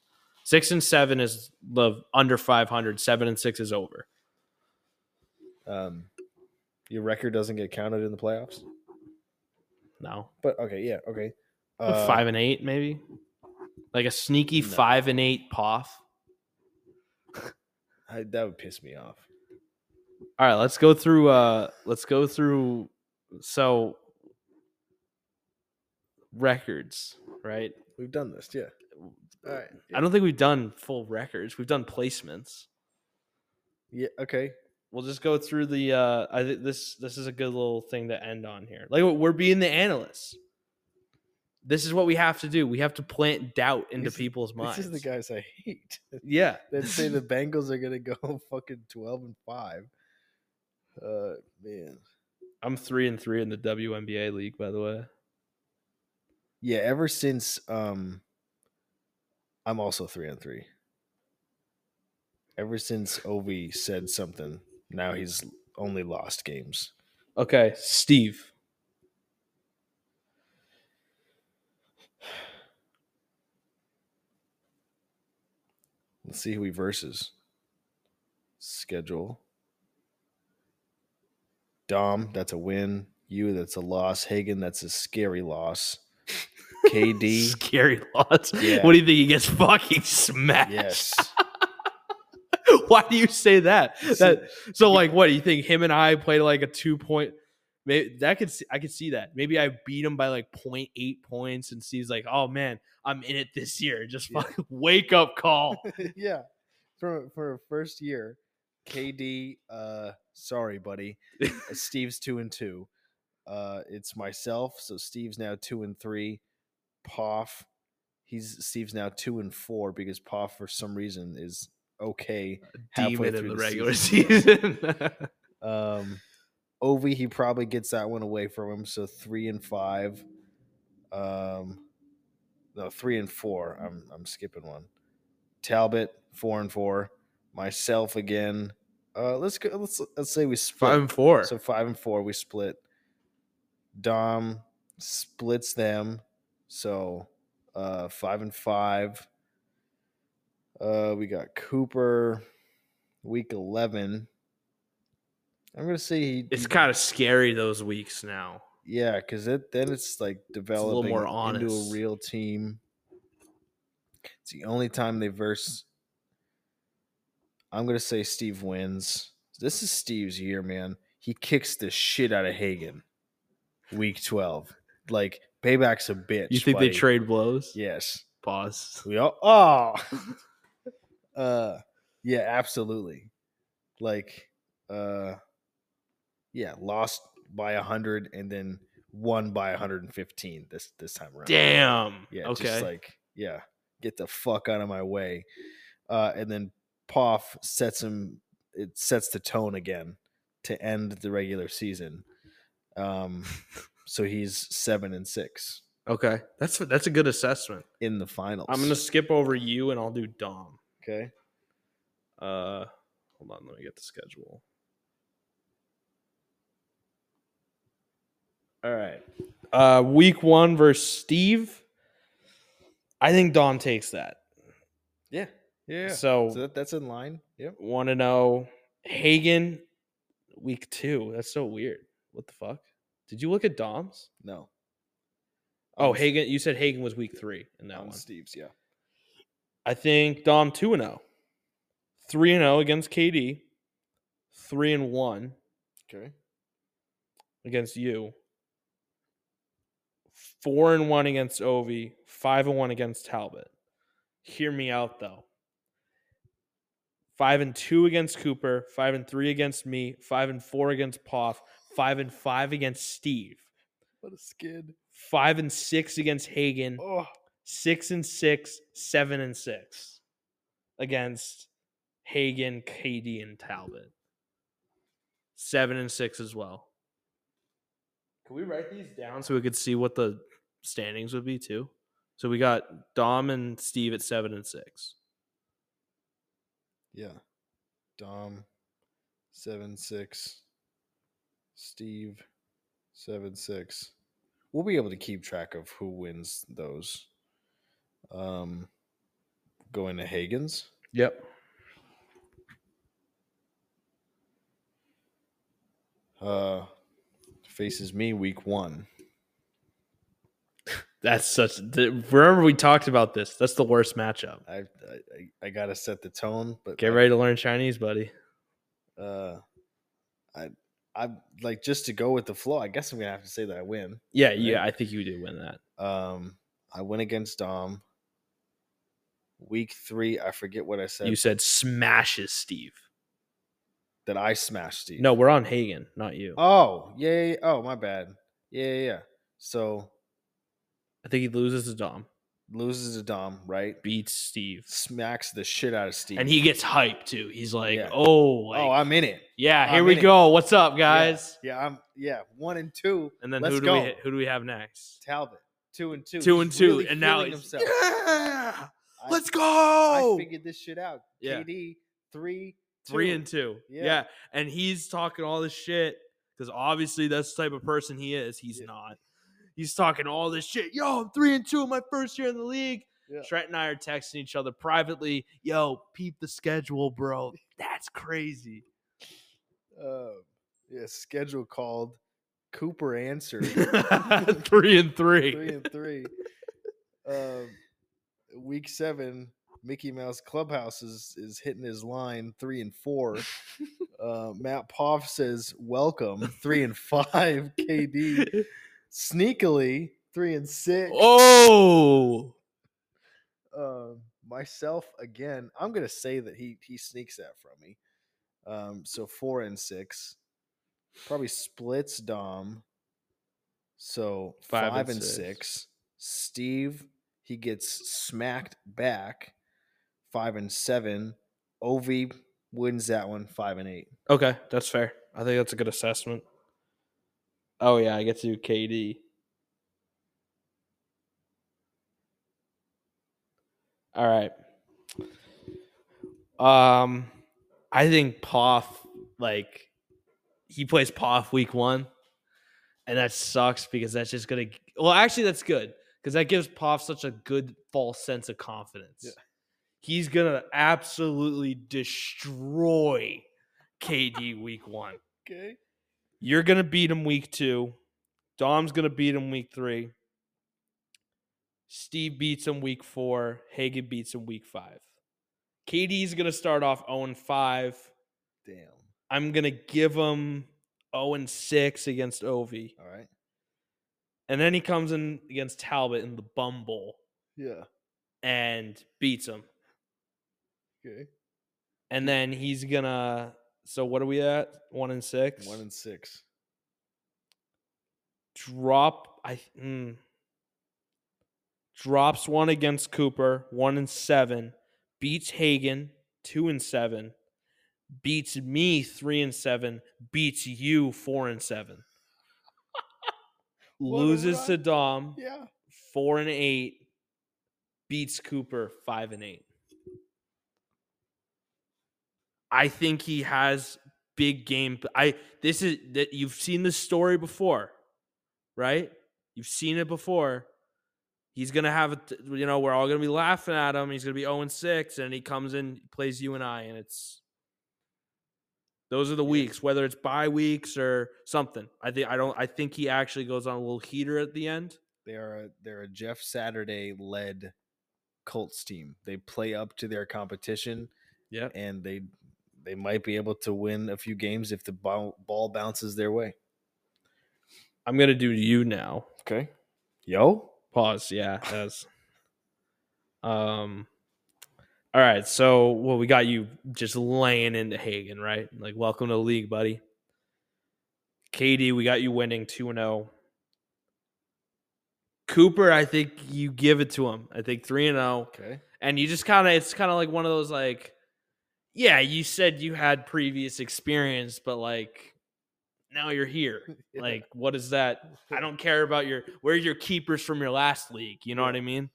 [SPEAKER 1] Six and seven is the under five hundred. Seven and six is over.
[SPEAKER 2] um, your record doesn't get counted in the playoffs.
[SPEAKER 1] No,
[SPEAKER 2] But okay, yeah, okay. Uh,
[SPEAKER 1] Or five and eight maybe, like a sneaky
[SPEAKER 2] no.
[SPEAKER 1] five and eight poff.
[SPEAKER 2] I, that would piss me off.
[SPEAKER 1] All right, let's go through. Uh, let's go through. So records, right?
[SPEAKER 2] We've done this, yeah. All right.
[SPEAKER 1] I don't think we've done full records. We've done placements.
[SPEAKER 2] Yeah. Okay.
[SPEAKER 1] we'll just go through the uh I think this this is a good little thing to end on here. Like we're being the analysts. This is what we have to do. We have to plant doubt into
[SPEAKER 2] This is-
[SPEAKER 1] people's minds.
[SPEAKER 2] This is the guys I hate (laughs)
[SPEAKER 1] Yeah. (laughs)
[SPEAKER 2] that say the Bengals are gonna go (laughs) fucking twelve and five. Uh, man.
[SPEAKER 1] I'm 3 and 3 in the WNBA league by the way.
[SPEAKER 2] Yeah. Ever since um, I'm also three and three. Ever since Obi said something, now he's only lost games.
[SPEAKER 1] Okay, Steve.
[SPEAKER 2] Let's see who he verses. Schedule. Dom, that's a win. You, that's a loss. Hagen, that's a scary loss. KD,
[SPEAKER 1] Scary lots.
[SPEAKER 2] Yeah.
[SPEAKER 1] What do you think he gets fucking smashed?
[SPEAKER 2] yes.
[SPEAKER 1] (laughs) Why do you say that?
[SPEAKER 2] See-
[SPEAKER 1] That So like, what do you think? Him and I played like a two point. Maybe that could see, I could see that. Maybe I beat him by like 0.8 points, and Steve's like, "Oh man, I'm in it this year." Just
[SPEAKER 2] Yeah.
[SPEAKER 1] fucking (laughs) wake up (laughs) call.
[SPEAKER 2] (laughs) yeah. For for a first year, KD, uh, sorry, buddy.
[SPEAKER 1] (laughs)
[SPEAKER 2] Steve's two and two. Uh, it's myself. So Steve's now two and three. Poff, he's Steve's now two and four because Poff for some reason is okay halfway
[SPEAKER 1] Demon in
[SPEAKER 2] through
[SPEAKER 1] the
[SPEAKER 2] the
[SPEAKER 1] regular
[SPEAKER 2] season.
[SPEAKER 1] season. (laughs)
[SPEAKER 2] Um, Ovi, he probably gets that one away from him. So three and five. Um, no, three and four. I'm I'm skipping one. Talbot, four and four. Myself again. Uh, let's go. Let's let's say we split.
[SPEAKER 1] Five and four.
[SPEAKER 2] So five and four, we split. Dom splits them. So uh five and five. Uh we got Cooper week eleven. I'm gonna say he
[SPEAKER 1] it's kind of scary those weeks now.
[SPEAKER 2] yeah, because it then it's like
[SPEAKER 1] little
[SPEAKER 2] developing
[SPEAKER 1] more
[SPEAKER 2] into a
[SPEAKER 1] honest.
[SPEAKER 2] real team. It's the only time they verse. I'm gonna say Steve wins. This is Steve's year, man. He kicks the shit out of Hagen. Week twelve, like payback's a bitch.
[SPEAKER 1] You think they
[SPEAKER 2] buddy.
[SPEAKER 1] trade blows?
[SPEAKER 2] Yes,
[SPEAKER 1] Pause.
[SPEAKER 2] we all. Oh, (laughs) uh, yeah, absolutely. Like, uh, yeah, lost by a hundred and then won by hundred and fifteen this this time around.
[SPEAKER 1] Damn.
[SPEAKER 2] Yeah.
[SPEAKER 1] okay.
[SPEAKER 2] Just like, yeah, get the fuck out of my way. Uh, and then Poff sets him. It sets the tone again to end the regular season.
[SPEAKER 1] (laughs)
[SPEAKER 2] Um, so he's seven and six
[SPEAKER 1] okay. That's that's a good assessment.
[SPEAKER 2] in the finals.
[SPEAKER 1] I'm gonna skip over you, and I'll do Dom.
[SPEAKER 2] okay.
[SPEAKER 1] Uh, hold on, let me get the schedule. All right. Uh, week one versus Steve. I think Dom takes that.
[SPEAKER 2] Yeah. Yeah.
[SPEAKER 1] So,
[SPEAKER 2] So that, that's in line. Yep.
[SPEAKER 1] want to know Hagen week two. That's so weird. What the fuck? Did you look at Dom's?
[SPEAKER 2] No.
[SPEAKER 1] Oh,
[SPEAKER 2] On S-
[SPEAKER 1] Hagen. You said Hagen was week three in that
[SPEAKER 2] on
[SPEAKER 1] one.
[SPEAKER 2] Steve's, yeah.
[SPEAKER 1] I think Dom 2 and 0. 3 and 0 against KD. three and one
[SPEAKER 2] Okay.
[SPEAKER 1] against you, four and one against Ovi, five and one against Talbot. Hear me out though. Five and two against Cooper, five and three against me, five and four against Poff, five and five against Steve,
[SPEAKER 2] What a skid.
[SPEAKER 1] five and six against Hagen,
[SPEAKER 2] Oh,
[SPEAKER 1] six and six, seven and six against Hagen, KD, and Talbot. Seven and six as well. Can we write these down so we could see what the standings would be too? So we got Dom and Steve at seven and six.
[SPEAKER 2] yeah. Dom, seven six. Steve, seven six. We'll be able to keep track of who wins those. Um, going to Hagen's.
[SPEAKER 1] Yep.
[SPEAKER 2] Uh, faces me week one.
[SPEAKER 1] That's such. th- Remember we talked about this. That's the worst matchup.
[SPEAKER 2] I I- I, I gotta set the tone, but
[SPEAKER 1] Get
[SPEAKER 2] like,
[SPEAKER 1] ready to learn Chinese, buddy.
[SPEAKER 2] Uh, I I like just to go with the flow. I guess I'm gonna have to say that I win.
[SPEAKER 1] Yeah, yeah. I think you do win that.
[SPEAKER 2] Um, I win against Dom. Week three, I forget what I said.
[SPEAKER 1] You said smashes Steve.
[SPEAKER 2] that I smashed Steve.
[SPEAKER 1] No, we're on Hagen, not you.
[SPEAKER 2] Oh yeah, yeah, yeah. Oh my bad. Yeah, yeah. yeah. So
[SPEAKER 1] I think he loses to Dom,
[SPEAKER 2] loses to Dom, right?
[SPEAKER 1] beats Steve,
[SPEAKER 2] Smacks the shit out of Steve.
[SPEAKER 1] and he gets hyped too. He's like,
[SPEAKER 2] Yeah.
[SPEAKER 1] "Oh, like,
[SPEAKER 2] oh, I'm in it.
[SPEAKER 1] yeah, here
[SPEAKER 2] I'm
[SPEAKER 1] we
[SPEAKER 2] in it."
[SPEAKER 1] go. What's up, guys?"
[SPEAKER 2] Yeah, I'm. Yeah, one and two.
[SPEAKER 1] And then
[SPEAKER 2] Let's
[SPEAKER 1] who do
[SPEAKER 2] go.
[SPEAKER 1] we who do we have next?
[SPEAKER 2] Talbot, two and two.
[SPEAKER 1] Two
[SPEAKER 2] He's
[SPEAKER 1] and two,
[SPEAKER 2] really
[SPEAKER 1] and now
[SPEAKER 2] feeling
[SPEAKER 1] he's,
[SPEAKER 2] himself.
[SPEAKER 1] yeah,
[SPEAKER 2] I-
[SPEAKER 1] let's
[SPEAKER 2] I
[SPEAKER 1] go.
[SPEAKER 2] figured this shit out.
[SPEAKER 1] Yeah.
[SPEAKER 2] KD three,
[SPEAKER 1] Three and two, yeah.
[SPEAKER 2] Yeah.
[SPEAKER 1] And he's talking all this shit because obviously that's the type of person he is. He's
[SPEAKER 2] Yeah.
[SPEAKER 1] not. He's talking all this shit. Yo, I'm three and two in my first year in the league.
[SPEAKER 2] Yeah.
[SPEAKER 1] Trent and I are texting each other privately. Yo, peep the schedule, bro. That's crazy.
[SPEAKER 2] Uh, yeah, schedule called. Cooper answered
[SPEAKER 1] (laughs) three and three.
[SPEAKER 2] (laughs) three and three. Um, week seven, Mickey Mouse Clubhouse is, is hitting his line three and four. Uh, Matt Poff says welcome three and five. KD
[SPEAKER 1] (laughs)
[SPEAKER 2] sneakily three and six.
[SPEAKER 1] Oh,
[SPEAKER 2] um, myself again. I'm gonna say that he he sneaks that from me. Um, so four and six, probably splits Dom. So
[SPEAKER 1] Five
[SPEAKER 2] five,
[SPEAKER 1] and
[SPEAKER 2] and
[SPEAKER 1] six.
[SPEAKER 2] six. Steve he gets smacked back. Five and seven. Ovi wins that one. Five and eight.
[SPEAKER 1] okay, that's fair. I think that's a good assessment. Oh yeah, I get to do KD. All right. Um, I think Poff like he plays Poff week one, and that sucks because that's just gonna. Well, actually, that's good because that gives Poff such a good false sense of confidence.
[SPEAKER 2] Yeah.
[SPEAKER 1] He's gonna absolutely destroy KD week one.
[SPEAKER 2] Okay.
[SPEAKER 1] You're gonna beat him week two. Dom's gonna beat him week three. Steve beats him week four. Hagen beats him week five. KD's gonna start off 0 and 5.
[SPEAKER 2] Damn.
[SPEAKER 1] I'm gonna give him 0 and 6 against Ovi.
[SPEAKER 2] All right.
[SPEAKER 1] And then he comes in against Talbot in the bumble
[SPEAKER 2] Yeah.
[SPEAKER 1] and beats him.
[SPEAKER 2] Okay.
[SPEAKER 1] And then he's gonna so what are we at? One and six?
[SPEAKER 2] One and six.
[SPEAKER 1] drop I th- mm, drops one against Cooper, one and seven, beats Hagen, two and seven, beats me three and seven, beats you four and seven.
[SPEAKER 2] What a
[SPEAKER 1] Loses
[SPEAKER 2] run.
[SPEAKER 1] to Dom,
[SPEAKER 2] Yeah.
[SPEAKER 1] four and eight, beats Cooper, five and eight. I think he has big game. I this is that you've seen this story before, right? You've seen it before. He's gonna have, a t- you know, we're all gonna be laughing at him. He's gonna be zero and six, and he comes in, plays you and I, and it's those are the
[SPEAKER 2] Yeah.
[SPEAKER 1] weeks, whether it's bye weeks or something. I think I don't. I think he actually goes on a little heater at the end.
[SPEAKER 2] They are a, they're a Jeff Saturday led Colts team. They play up to their competition
[SPEAKER 1] Yep.
[SPEAKER 2] and they they might be able to win a few games if the ball, ball bounces their way.
[SPEAKER 1] I'm gonna do you now.
[SPEAKER 2] Okay. Yo.
[SPEAKER 1] Pause. Yeah. That's. Um. All right. So, well, we got you just laying into Hagen, right? Like, welcome to the league, buddy. KD, we got you winning two and zero. Cooper, I think you give it to him. I think three and zero,
[SPEAKER 2] (laughs) Okay.
[SPEAKER 1] and you just kind of it's kind of like one of those like, yeah, you said you had previous experience, but like now you're here. Like, what is that? I don't care about your where are your keepers from your last league. You know what I mean?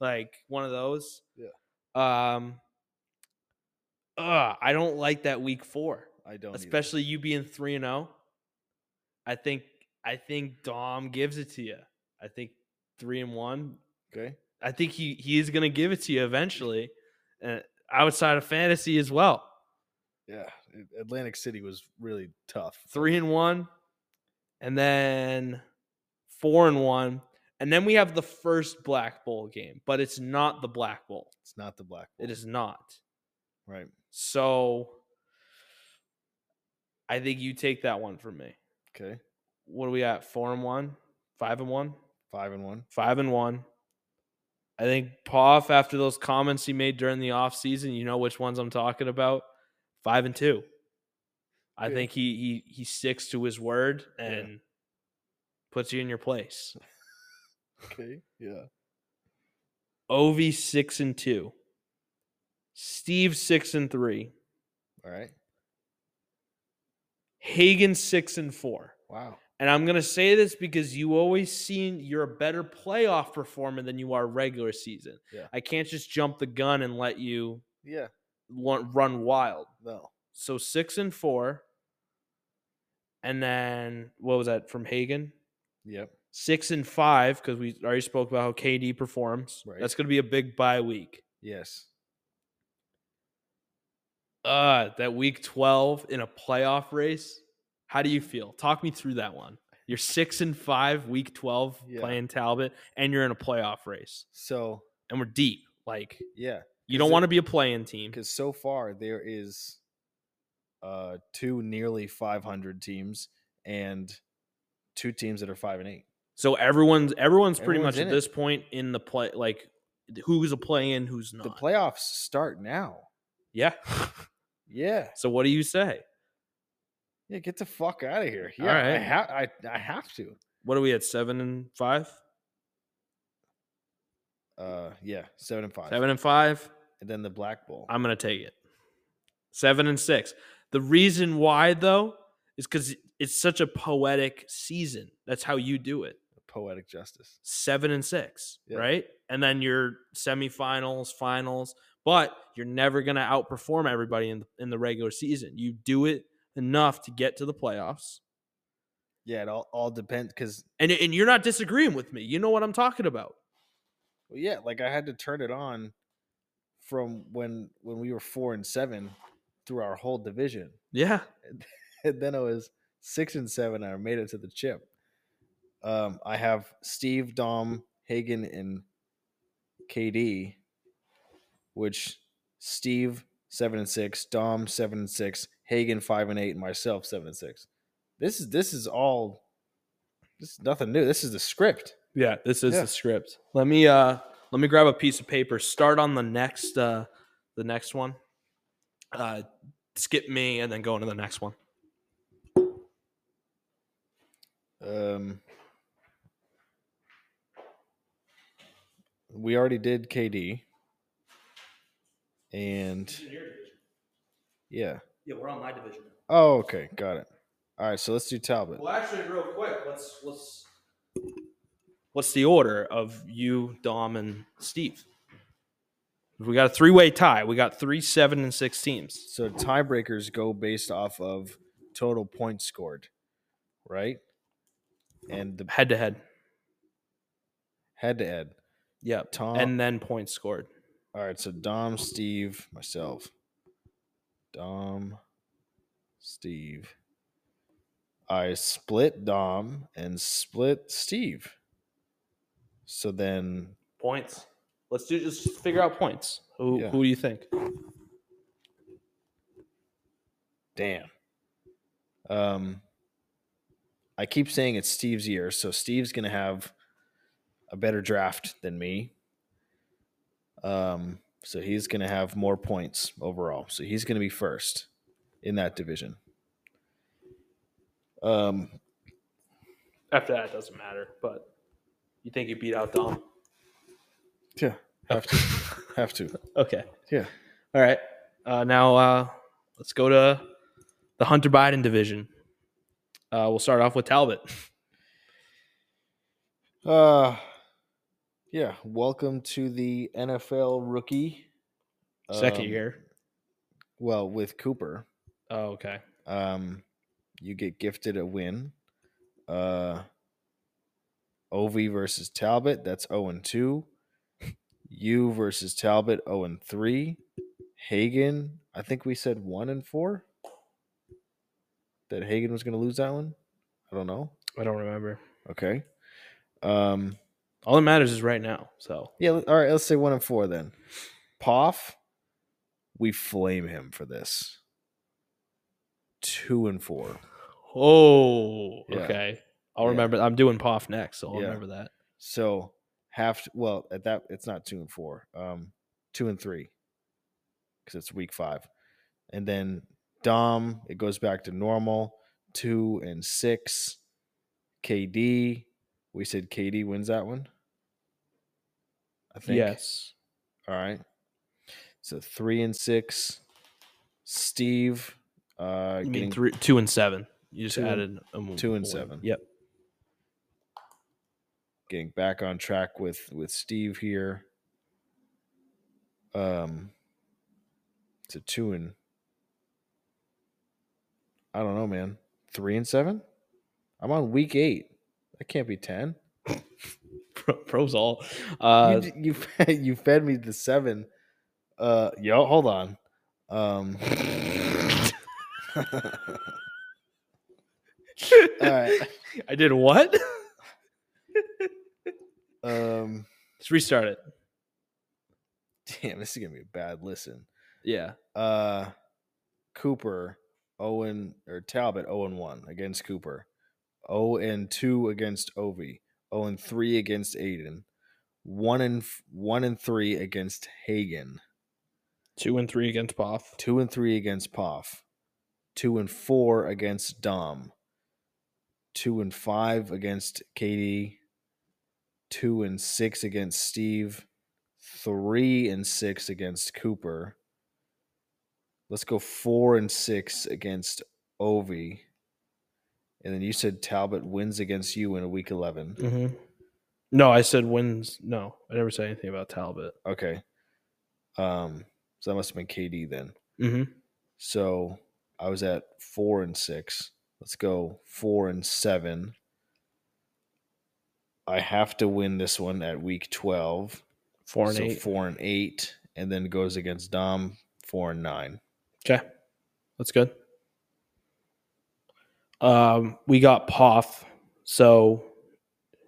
[SPEAKER 1] Like one of those. Yeah. Um. Ugh, I don't like that week four,
[SPEAKER 2] I don't. either.
[SPEAKER 1] especially you being three and zero. I think I think Dom gives it to you. I think three and one.
[SPEAKER 2] Okay.
[SPEAKER 1] I think he he is gonna give it to you eventually, uh, outside of fantasy as well.
[SPEAKER 2] Yeah. It- Atlantic City was really tough.
[SPEAKER 1] three and one, and then four and one, and then we have the first Black Bowl game, but it's not the Black Bowl.
[SPEAKER 2] It's not the black.
[SPEAKER 1] It
[SPEAKER 2] Bolt,
[SPEAKER 1] is not.
[SPEAKER 2] right.
[SPEAKER 1] So I think you take that one from me.
[SPEAKER 2] Okay.
[SPEAKER 1] What are we at? Four and one, five and one,
[SPEAKER 2] Five and one.
[SPEAKER 1] five and one. I think Poff, after those comments he made during the offseason, you know which ones I'm talking about. Five and two. I
[SPEAKER 2] Yeah.
[SPEAKER 1] think he, he he sticks to his word
[SPEAKER 2] Yeah.
[SPEAKER 1] and puts you in your place.
[SPEAKER 2] Okay. Yeah.
[SPEAKER 1] Ovi six and two. Steve six and three.
[SPEAKER 2] All right.
[SPEAKER 1] Hagen six and four.
[SPEAKER 2] Wow.
[SPEAKER 1] And I'm gonna say this because you always seen you're a better playoff performer than you are regular season.
[SPEAKER 2] Yeah.
[SPEAKER 1] I can't just jump the gun and let you
[SPEAKER 2] Yeah.
[SPEAKER 1] wa- run wild.
[SPEAKER 2] No.
[SPEAKER 1] So six and four. And then what was that from Hagen?
[SPEAKER 2] Yep.
[SPEAKER 1] Six and five, because we already spoke about how KD performs.
[SPEAKER 2] Right.
[SPEAKER 1] That's gonna be a big bye week.
[SPEAKER 2] Yes.
[SPEAKER 1] Uh, that week twelve in a playoff race. How do you feel? Talk me through that one. You're six and five, week twelve,
[SPEAKER 2] Yeah.
[SPEAKER 1] playing Talbot, and you're in a playoff race.
[SPEAKER 2] So
[SPEAKER 1] And we're deep. Like
[SPEAKER 2] yeah,
[SPEAKER 1] you
[SPEAKER 2] 'Cause
[SPEAKER 1] don't
[SPEAKER 2] it-
[SPEAKER 1] want to be a playing team.
[SPEAKER 2] because so far there is uh two nearly 500 teams and two teams that are five and eight.
[SPEAKER 1] So everyone's everyone's pretty
[SPEAKER 2] Everyone's
[SPEAKER 1] much
[SPEAKER 2] in
[SPEAKER 1] at
[SPEAKER 2] it.
[SPEAKER 1] this point in the play like who's a play in, who's not.
[SPEAKER 2] The playoffs start now. (laughs)
[SPEAKER 1] Yeah.
[SPEAKER 2] Yeah.
[SPEAKER 1] So what do you say?
[SPEAKER 2] Yeah, get the fuck out of here.
[SPEAKER 1] All
[SPEAKER 2] Yeah, I,
[SPEAKER 1] right.
[SPEAKER 2] ha- I I have to.
[SPEAKER 1] What are we at? Seven and five?
[SPEAKER 2] Uh, yeah, seven and five,
[SPEAKER 1] Seven and five?
[SPEAKER 2] and then the Black Bowl.
[SPEAKER 1] I'm gonna take it. Seven and six. The reason why though is because it's such a poetic season. That's how you do it.
[SPEAKER 2] Poetic justice.
[SPEAKER 1] Seven and six,
[SPEAKER 2] Yeah.
[SPEAKER 1] right? And then your semifinals, finals, but you're never gonna outperform everybody in the, in the regular season. You do it enough to get to the playoffs.
[SPEAKER 2] Yeah, it all all depends because
[SPEAKER 1] And and you're not disagreeing with me. You know what I'm talking about.
[SPEAKER 2] well, yeah, like I had to turn it on from when when we were four and seven through our whole division,
[SPEAKER 1] Yeah.
[SPEAKER 2] and then it was six and seven. and I made it to the chip. Um, I have Steve, Dom, Hagen, and KD, which Steve seven and six, Dom seven and six, Hagen five and eight, and myself seven and six. This is this is all. This is nothing new. This is the script.
[SPEAKER 1] Yeah, this is
[SPEAKER 2] Yeah.
[SPEAKER 1] the script. Let me uh let me grab a piece of paper. Start on the next uh the next one. Uh skip me and then go into the next one.
[SPEAKER 2] Um, we already did KD, and yeah.
[SPEAKER 1] Yeah, we're on my division.
[SPEAKER 2] Oh, okay, got it. All right, so let's do Talbot.
[SPEAKER 1] actually, real quick, let's let's What's the order of you, Dom, and Steve? We got a three-way tie. We got three, seven, and six teams.
[SPEAKER 2] So tiebreakers go based off of total points scored, right? And the
[SPEAKER 1] Head to head.
[SPEAKER 2] head to head.
[SPEAKER 1] Yeah.
[SPEAKER 2] Tom.
[SPEAKER 1] And then points scored.
[SPEAKER 2] All right, so Dom, Steve, myself. Dom, Steve. I split Dom and split Steve. So then,
[SPEAKER 1] Points. Let's do just figure out points. Who
[SPEAKER 2] Yeah.
[SPEAKER 1] who do you think?
[SPEAKER 2] Damn. Um, I keep saying it's Steve's year, so Steve's gonna have a better draft than me. Um, so he's gonna have more points overall. So he's gonna be first in that division. Um,
[SPEAKER 1] After that, it doesn't matter. But you think you beat out Dom?
[SPEAKER 2] yeah, have to, have to.
[SPEAKER 1] (laughs) Okay.
[SPEAKER 2] Yeah.
[SPEAKER 1] All right. Uh, now uh, let's go to the Hunter Biden division. Uh, we'll start off with Talbot.
[SPEAKER 2] Uh yeah, welcome to the NFL rookie
[SPEAKER 1] Second
[SPEAKER 2] Um,
[SPEAKER 1] year.
[SPEAKER 2] Well, with Cooper,
[SPEAKER 1] Oh, okay.
[SPEAKER 2] um you get gifted a win. Uh Ovi versus Talbot, that's 0 and 2. You versus Talbot 0 and 3. Hagen, I think we said 1 and 4. That Hagen was going to lose that one? I don't know.
[SPEAKER 1] I don't remember.
[SPEAKER 2] Okay. Um
[SPEAKER 1] All that matters is right now. So
[SPEAKER 2] Yeah, all right, let's say one and four then. Poff, we flame him for this. Two and four.
[SPEAKER 1] Oh,
[SPEAKER 2] Yeah.
[SPEAKER 1] okay. I'll
[SPEAKER 2] Yeah.
[SPEAKER 1] remember. I'm doing Poff next, so I'll
[SPEAKER 2] Yeah.
[SPEAKER 1] remember that.
[SPEAKER 2] So half well, at that it's not two and four. Um two and three. Because it's week five. And then Dom, it goes back to normal. Two and six. KD. We said KD wins that one. I think.
[SPEAKER 1] Yes.
[SPEAKER 2] All right. So three and six. Steve. Uh,
[SPEAKER 1] You
[SPEAKER 2] getting-
[SPEAKER 1] mean three, two and seven? You just
[SPEAKER 2] Two and-
[SPEAKER 1] added a mo-
[SPEAKER 2] two and
[SPEAKER 1] one.
[SPEAKER 2] seven.
[SPEAKER 1] Yep. (laughs)
[SPEAKER 2] getting back on track with with Steve here. Um, it's a two and I don't know, man. Three and seven. I'm on week eight. That can't be ten.
[SPEAKER 1] Pro, pros all. Uh, (laughs)
[SPEAKER 2] you, (laughs) d- you fed- you fed me the seven. Uh, yo, hold on. Um. (laughs) all right.
[SPEAKER 1] I did what? (laughs)
[SPEAKER 2] Um.
[SPEAKER 1] Let's restart it.
[SPEAKER 2] Damn, this is gonna be a bad listen.
[SPEAKER 1] Yeah.
[SPEAKER 2] uh Cooper Owen or Talbot 0 and 1 against Cooper. 0 and 2 against Ovi. 0 and 3 against Aiden. 1 and f- 1 and 3 against Hagen.
[SPEAKER 1] Two and three against Poff.
[SPEAKER 2] 2 and 3 against Poff. 2 and 4 against Dom. 2 and 5 against Katie. 2 and 6 against Steve. 3 and 6 against Cooper. Let's go 4 and 6 against Ovi. And then you said Talbot wins against you in week 11.
[SPEAKER 1] Mm-hmm. No, I said wins. No, I never said anything about Talbot.
[SPEAKER 2] Okay. Um so that must have been KD then.
[SPEAKER 1] Mm-hmm.
[SPEAKER 2] So I was at four and six. Let's go four and seven. I have to win this one at week twelve.
[SPEAKER 1] Four and
[SPEAKER 2] so
[SPEAKER 1] eight.
[SPEAKER 2] four and eight, and then goes against Dom four and nine.
[SPEAKER 1] Okay. That's good. Um, we got Poff. So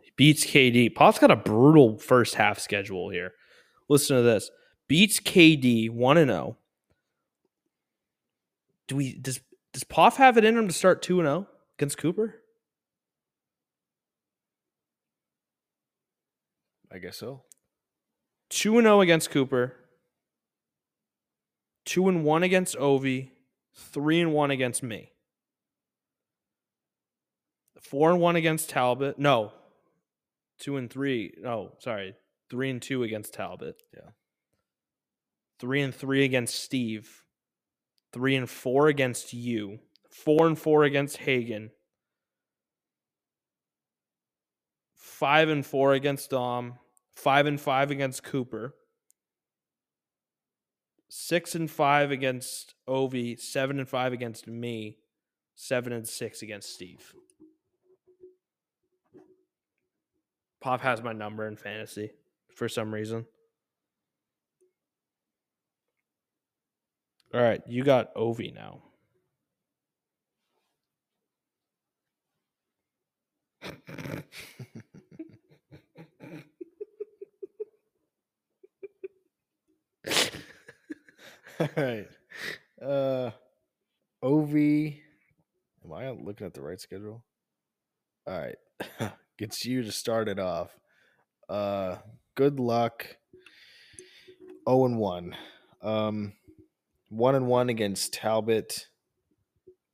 [SPEAKER 1] he beats KD. Poff's got a brutal first half schedule here. Listen to this. Beats KD 1 and 0. Do we does does Poff have it in him to start 2 and 0 against Cooper?
[SPEAKER 2] I guess so.
[SPEAKER 1] 2 and 0 against Cooper. 2 and 1 against Ovi, 3 and 1 against me. 4 and 1 against Talbot. No. 2 and 3. No, sorry. 3 and 2 against Talbot.
[SPEAKER 2] Yeah.
[SPEAKER 1] 3 and 3 against Steve. 3 and 4 against you. 4 and 4 against Hagen. 5 and 4 against Dom five and five against Cooper, six and five against Ovi, seven and five against me, seven and six against Steve. Pop has my number in fantasy for some reason. All right, you got Ovi now.
[SPEAKER 2] (laughs) All right. Uh Ovi. Am I looking at the right schedule? All right. (laughs) Gets you to start it off. Uh good luck. 0 and 1. Um 1 and 1 against Talbot.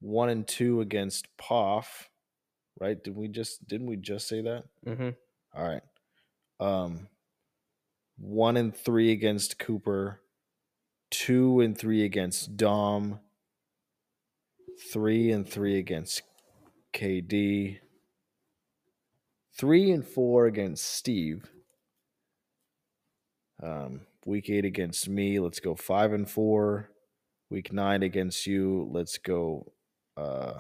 [SPEAKER 2] 1 and 2 against Poff. Right? Did we just didn't we just say that?
[SPEAKER 1] Mm-hmm.
[SPEAKER 2] All right. Um, one and three against Cooper, two and three against Dom, three and three against KD, three and four against Steve. Um, week eight against me, let's go five and four. Week nine against you, let's go uh,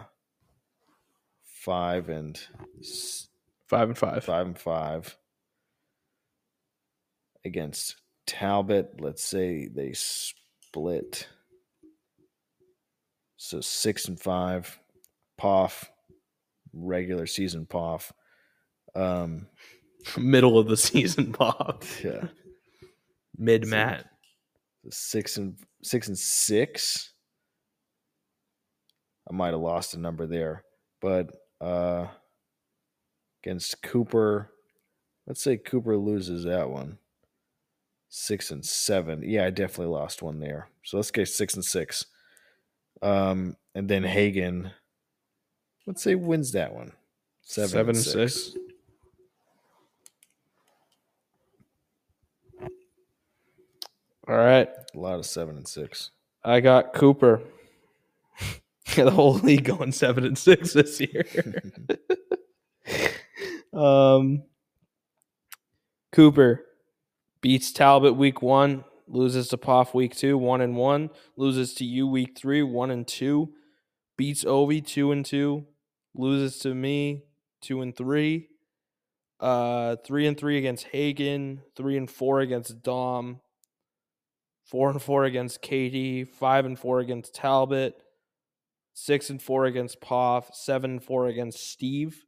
[SPEAKER 2] five and s-
[SPEAKER 1] Five and five. (laughs)
[SPEAKER 2] five and five against Talbot. Let's say they split. So six and five, Poff, regular season Poff. Um,
[SPEAKER 1] Middle of the season, Bob.
[SPEAKER 2] yeah,
[SPEAKER 1] Mid Matt.
[SPEAKER 2] six and six and six. I might have lost a number there, but uh, against Cooper, let's say Cooper loses that one. Six and seven. Yeah, I definitely lost one there. So let's get six and six. Um, and then Hagen, let's say wins that one. Seven,
[SPEAKER 1] Seven
[SPEAKER 2] and
[SPEAKER 1] and
[SPEAKER 2] six.
[SPEAKER 1] six. All right.
[SPEAKER 2] A lot of seven and (laughs) six.
[SPEAKER 1] I got Cooper. (laughs) the whole league going seven and six this year. (laughs) um, Cooper beats Talbot week one, loses to Poff week two, one and one, loses to you week three, one and two, beats Ovi two and two, loses to me two and three, uh, three and three against Hagen, three and four against Dom, four and four against Katie, five and four against Talbot, six and four against Poff, seven and four against Steve,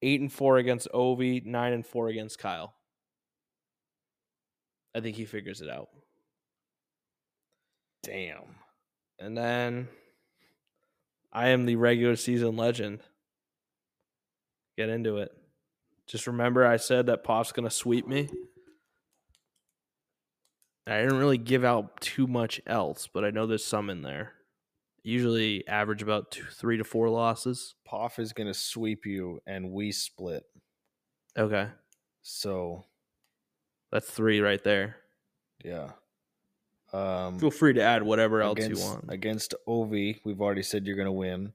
[SPEAKER 1] eight and four against Ovi, nine and four against Kyle. I think he figures it out.
[SPEAKER 2] Damn.
[SPEAKER 1] And then I am the regular season legend. Get into it. Just remember I said that Pop's going to sweep me. I didn't really give out too much else, but I know there's some in there. Usually average about two, three to four losses.
[SPEAKER 2] Poff is gonna sweep you, and we split.
[SPEAKER 1] Okay.
[SPEAKER 2] So
[SPEAKER 1] That's three right there.
[SPEAKER 2] yeah. Um,
[SPEAKER 1] Feel free to add whatever else
[SPEAKER 2] against,
[SPEAKER 1] you want.
[SPEAKER 2] Against Ovi, we've already said you're going to win.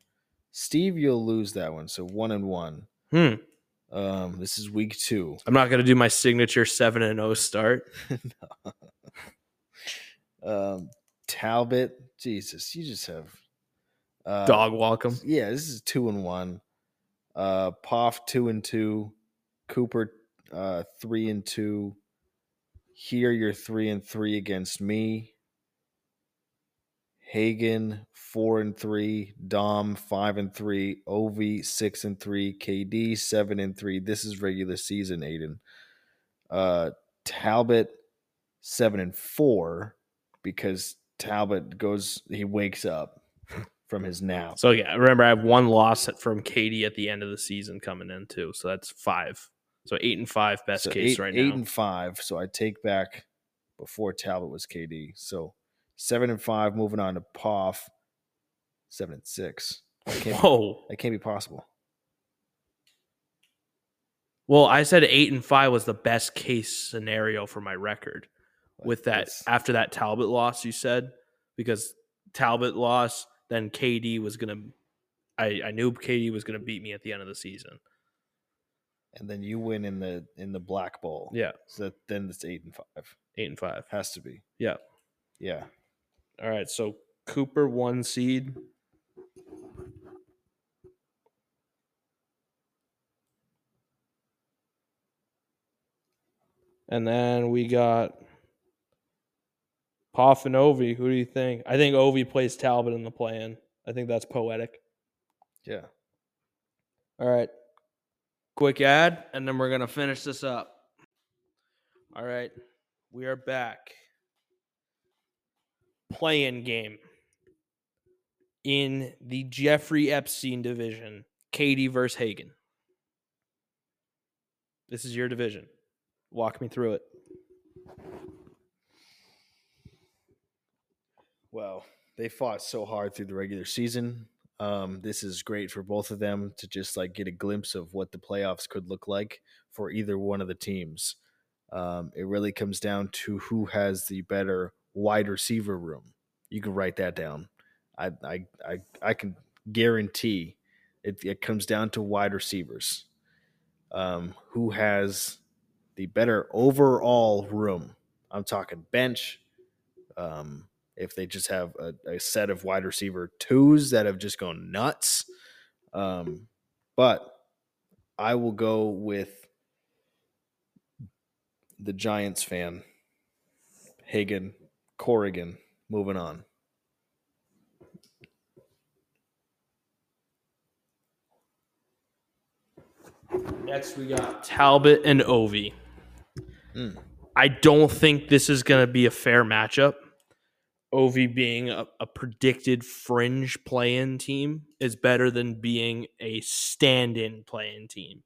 [SPEAKER 2] Steve, you'll lose that one. So one and one.
[SPEAKER 1] Hmm.
[SPEAKER 2] Um, this is week two.
[SPEAKER 1] I'm not going to do my signature 7 and 0 start.
[SPEAKER 2] Um, Talbot, Jesus, you just have uh,
[SPEAKER 1] Dog walk him.
[SPEAKER 2] Yeah, this is two and one. Uh, Poff two and two. Cooper uh, three and two. Here you're three and three against me. Hagen four and three. Dom five and three. Ovi six and three. KD seven and three. This is regular season, Aiden. Uh, Talbot seven and four because Talbot goes. He wakes up from his nap.
[SPEAKER 1] So yeah, remember I have one loss at- from Katie at the end of the season coming in too. So that's five. So eight and five best
[SPEAKER 2] So
[SPEAKER 1] case
[SPEAKER 2] eight,
[SPEAKER 1] right
[SPEAKER 2] eight
[SPEAKER 1] now.
[SPEAKER 2] and five. So I take back before Talbot was KD. So seven and five. Moving on to Poff. Seven and six. That can't,
[SPEAKER 1] (laughs) Whoa.
[SPEAKER 2] that can't be possible.
[SPEAKER 1] Well, I said eight and five was the best case scenario for my record.
[SPEAKER 2] Like,
[SPEAKER 1] With that
[SPEAKER 2] that's-
[SPEAKER 1] after that Talbot loss, you said because Talbot lost, then KD was gonna. I I knew KD was gonna beat me at the end of the season.
[SPEAKER 2] and then you win in the in the black bowl.
[SPEAKER 1] Yeah,
[SPEAKER 2] So that, then it's eight and five.
[SPEAKER 1] eight and five.
[SPEAKER 2] Has to be.
[SPEAKER 1] Yeah.
[SPEAKER 2] Yeah.
[SPEAKER 1] All right, so Cooper one seed. And then we got Poff and Ovi. Who do you think? I think Ovi plays Talbot in the play-in. I think that's poetic.
[SPEAKER 2] Yeah.
[SPEAKER 1] All right. Quick ad, and then we're going to finish this up. All right. We are back. Play in game. in the Jeffrey Epstein division, Katie versus Hagen. This is your division. Walk me through it.
[SPEAKER 2] Well, they fought so hard through the regular season. Um, this is great for both of them to just like get a glimpse of what the playoffs could look like for either one of the teams. Um, it really comes down to who has the better wide receiver room. You can write that down. I I I, I can guarantee it, it comes down to wide receivers. Um, who has the better overall room? I'm talking bench. Um, if they just have a, a set of wide receiver twos that have just gone nuts. Um, but I will go with the Giants fan, Hagan, Corrigan, moving on.
[SPEAKER 1] Next, we got Talbot and Ovi.
[SPEAKER 2] Mm.
[SPEAKER 1] I don't think this is going to be a fair matchup. Ovi being a, a predicted fringe play-in team is better than being a stand-in play-in team,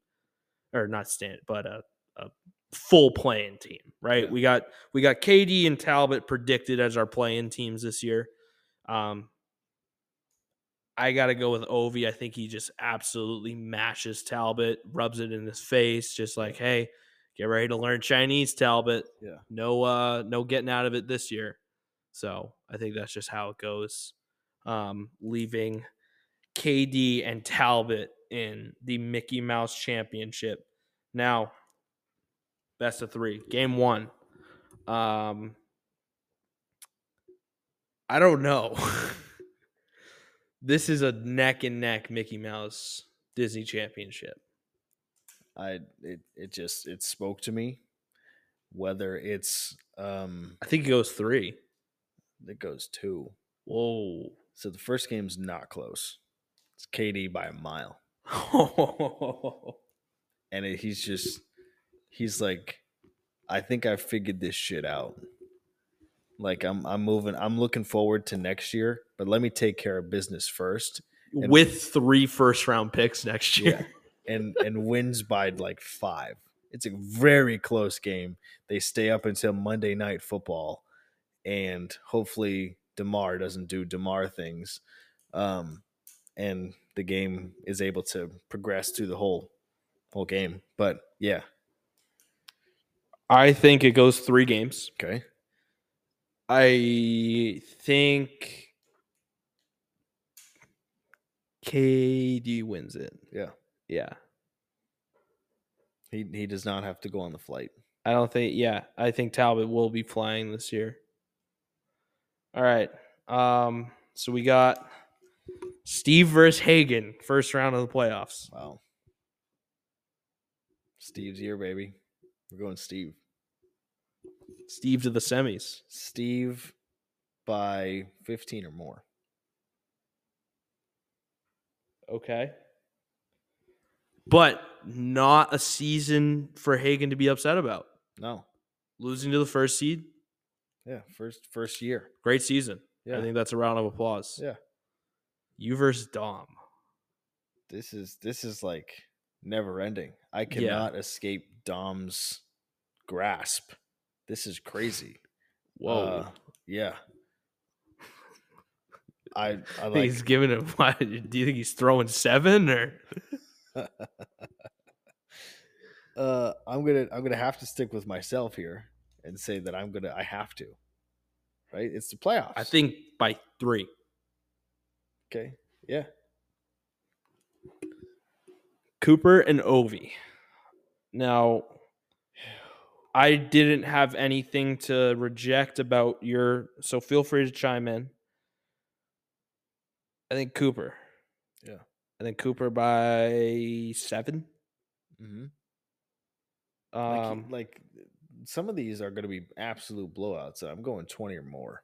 [SPEAKER 1] or not stand, but a, a full play-in team. Right?
[SPEAKER 2] Yeah.
[SPEAKER 1] We got we got KD and Talbot predicted as our play-in teams this year. Um, I gotta go with Ovi. I think he just absolutely mashes Talbot, rubs it in his face, just like, hey, get ready to learn Chinese, Talbot.
[SPEAKER 2] Yeah.
[SPEAKER 1] No, uh, no getting out of it this year. So I think that's just how it goes. Um, leaving KD and Talbot in the Mickey Mouse Championship. Now, best of three, game one. Um, I don't know. (laughs) this is a neck and neck Mickey Mouse Disney Championship.
[SPEAKER 2] I it it just it spoke to me. Whether it's um
[SPEAKER 1] I think it goes three.
[SPEAKER 2] it goes two.
[SPEAKER 1] (laughs) Whoa.
[SPEAKER 2] So the first game's not close. It's KD by a mile. and it, he's just he's like i think i figured this shit out like i'm i'm moving i'm looking forward to next year but let me take care of business first And-
[SPEAKER 1] With three first round picks next year.
[SPEAKER 2] Yeah. and and wins by like 5 it's a very close game they stay up until monday night football and hopefully demar doesn't do demar things um and the game is able to progress through the whole whole game but yeah
[SPEAKER 1] I think it goes three games.
[SPEAKER 2] okay
[SPEAKER 1] I think KD wins it.
[SPEAKER 2] Yeah.
[SPEAKER 1] Yeah.
[SPEAKER 2] He he does not have to go on the flight.
[SPEAKER 1] I don't think yeah, I think Talbot will be flying this year. All right. Um so we got Steve versus Hagen, first round of the playoffs.
[SPEAKER 2] Wow. Steve's here, baby. We're going Steve.
[SPEAKER 1] Steve to the semis.
[SPEAKER 2] Steve by 15 or more.
[SPEAKER 1] Okay. But not a season for Hagen to be upset about.
[SPEAKER 2] No.
[SPEAKER 1] Losing to the first seed,
[SPEAKER 2] Yeah, first first year.
[SPEAKER 1] great season.
[SPEAKER 2] Yeah.
[SPEAKER 1] I think that's a round of applause.
[SPEAKER 2] Yeah.
[SPEAKER 1] You versus Dom.
[SPEAKER 2] This is this is like never ending. I cannot escape Dom's grasp. This is crazy.
[SPEAKER 1] Whoa.
[SPEAKER 2] Uh, yeah. I I
[SPEAKER 1] I think (laughs)
[SPEAKER 2] like
[SPEAKER 1] he's giving him what? Do you think he's throwing seven or
[SPEAKER 2] uh i'm gonna i'm gonna have to stick with myself here and say that i'm gonna i have to right it's the playoffs
[SPEAKER 1] I think by three.
[SPEAKER 2] okay yeah
[SPEAKER 1] Cooper and Ovi. Now, I didn't have anything to reject about your, so feel free to chime in. I think Cooper.
[SPEAKER 2] Yeah.
[SPEAKER 1] I think Cooper by seven.
[SPEAKER 2] mm-hmm. like,
[SPEAKER 1] Um,
[SPEAKER 2] like some of these are gonna be absolute blowouts i'm going 20 or more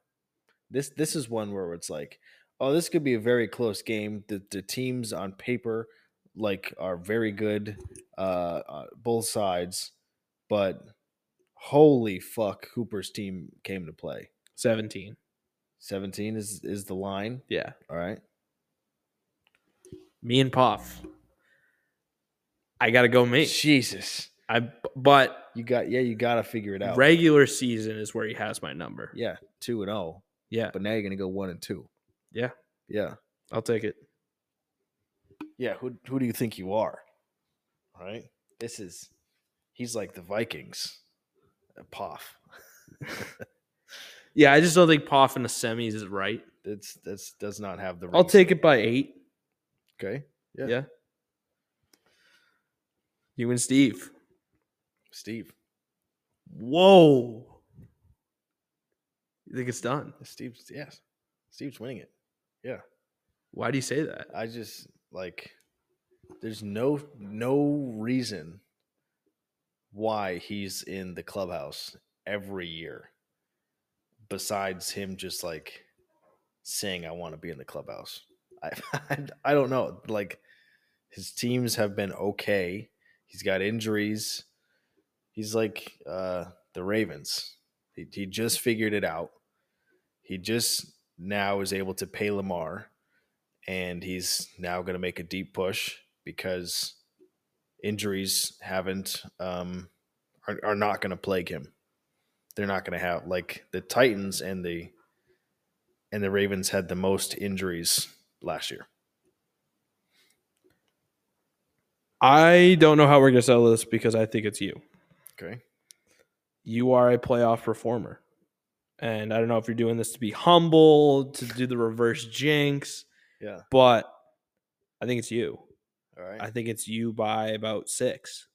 [SPEAKER 2] this this is one where it's like oh this could be a very close game the, the teams on paper like are very good uh, uh both sides but holy fuck cooper's team came to play
[SPEAKER 1] 17.
[SPEAKER 2] 17 is is the line
[SPEAKER 1] Yeah.
[SPEAKER 2] all right
[SPEAKER 1] Me and Puff. I gotta go me.
[SPEAKER 2] Jesus,
[SPEAKER 1] I but
[SPEAKER 2] you got yeah, you gotta figure it out.
[SPEAKER 1] regular season is where he has my number.
[SPEAKER 2] Yeah, two and oh,
[SPEAKER 1] Yeah,
[SPEAKER 2] but now you're gonna go one and two.
[SPEAKER 1] Yeah.
[SPEAKER 2] yeah,
[SPEAKER 1] I'll take it.
[SPEAKER 2] yeah. Who who do you think you are? All right, this is he's like the Vikings, Uh, Poff.
[SPEAKER 1] Yeah, I just don't think Poff in the semis is right.
[SPEAKER 2] That's that's does not have the.
[SPEAKER 1] I'll
[SPEAKER 2] rings.
[SPEAKER 1] take it by eight.
[SPEAKER 2] Okay, Yeah.
[SPEAKER 1] yeah. You and Steve.
[SPEAKER 2] Steve.
[SPEAKER 1] Whoa. You think it's done?
[SPEAKER 2] Steve's yes, Steve's winning it.
[SPEAKER 1] Why do you say that?
[SPEAKER 2] I just like there's no no reason why he's in the clubhouse every year besides him just like saying I want to be in the clubhouse. I, (laughs) I I don't know. Like his teams have been okay. He's got injuries. He's like uh the Ravens. He he just figured it out. He just now is able to pay Lamar and he's now going to make a deep push because injuries haven't um, are, are not going to plague him. They're not going to have like the Titans and the and the Ravens had the most injuries last year.
[SPEAKER 1] I don't know how we're gonna sell this because I think it's you.
[SPEAKER 2] Okay,
[SPEAKER 1] You are a playoff performer. And I don't know if you're doing this to be humble, to do the reverse jinx,
[SPEAKER 2] yeah,
[SPEAKER 1] but I think it's you.
[SPEAKER 2] all right.
[SPEAKER 1] I think it's you by about six.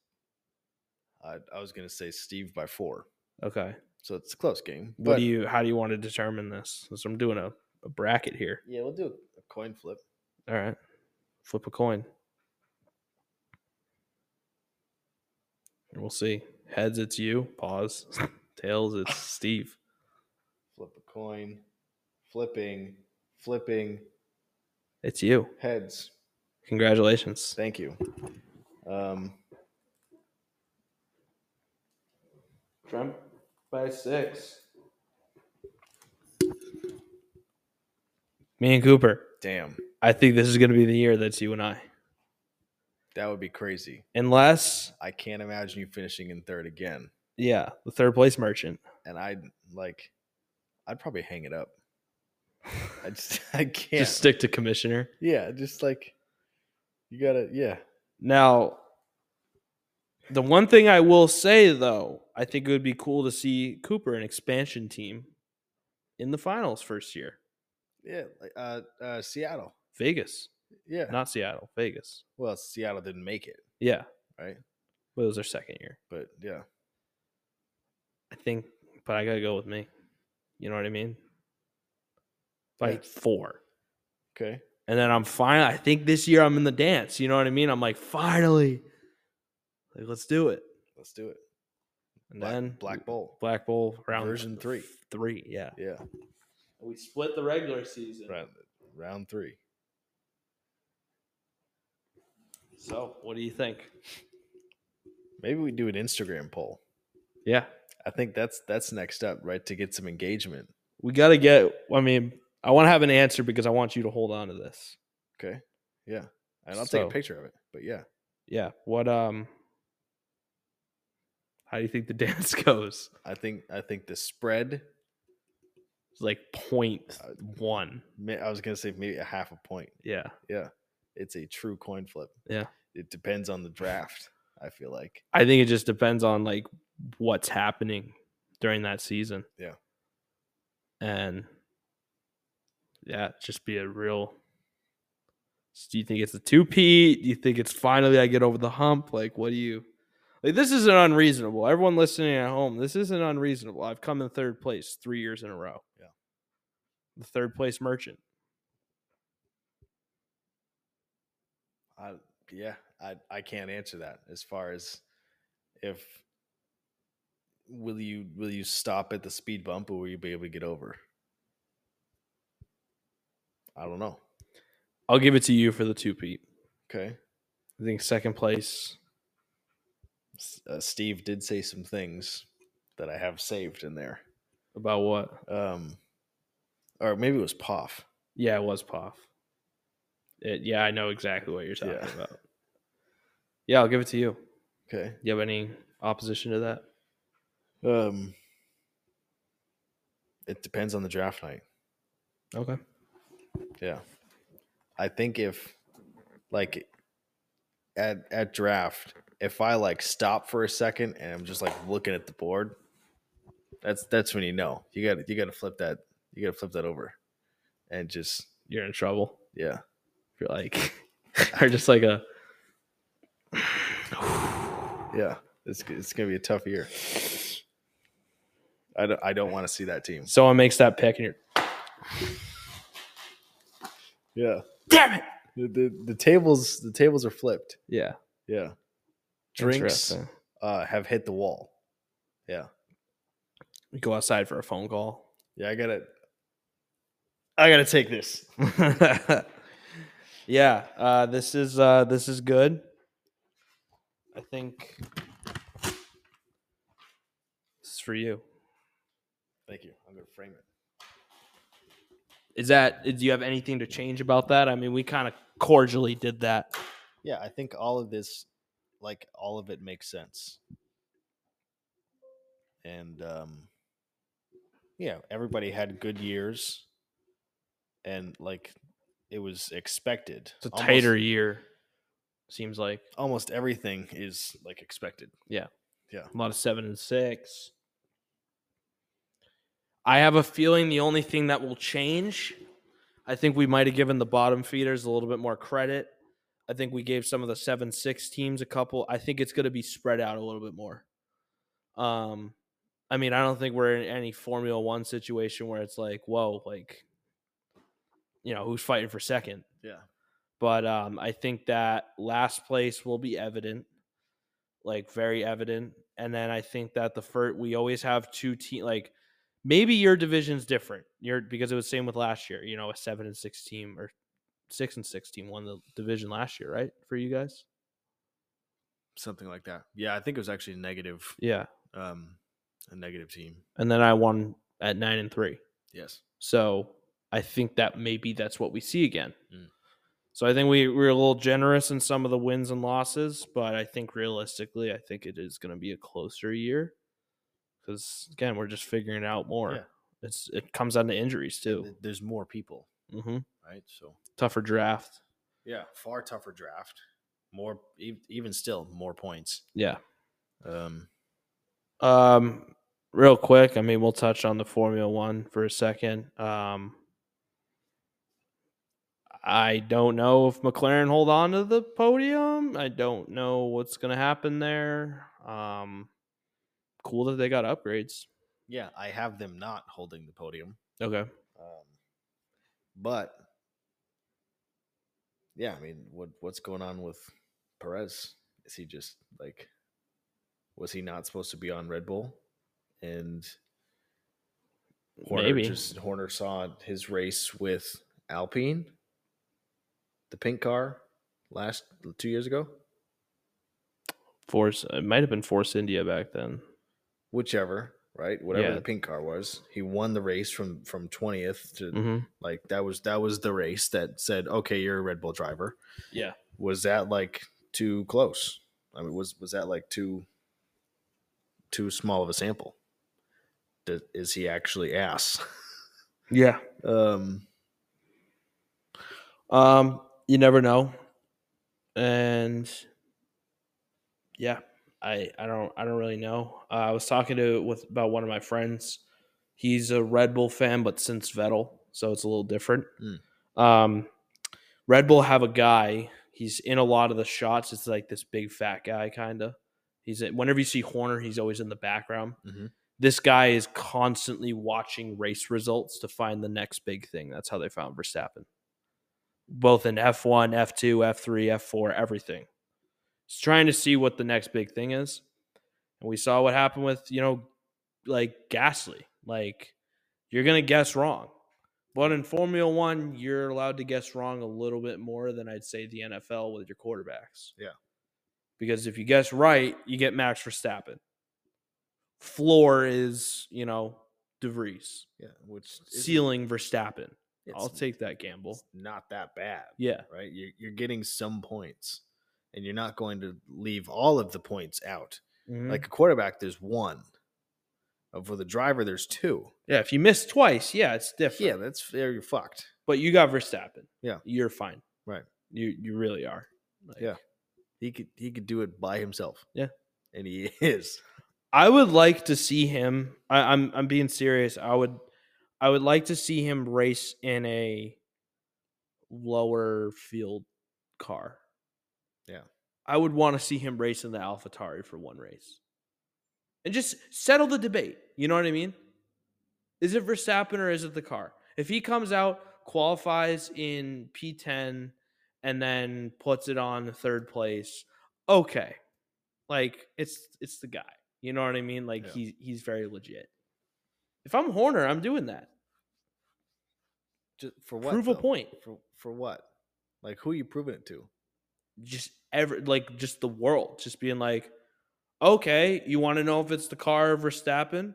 [SPEAKER 2] I, I was going to say Steve by four,
[SPEAKER 1] Okay.
[SPEAKER 2] so it's a close game.
[SPEAKER 1] What do you how do you want to determine this? So I'm doing a, a bracket here.
[SPEAKER 2] Yeah, we'll do a coin flip.
[SPEAKER 1] All right. Flip a coin. And we'll see. Heads, it's you. Pause. (laughs) Tails, it's Steve.
[SPEAKER 2] Flip a coin, flipping, flipping
[SPEAKER 1] It's you.
[SPEAKER 2] heads.
[SPEAKER 1] Congratulations.
[SPEAKER 2] Thank you. Um,
[SPEAKER 1] Trump by six. Me and Cooper,
[SPEAKER 2] damn,
[SPEAKER 1] I think this is going to be the year that's you and I.
[SPEAKER 2] that would be crazy.
[SPEAKER 1] Unless,
[SPEAKER 2] I can't imagine you finishing in third again.
[SPEAKER 1] yeah, the third place merchant.
[SPEAKER 2] And I'd like, I'd probably hang it up. I just, (laughs) I can't.
[SPEAKER 1] Just stick to commissioner.
[SPEAKER 2] yeah, just like, you gotta, yeah.
[SPEAKER 1] Now, the one thing I will say though, I think it would be cool to see Cooper, an expansion team, in the finals first year.
[SPEAKER 2] Yeah, like, uh, uh, Seattle.
[SPEAKER 1] Vegas,
[SPEAKER 2] Yeah.
[SPEAKER 1] not Seattle, Vegas.
[SPEAKER 2] well, Seattle didn't make it,
[SPEAKER 1] Yeah.
[SPEAKER 2] Right.
[SPEAKER 1] But it was their second year.
[SPEAKER 2] but yeah.
[SPEAKER 1] I think, but I got to go with me. You know what I mean? By
[SPEAKER 2] Yeah.
[SPEAKER 1] four.
[SPEAKER 2] Okay.
[SPEAKER 1] And then I'm finally, I think this year I'm in the dance. You know what I mean? I'm like, finally, like, let's do it.
[SPEAKER 2] Let's do it.
[SPEAKER 1] And
[SPEAKER 2] Black,
[SPEAKER 1] then
[SPEAKER 2] Black Bowl.
[SPEAKER 1] Black Bowl round
[SPEAKER 2] Version three.
[SPEAKER 1] Three, yeah.
[SPEAKER 2] Yeah.
[SPEAKER 1] We split the regular season.
[SPEAKER 2] Round, round three.
[SPEAKER 1] So, what do you think?
[SPEAKER 2] Maybe we do an Instagram poll.
[SPEAKER 1] Yeah,
[SPEAKER 2] I think that's that's next up, right? To get some engagement.
[SPEAKER 1] we got to get. I mean, I want to have an answer because I want you to hold on to this.
[SPEAKER 2] Okay. Yeah. And I'll take a
[SPEAKER 1] So-
[SPEAKER 2] picture of it. But yeah.
[SPEAKER 1] Yeah. What? Um. How do you think the (laughs) dance goes?
[SPEAKER 2] I think I think the spread.
[SPEAKER 1] It's like point
[SPEAKER 2] Uh,
[SPEAKER 1] one.
[SPEAKER 2] ma- I was gonna say maybe a half a point.
[SPEAKER 1] Yeah.
[SPEAKER 2] It's a true coin flip.
[SPEAKER 1] Yeah.
[SPEAKER 2] it depends on the draft. I feel like
[SPEAKER 1] I think it just depends on like what's happening during that season.
[SPEAKER 2] Yeah.
[SPEAKER 1] And yeah, just be a real. s- Do you think it's a two P? Do you think it's finally I get over the hump? Like, what do you? Like, this isn't unreasonable. Everyone listening at home, this isn't unreasonable. I've come in third place three years in a row.
[SPEAKER 2] Yeah.
[SPEAKER 1] The third place merchant.
[SPEAKER 2] I yeah I I can't answer that as far as if will you will you stop at the speed bump or will you be able to get over? I don't know.
[SPEAKER 1] I'll give it to you for the two P.
[SPEAKER 2] Okay,
[SPEAKER 1] I think second place.
[SPEAKER 2] S- uh, Steve did say some things that I have saved in there.
[SPEAKER 1] About what?
[SPEAKER 2] Um, or maybe it was Poff.
[SPEAKER 1] Yeah, it was Poff. It, yeah, I know exactly what you're talking
[SPEAKER 2] Yeah.
[SPEAKER 1] about. (laughs) Yeah, I'll give it to you.
[SPEAKER 2] Okay.
[SPEAKER 1] You have any opposition to that?
[SPEAKER 2] Um, it depends on the draft night.
[SPEAKER 1] Okay.
[SPEAKER 2] Yeah. I think if like at at draft, if I like stop for a second and I'm just like looking at the board, that's that's when you know. You got to you got to flip that you got to flip that over. And just
[SPEAKER 1] You're in trouble.
[SPEAKER 2] yeah.
[SPEAKER 1] If you're like, (laughs) or just like (sighs) a,
[SPEAKER 2] Yeah. It's it's going to be a tough year. I don't, I don't want to see that team.
[SPEAKER 1] someone makes that pick and you're,
[SPEAKER 2] Yeah.
[SPEAKER 1] damn it.
[SPEAKER 2] The, the the tables the tables are flipped.
[SPEAKER 1] Yeah.
[SPEAKER 2] Yeah. Drinks
[SPEAKER 1] Interesting.
[SPEAKER 2] uh, have hit the wall.
[SPEAKER 1] You go outside for a phone call.
[SPEAKER 2] Yeah, I got to I got to take this.
[SPEAKER 1] (laughs) yeah, uh, this is uh, this is good. I think this is for you.
[SPEAKER 2] Thank you. I'm going to frame it.
[SPEAKER 1] Is that? Do you have anything to change about that? I mean, we kind of cordially did that.
[SPEAKER 2] Yeah, I think all of this, like all of it makes sense. And um yeah, everybody had good years and like it was expected.
[SPEAKER 1] It's a
[SPEAKER 2] Almost-
[SPEAKER 1] tighter year. Seems like
[SPEAKER 2] almost everything is like expected.
[SPEAKER 1] a lot of seven and six. I have a feeling the only thing that will change, I think we might have given the bottom feeders a little bit more credit. I think we gave some of the seven six teams a couple. I think it's going to be spread out a little bit more. Um, I mean, I don't think we're in any Formula One situation where it's like, whoa, like, you know, who's fighting for second?
[SPEAKER 2] Yeah.
[SPEAKER 1] But um, I think that last place will be evident, like very evident. And then I think that the first we always have two team like maybe your division's different. Your because it was same with last year. You know, a seven and six team or six and six team won the division last year, right? For you guys,
[SPEAKER 2] Something like that. Yeah, I think it was actually a negative
[SPEAKER 1] yeah.
[SPEAKER 2] um a negative team.
[SPEAKER 1] And then I won at nine and three.
[SPEAKER 2] Yes.
[SPEAKER 1] So I think that maybe that's what we see again.
[SPEAKER 2] Mm.
[SPEAKER 1] So I think we we we're a little generous in some of the wins and losses, but I think realistically, I think it is going to be a closer year because again, we're just figuring out more.
[SPEAKER 2] Yeah.
[SPEAKER 1] It's it comes down to injuries too.
[SPEAKER 2] Th- There's more people,
[SPEAKER 1] hmm
[SPEAKER 2] right? So
[SPEAKER 1] Tougher draft.
[SPEAKER 2] yeah, far tougher draft. More e- even still more points.
[SPEAKER 1] Yeah.
[SPEAKER 2] Um
[SPEAKER 1] Um, real quick, I mean, we'll touch on the Formula One for a second. Um, I don't know if McLaren hold on to the podium. I don't know what's gonna happen there. Um, cool that they got upgrades.
[SPEAKER 2] Yeah, I have them not holding the podium.
[SPEAKER 1] Okay.
[SPEAKER 2] Um, but yeah, I mean, what what's going on with Perez? Is he just like was he not supposed to be on Red Bull? And Horner
[SPEAKER 1] Maybe.
[SPEAKER 2] just Horner saw his race with Alpine, the pink car last 2 years ago,
[SPEAKER 1] Force. It might have been Force India back then.
[SPEAKER 2] whichever, right? Whatever
[SPEAKER 1] Yeah.
[SPEAKER 2] the pink car was. He won the race from from 20th to
[SPEAKER 1] Mm-hmm.
[SPEAKER 2] Like that was that was the race that said, okay, you're a Red Bull driver.
[SPEAKER 1] Yeah.
[SPEAKER 2] Was that like too close? I mean, was was that like too too small of a sample? D- is he actually ass? (laughs)
[SPEAKER 1] Yeah.
[SPEAKER 2] um,
[SPEAKER 1] Um, you never know. And yeah, I I don't I don't really know. Uh, I was talking to with about one of my friends. He's a Red Bull fan, but since Vettel, so it's a little different. Um, Red Bull have a guy. He's in a lot of the shots. It's like this big fat guy, kind of. He's in, whenever you see Horner, he's always in the background.
[SPEAKER 2] Mhm.
[SPEAKER 1] This guy is constantly watching race results to find the next big thing. That's how they found Verstappen, both in F one, F two, F three, F four, everything. He's trying to see what the next big thing is, and we saw what happened with you know, like Gasly. Like you're gonna guess wrong. But in Formula One, you're allowed to guess wrong a little bit more than I'd say the NFL with your quarterbacks.
[SPEAKER 2] Yeah.
[SPEAKER 1] Because if you guess right, you get Max Verstappen. Floor is, you know, DeVries.
[SPEAKER 2] yeah, which isn't-
[SPEAKER 1] Ceiling Verstappen. I'll
[SPEAKER 2] It's-
[SPEAKER 1] take that gamble.
[SPEAKER 2] it's not that bad,
[SPEAKER 1] Yeah.
[SPEAKER 2] right? You're, you're getting some points, and you're not going to leave all of the points out.
[SPEAKER 1] Like
[SPEAKER 2] Like a quarterback, there's one. Uh, For the driver, there's two.
[SPEAKER 1] yeah, if you miss twice, yeah, it's different.
[SPEAKER 2] Yeah, that's fair. You're fucked.
[SPEAKER 1] But you got Verstappen.
[SPEAKER 2] Yeah.
[SPEAKER 1] You're fine.
[SPEAKER 2] Right.
[SPEAKER 1] You you really are. Like,
[SPEAKER 2] Yeah. He could he could do it by himself.
[SPEAKER 1] Yeah.
[SPEAKER 2] and he (laughs) is.
[SPEAKER 1] I would like to see him. I, I'm I'm being serious. I would I would like to see him race in a lower field car.
[SPEAKER 2] Yeah.
[SPEAKER 1] I would want to see him race in the AlphaTauri for one race. And just settle the debate. You know what I mean? Is it Verstappen or is it the car? If he comes out, qualifies in P10 and then puts it on third place, okay. Like it's it's the guy. You know what I mean? Like
[SPEAKER 2] Yeah.
[SPEAKER 1] he's he's very legit. If I'm Horner, I'm doing that.
[SPEAKER 2] Just for what?
[SPEAKER 1] Prove a
[SPEAKER 2] though?
[SPEAKER 1] point.
[SPEAKER 2] For for what? Like who are you proving it to?
[SPEAKER 1] just ever like just the world just being like okay you want to know if it's the car or verstappen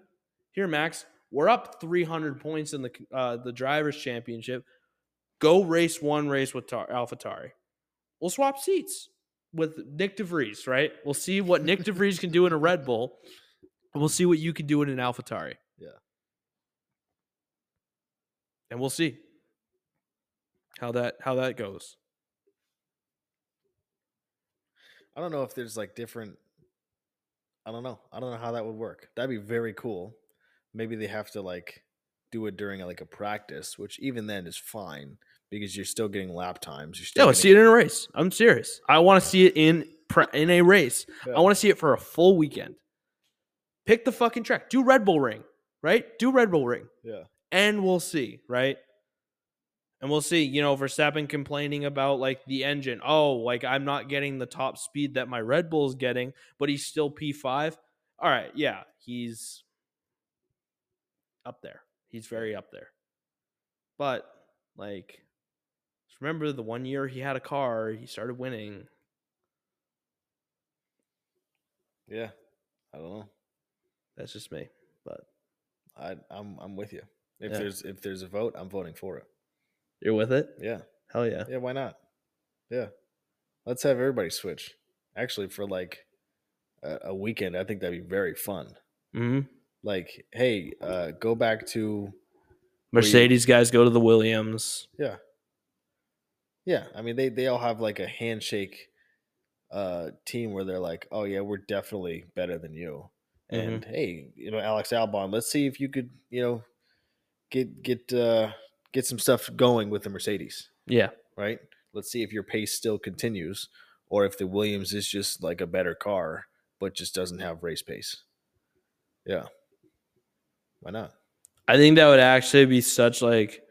[SPEAKER 1] here max we're up 300 points in the c- uh, the drivers championship go race one race with Tar- alphatari we'll swap seats with nick devries right we'll see what nick devries can do in a red bull and we'll see what you can do in an alphatari
[SPEAKER 2] Yeah.
[SPEAKER 1] and we'll see how that how that goes
[SPEAKER 2] I don't know if there's like different. I don't know. I don't know how that would work. That'd be very cool. Maybe they have to like do it during like a practice, which even then is fine because you're still getting lap times. You're still
[SPEAKER 1] Yeah, let's see
[SPEAKER 2] getting-
[SPEAKER 1] it in a race. I'm serious. I want to see it in pra- in a race.
[SPEAKER 2] Yeah.
[SPEAKER 1] I want to see it for a full weekend. Pick the fucking track. Do Red Bull Ring, right? Do Red Bull Ring,
[SPEAKER 2] Yeah,
[SPEAKER 1] and we'll see, right? And we'll see. You know, Verstappen complaining about like the engine. Oh, like I'm not getting the top speed that my Red Bull's getting, but he's still P5. All right, yeah, he's up there. He's very up there. But like just remember the one year he had a car, he started winning.
[SPEAKER 2] yeah. I don't know.
[SPEAKER 1] That's just me. But
[SPEAKER 2] I I'm I'm with you. If
[SPEAKER 1] Yeah.
[SPEAKER 2] there's if there's a vote, I'm voting for it.
[SPEAKER 1] you're with it?
[SPEAKER 2] Yeah,
[SPEAKER 1] Hell yeah.
[SPEAKER 2] yeah. Why not? Yeah, let's have everybody switch. Actually, for like a, a weekend, I think that'd be very fun.
[SPEAKER 1] hmm
[SPEAKER 2] Like, hey, uh, go back to Where you-
[SPEAKER 1] Mercedes guys go to the Williams.
[SPEAKER 2] Yeah. Yeah. I mean they they all have like a handshake uh team where they're like, Oh yeah, we're definitely better than you.
[SPEAKER 1] Mhm.
[SPEAKER 2] And hey, you know, Alex Albon, let's see if you could, you know, get get uh get some stuff going with the Mercedes,
[SPEAKER 1] Yeah.
[SPEAKER 2] right? Let's see if your pace still continues or if the Williams is just like a better car, but just doesn't have race pace. Yeah. Why not?
[SPEAKER 1] I think that would actually be such like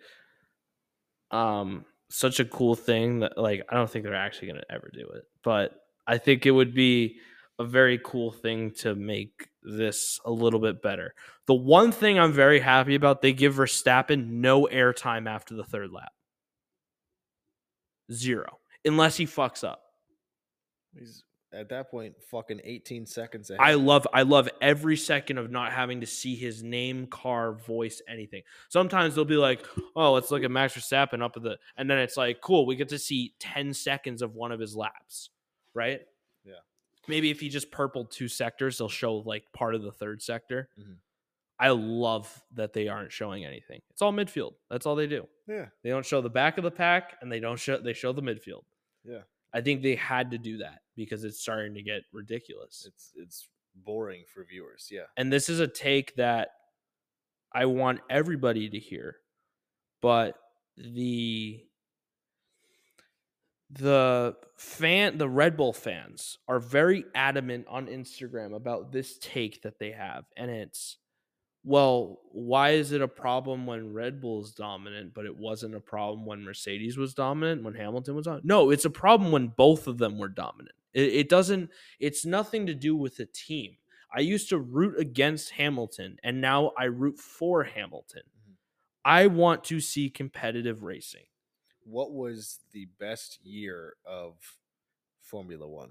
[SPEAKER 1] um such a cool thing that like I don't think they're actually going to ever do it, but I think it would be a very cool thing to make this a little bit better. The one thing I'm very happy about, they give Verstappen no airtime after the third lap. Zero. Unless he fucks up.
[SPEAKER 2] He's at that point fucking 18 seconds ahead.
[SPEAKER 1] I love I love every second of not having to see his name, car, voice, anything. Sometimes they'll be like, "Oh, let's look at Max Verstappen up at the," and then it's like, "Cool, we get to see ten seconds of one of his laps, right?"
[SPEAKER 2] Yeah.
[SPEAKER 1] Maybe if he just purpled two sectors, they'll show like part of the third sector.
[SPEAKER 2] Mhm.
[SPEAKER 1] I love that they aren't showing anything. It's all midfield. That's all they do.
[SPEAKER 2] yeah.
[SPEAKER 1] They don't show the back of the pack, and they don't show they show the midfield.
[SPEAKER 2] Yeah.
[SPEAKER 1] I think they had to do that because it's starting to get ridiculous.
[SPEAKER 2] It's it's boring for viewers. Yeah.
[SPEAKER 1] and this is a take that I want everybody to hear, but the the fan the Red Bull fans are very adamant on Instagram about this take that they have and it's well why is it a problem when Red Bull is dominant but it wasn't a problem when Mercedes was dominant when Hamilton was on no it's a problem when both of them were dominant it, it doesn't it's nothing to do with the team I used to root against Hamilton and now I root for Hamilton.
[SPEAKER 2] Mhm.
[SPEAKER 1] I want to see competitive racing.
[SPEAKER 2] What was the best year of Formula One?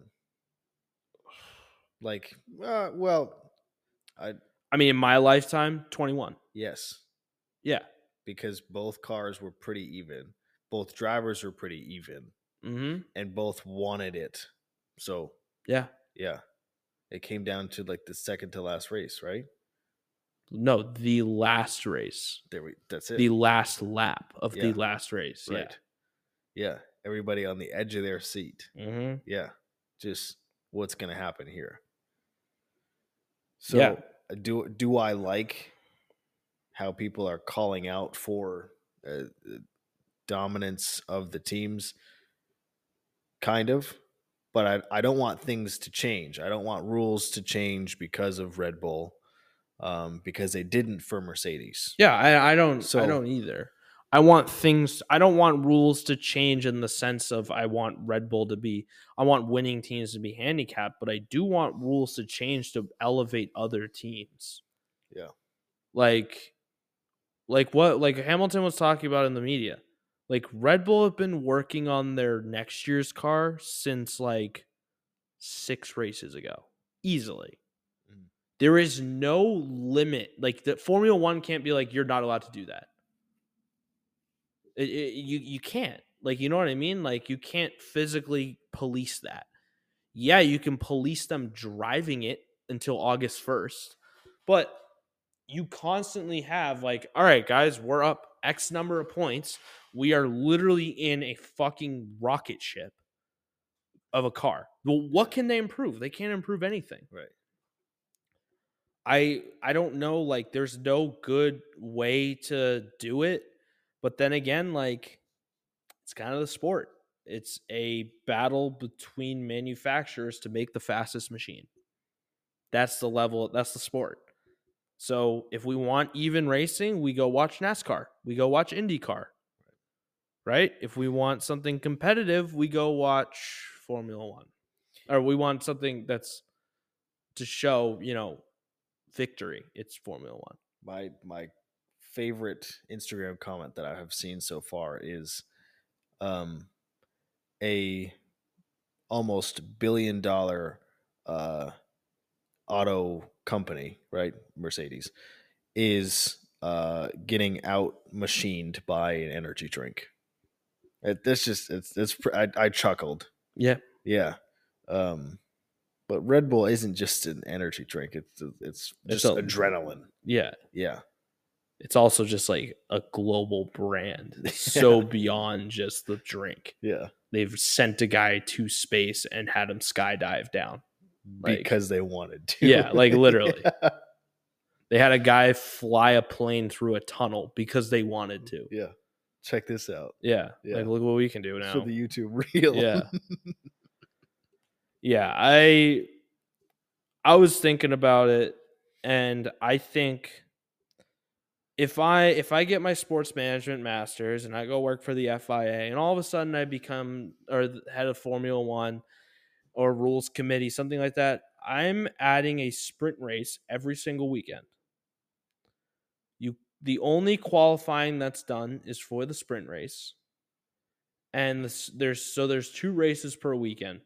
[SPEAKER 2] Like, uh, well, I
[SPEAKER 1] I mean, in my lifetime, 21.
[SPEAKER 2] yes,
[SPEAKER 1] Yeah.
[SPEAKER 2] because both cars were pretty even. Both drivers were pretty even
[SPEAKER 1] Mm-hmm.
[SPEAKER 2] and both wanted it. So,
[SPEAKER 1] Yeah.
[SPEAKER 2] yeah. It came down to like the second to last race, right?
[SPEAKER 1] No, the last race,
[SPEAKER 2] There we that's it.
[SPEAKER 1] the last lap of
[SPEAKER 2] Yeah.
[SPEAKER 1] the last race.
[SPEAKER 2] right. Yeah. Everybody on the edge of their seat.
[SPEAKER 1] Yeah. Mm-hmm.
[SPEAKER 2] Yeah. Just what's going to happen here. So,
[SPEAKER 1] Yeah.
[SPEAKER 2] uh, do do I like how people are calling out for uh, uh, dominance of the teams? Kind of, but I I don't want things to change. I don't want rules to change because of Red Bull, um, because they didn't for Mercedes.
[SPEAKER 1] Yeah, I, I don't. I
[SPEAKER 2] So-
[SPEAKER 1] don't either. I want things. I don't want rules to change in the sense of I want Red Bull to be. I want winning teams to be handicapped, but I do want rules to change to elevate other teams.
[SPEAKER 2] Yeah.
[SPEAKER 1] Like, like what? Like Hamilton was talking about in the media. Like Red Bull have been working on their next year's car since like six races ago, easily there is no limit like the formula one can't be like you're not allowed to do that It- it- you, you can't like you know what i mean like you can't physically police that yeah you can police them driving it until august 1st but you constantly have like all right guys we're up x number of points we are literally in a fucking rocket ship of a car well what can they improve they can't improve anything
[SPEAKER 2] Right.
[SPEAKER 1] I I don't know like there's no good way to do it, but then again like it's kind of the sport. It's a battle between manufacturers to make the fastest machine. That's the level, that's the sport. So if we want even racing, we go watch NASCAR. We go watch IndyCar. Right? If we want something competitive, we go watch Formula 1. Or we want something that's to show, you know, victory. It's Formula One.
[SPEAKER 2] my my favorite Instagram comment that I have seen so far is um a almost billion dollar uh auto company, right? Mercedes is uh getting out machined by an energy drink. It, that's just it's it's pr- I, I chuckled.
[SPEAKER 1] Yeah.
[SPEAKER 2] Yeah. Um but Red Bull isn't just an energy drink. It's it's
[SPEAKER 1] It's
[SPEAKER 2] just
[SPEAKER 1] a-
[SPEAKER 2] adrenaline.
[SPEAKER 1] Yeah.
[SPEAKER 2] Yeah.
[SPEAKER 1] It's also just like a global brand. (laughs) It's So beyond just the drink.
[SPEAKER 2] Yeah.
[SPEAKER 1] They've sent a guy to space and had him skydive down. Like-
[SPEAKER 2] because they wanted
[SPEAKER 1] (laughs)
[SPEAKER 2] to. (laughs)
[SPEAKER 1] Yeah, like, literally.
[SPEAKER 2] yeah.
[SPEAKER 1] They had a guy fly a plane through a tunnel because they wanted to.
[SPEAKER 2] Yeah. Check this out
[SPEAKER 1] Yeah.
[SPEAKER 2] Yeah.
[SPEAKER 1] Like look what we can do
[SPEAKER 2] for
[SPEAKER 1] now.
[SPEAKER 2] the YouTube reel.
[SPEAKER 1] Yeah. yeah, I I was thinking about it and I think if I if I get my sports management masters and I go work for the FIA and all of a sudden I become or the head of Formula 1 or rules committee something like that, I'm adding a sprint race every single weekend. You the only qualifying that's done is for the sprint race and the, s- there's so there's two races per weekend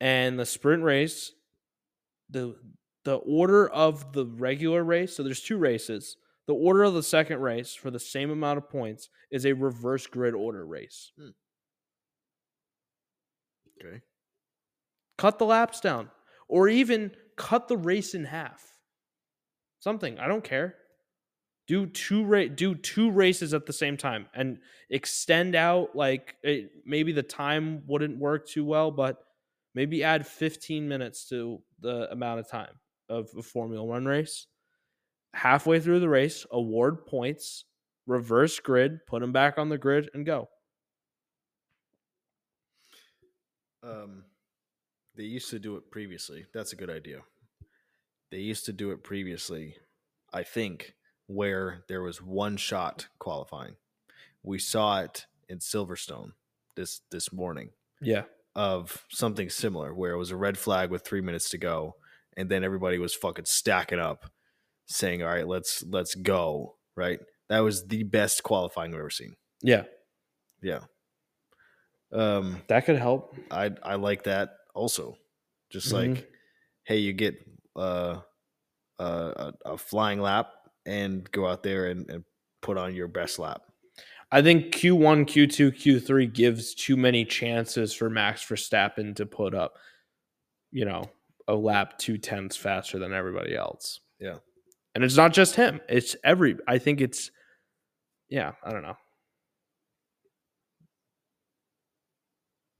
[SPEAKER 1] and the sprint race the the order of the regular race so there's two races the order of the second race for the same amount of points is a reverse grid order race
[SPEAKER 2] Okay.
[SPEAKER 1] cut the laps down or even cut the race in half something i don't care do two ra- do two races at the same time and extend out like it, maybe the time wouldn't work too well but maybe add 15 minutes to the amount of time of a formula 1 race halfway through the race award points reverse grid put them back on the grid and go
[SPEAKER 2] (laughs) Um, they used to do it previously. That's a good idea. They used to do it previously, I think, where there was one shot qualifying. We saw it in Silverstone this this morning.
[SPEAKER 1] yeah
[SPEAKER 2] of something similar where it was a red flag with three minutes to go and then everybody was fucking stacking up saying all right let's let's go right that was the best qualifying i've ever seen
[SPEAKER 1] yeah
[SPEAKER 2] yeah um
[SPEAKER 1] that could help
[SPEAKER 2] i i like that also just
[SPEAKER 1] Mhm.
[SPEAKER 2] like hey you get uh, uh a, a flying lap and go out there and, and put on your best lap.
[SPEAKER 1] I think Q1, Q2, Q3 gives too many chances for Max Verstappen to put up, you know, a lap two tenths faster than everybody else.
[SPEAKER 2] Yeah.
[SPEAKER 1] And it's not just him, it's every, I think it's, yeah, I don't know.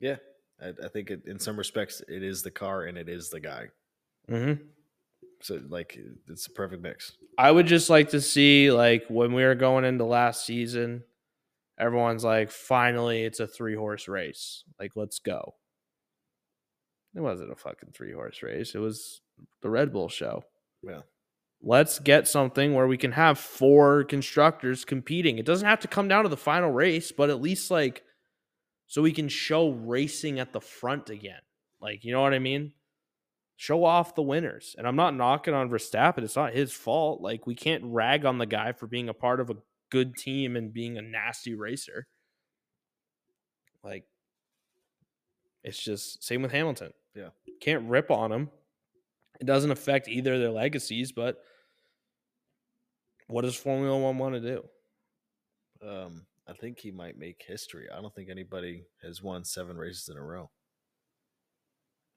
[SPEAKER 2] Yeah, I, I think it, in some respects it is the car and it is the guy.
[SPEAKER 1] Mm-hmm.
[SPEAKER 2] So like it's a perfect mix.
[SPEAKER 1] I would just like to see like when we were going into last season, everyone's like, finally it's a three horse race. Like, let's go. It wasn't a fucking three horse race. It was the Red Bull show.
[SPEAKER 2] Yeah.
[SPEAKER 1] Let's get something where we can have four constructors competing. It doesn't have to come down to the final race, but at least like so we can show racing at the front again. Like, you know what I mean? show off the winners. And I'm not knocking on Verstappen. It's not his fault. Like, we can't rag on the guy for being a part of a good team and being a nasty racer. Like, it's just same with Hamilton.
[SPEAKER 2] Yeah.
[SPEAKER 1] Can't rip on him. It doesn't affect either of their legacies, but what does Formula One want to do?
[SPEAKER 2] Um, I think he might make history. I don't think anybody has won seven races in a row.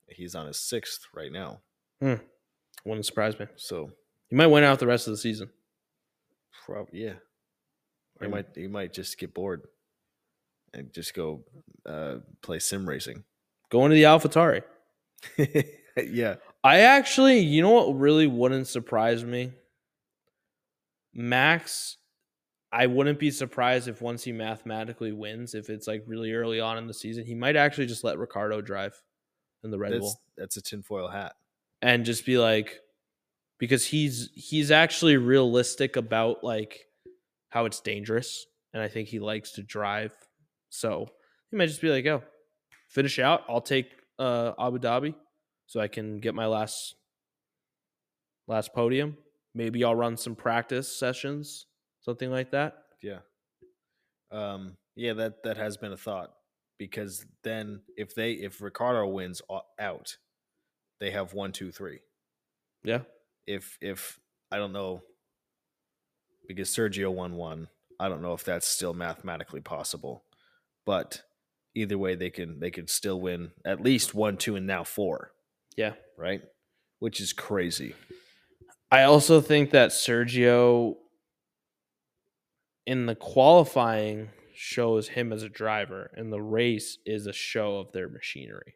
[SPEAKER 2] He's on his sixth right now.
[SPEAKER 1] Wouldn't surprise me.
[SPEAKER 2] So
[SPEAKER 1] He might win out the rest of the season.
[SPEAKER 2] probably yeah.
[SPEAKER 1] Yeah.
[SPEAKER 2] Or He might he might just get bored and just go uh play sim racing. (laughs)
[SPEAKER 1] Go into the AlphaTauri.
[SPEAKER 2] yeah.
[SPEAKER 1] I actually, you know what really wouldn't surprise me? Max, I wouldn't be surprised if once he mathematically wins, if it's like really early on in the season, he might actually just let Ricardo drive in the Red
[SPEAKER 2] That's
[SPEAKER 1] Bull
[SPEAKER 2] that's a tinfoil hat.
[SPEAKER 1] and just be like because he's he's actually realistic about like how it's dangerous and i think he likes to drive so he might just be like oh finish out i'll take uh abu dhabi so i can get my last last podium maybe i'll run some practice sessions something like that
[SPEAKER 2] Yeah. Um, yeah, that that has been a thought because then if they if Ricardo wins o- out, they have one, two, three.
[SPEAKER 1] yeah
[SPEAKER 2] If if I don't know because Sergio won one, I don't know if that's still mathematically possible, but either way they can they can still win at least one, two, and now four,
[SPEAKER 1] yeah
[SPEAKER 2] right? Which is crazy.
[SPEAKER 1] I also think that Sergio in the qualifying shows him as a driver, and the race is a show of their machinery.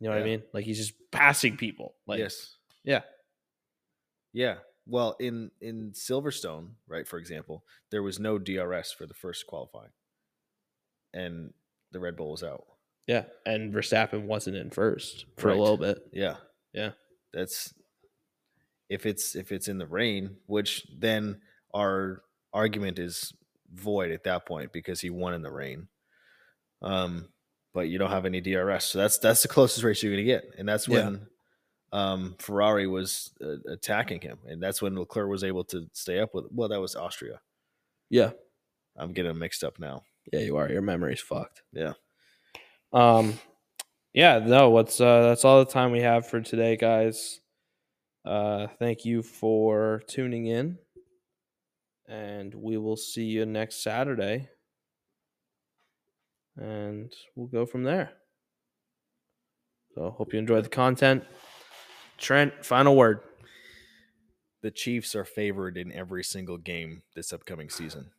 [SPEAKER 1] You know what I
[SPEAKER 2] Yeah.
[SPEAKER 1] mean? Like he's just passing people. Like
[SPEAKER 2] yes.
[SPEAKER 1] yeah.
[SPEAKER 2] Yeah. Well, in in Silverstone, right, for example, there was no DRS for the first qualifying. And the Red Bull was out.
[SPEAKER 1] yeah, and Verstappen wasn't in first for
[SPEAKER 2] Right.
[SPEAKER 1] a little bit.
[SPEAKER 2] Yeah.
[SPEAKER 1] Yeah.
[SPEAKER 2] That's if it's if it's in the rain, which then our argument is void at that point because he won in the rain. Um but you don't have any DRS. So that's that's the closest race you're going to get. And that's
[SPEAKER 1] Yeah.
[SPEAKER 2] when um Ferrari was uh, attacking him and that's when Leclerc was able to stay up with well that was Austria.
[SPEAKER 1] Yeah,
[SPEAKER 2] I'm getting 'em mixed up now.
[SPEAKER 1] yeah, you are. Your memory's fucked.
[SPEAKER 2] Yeah.
[SPEAKER 1] Um, yeah. No, what's uh, that's all the time we have for today, guys. Uh, thank you for tuning in, and we will see you next Saturday, and we'll go from there. So, hope you enjoy the content. Trent, final word.
[SPEAKER 2] The Chiefs are favored in every single game this upcoming season.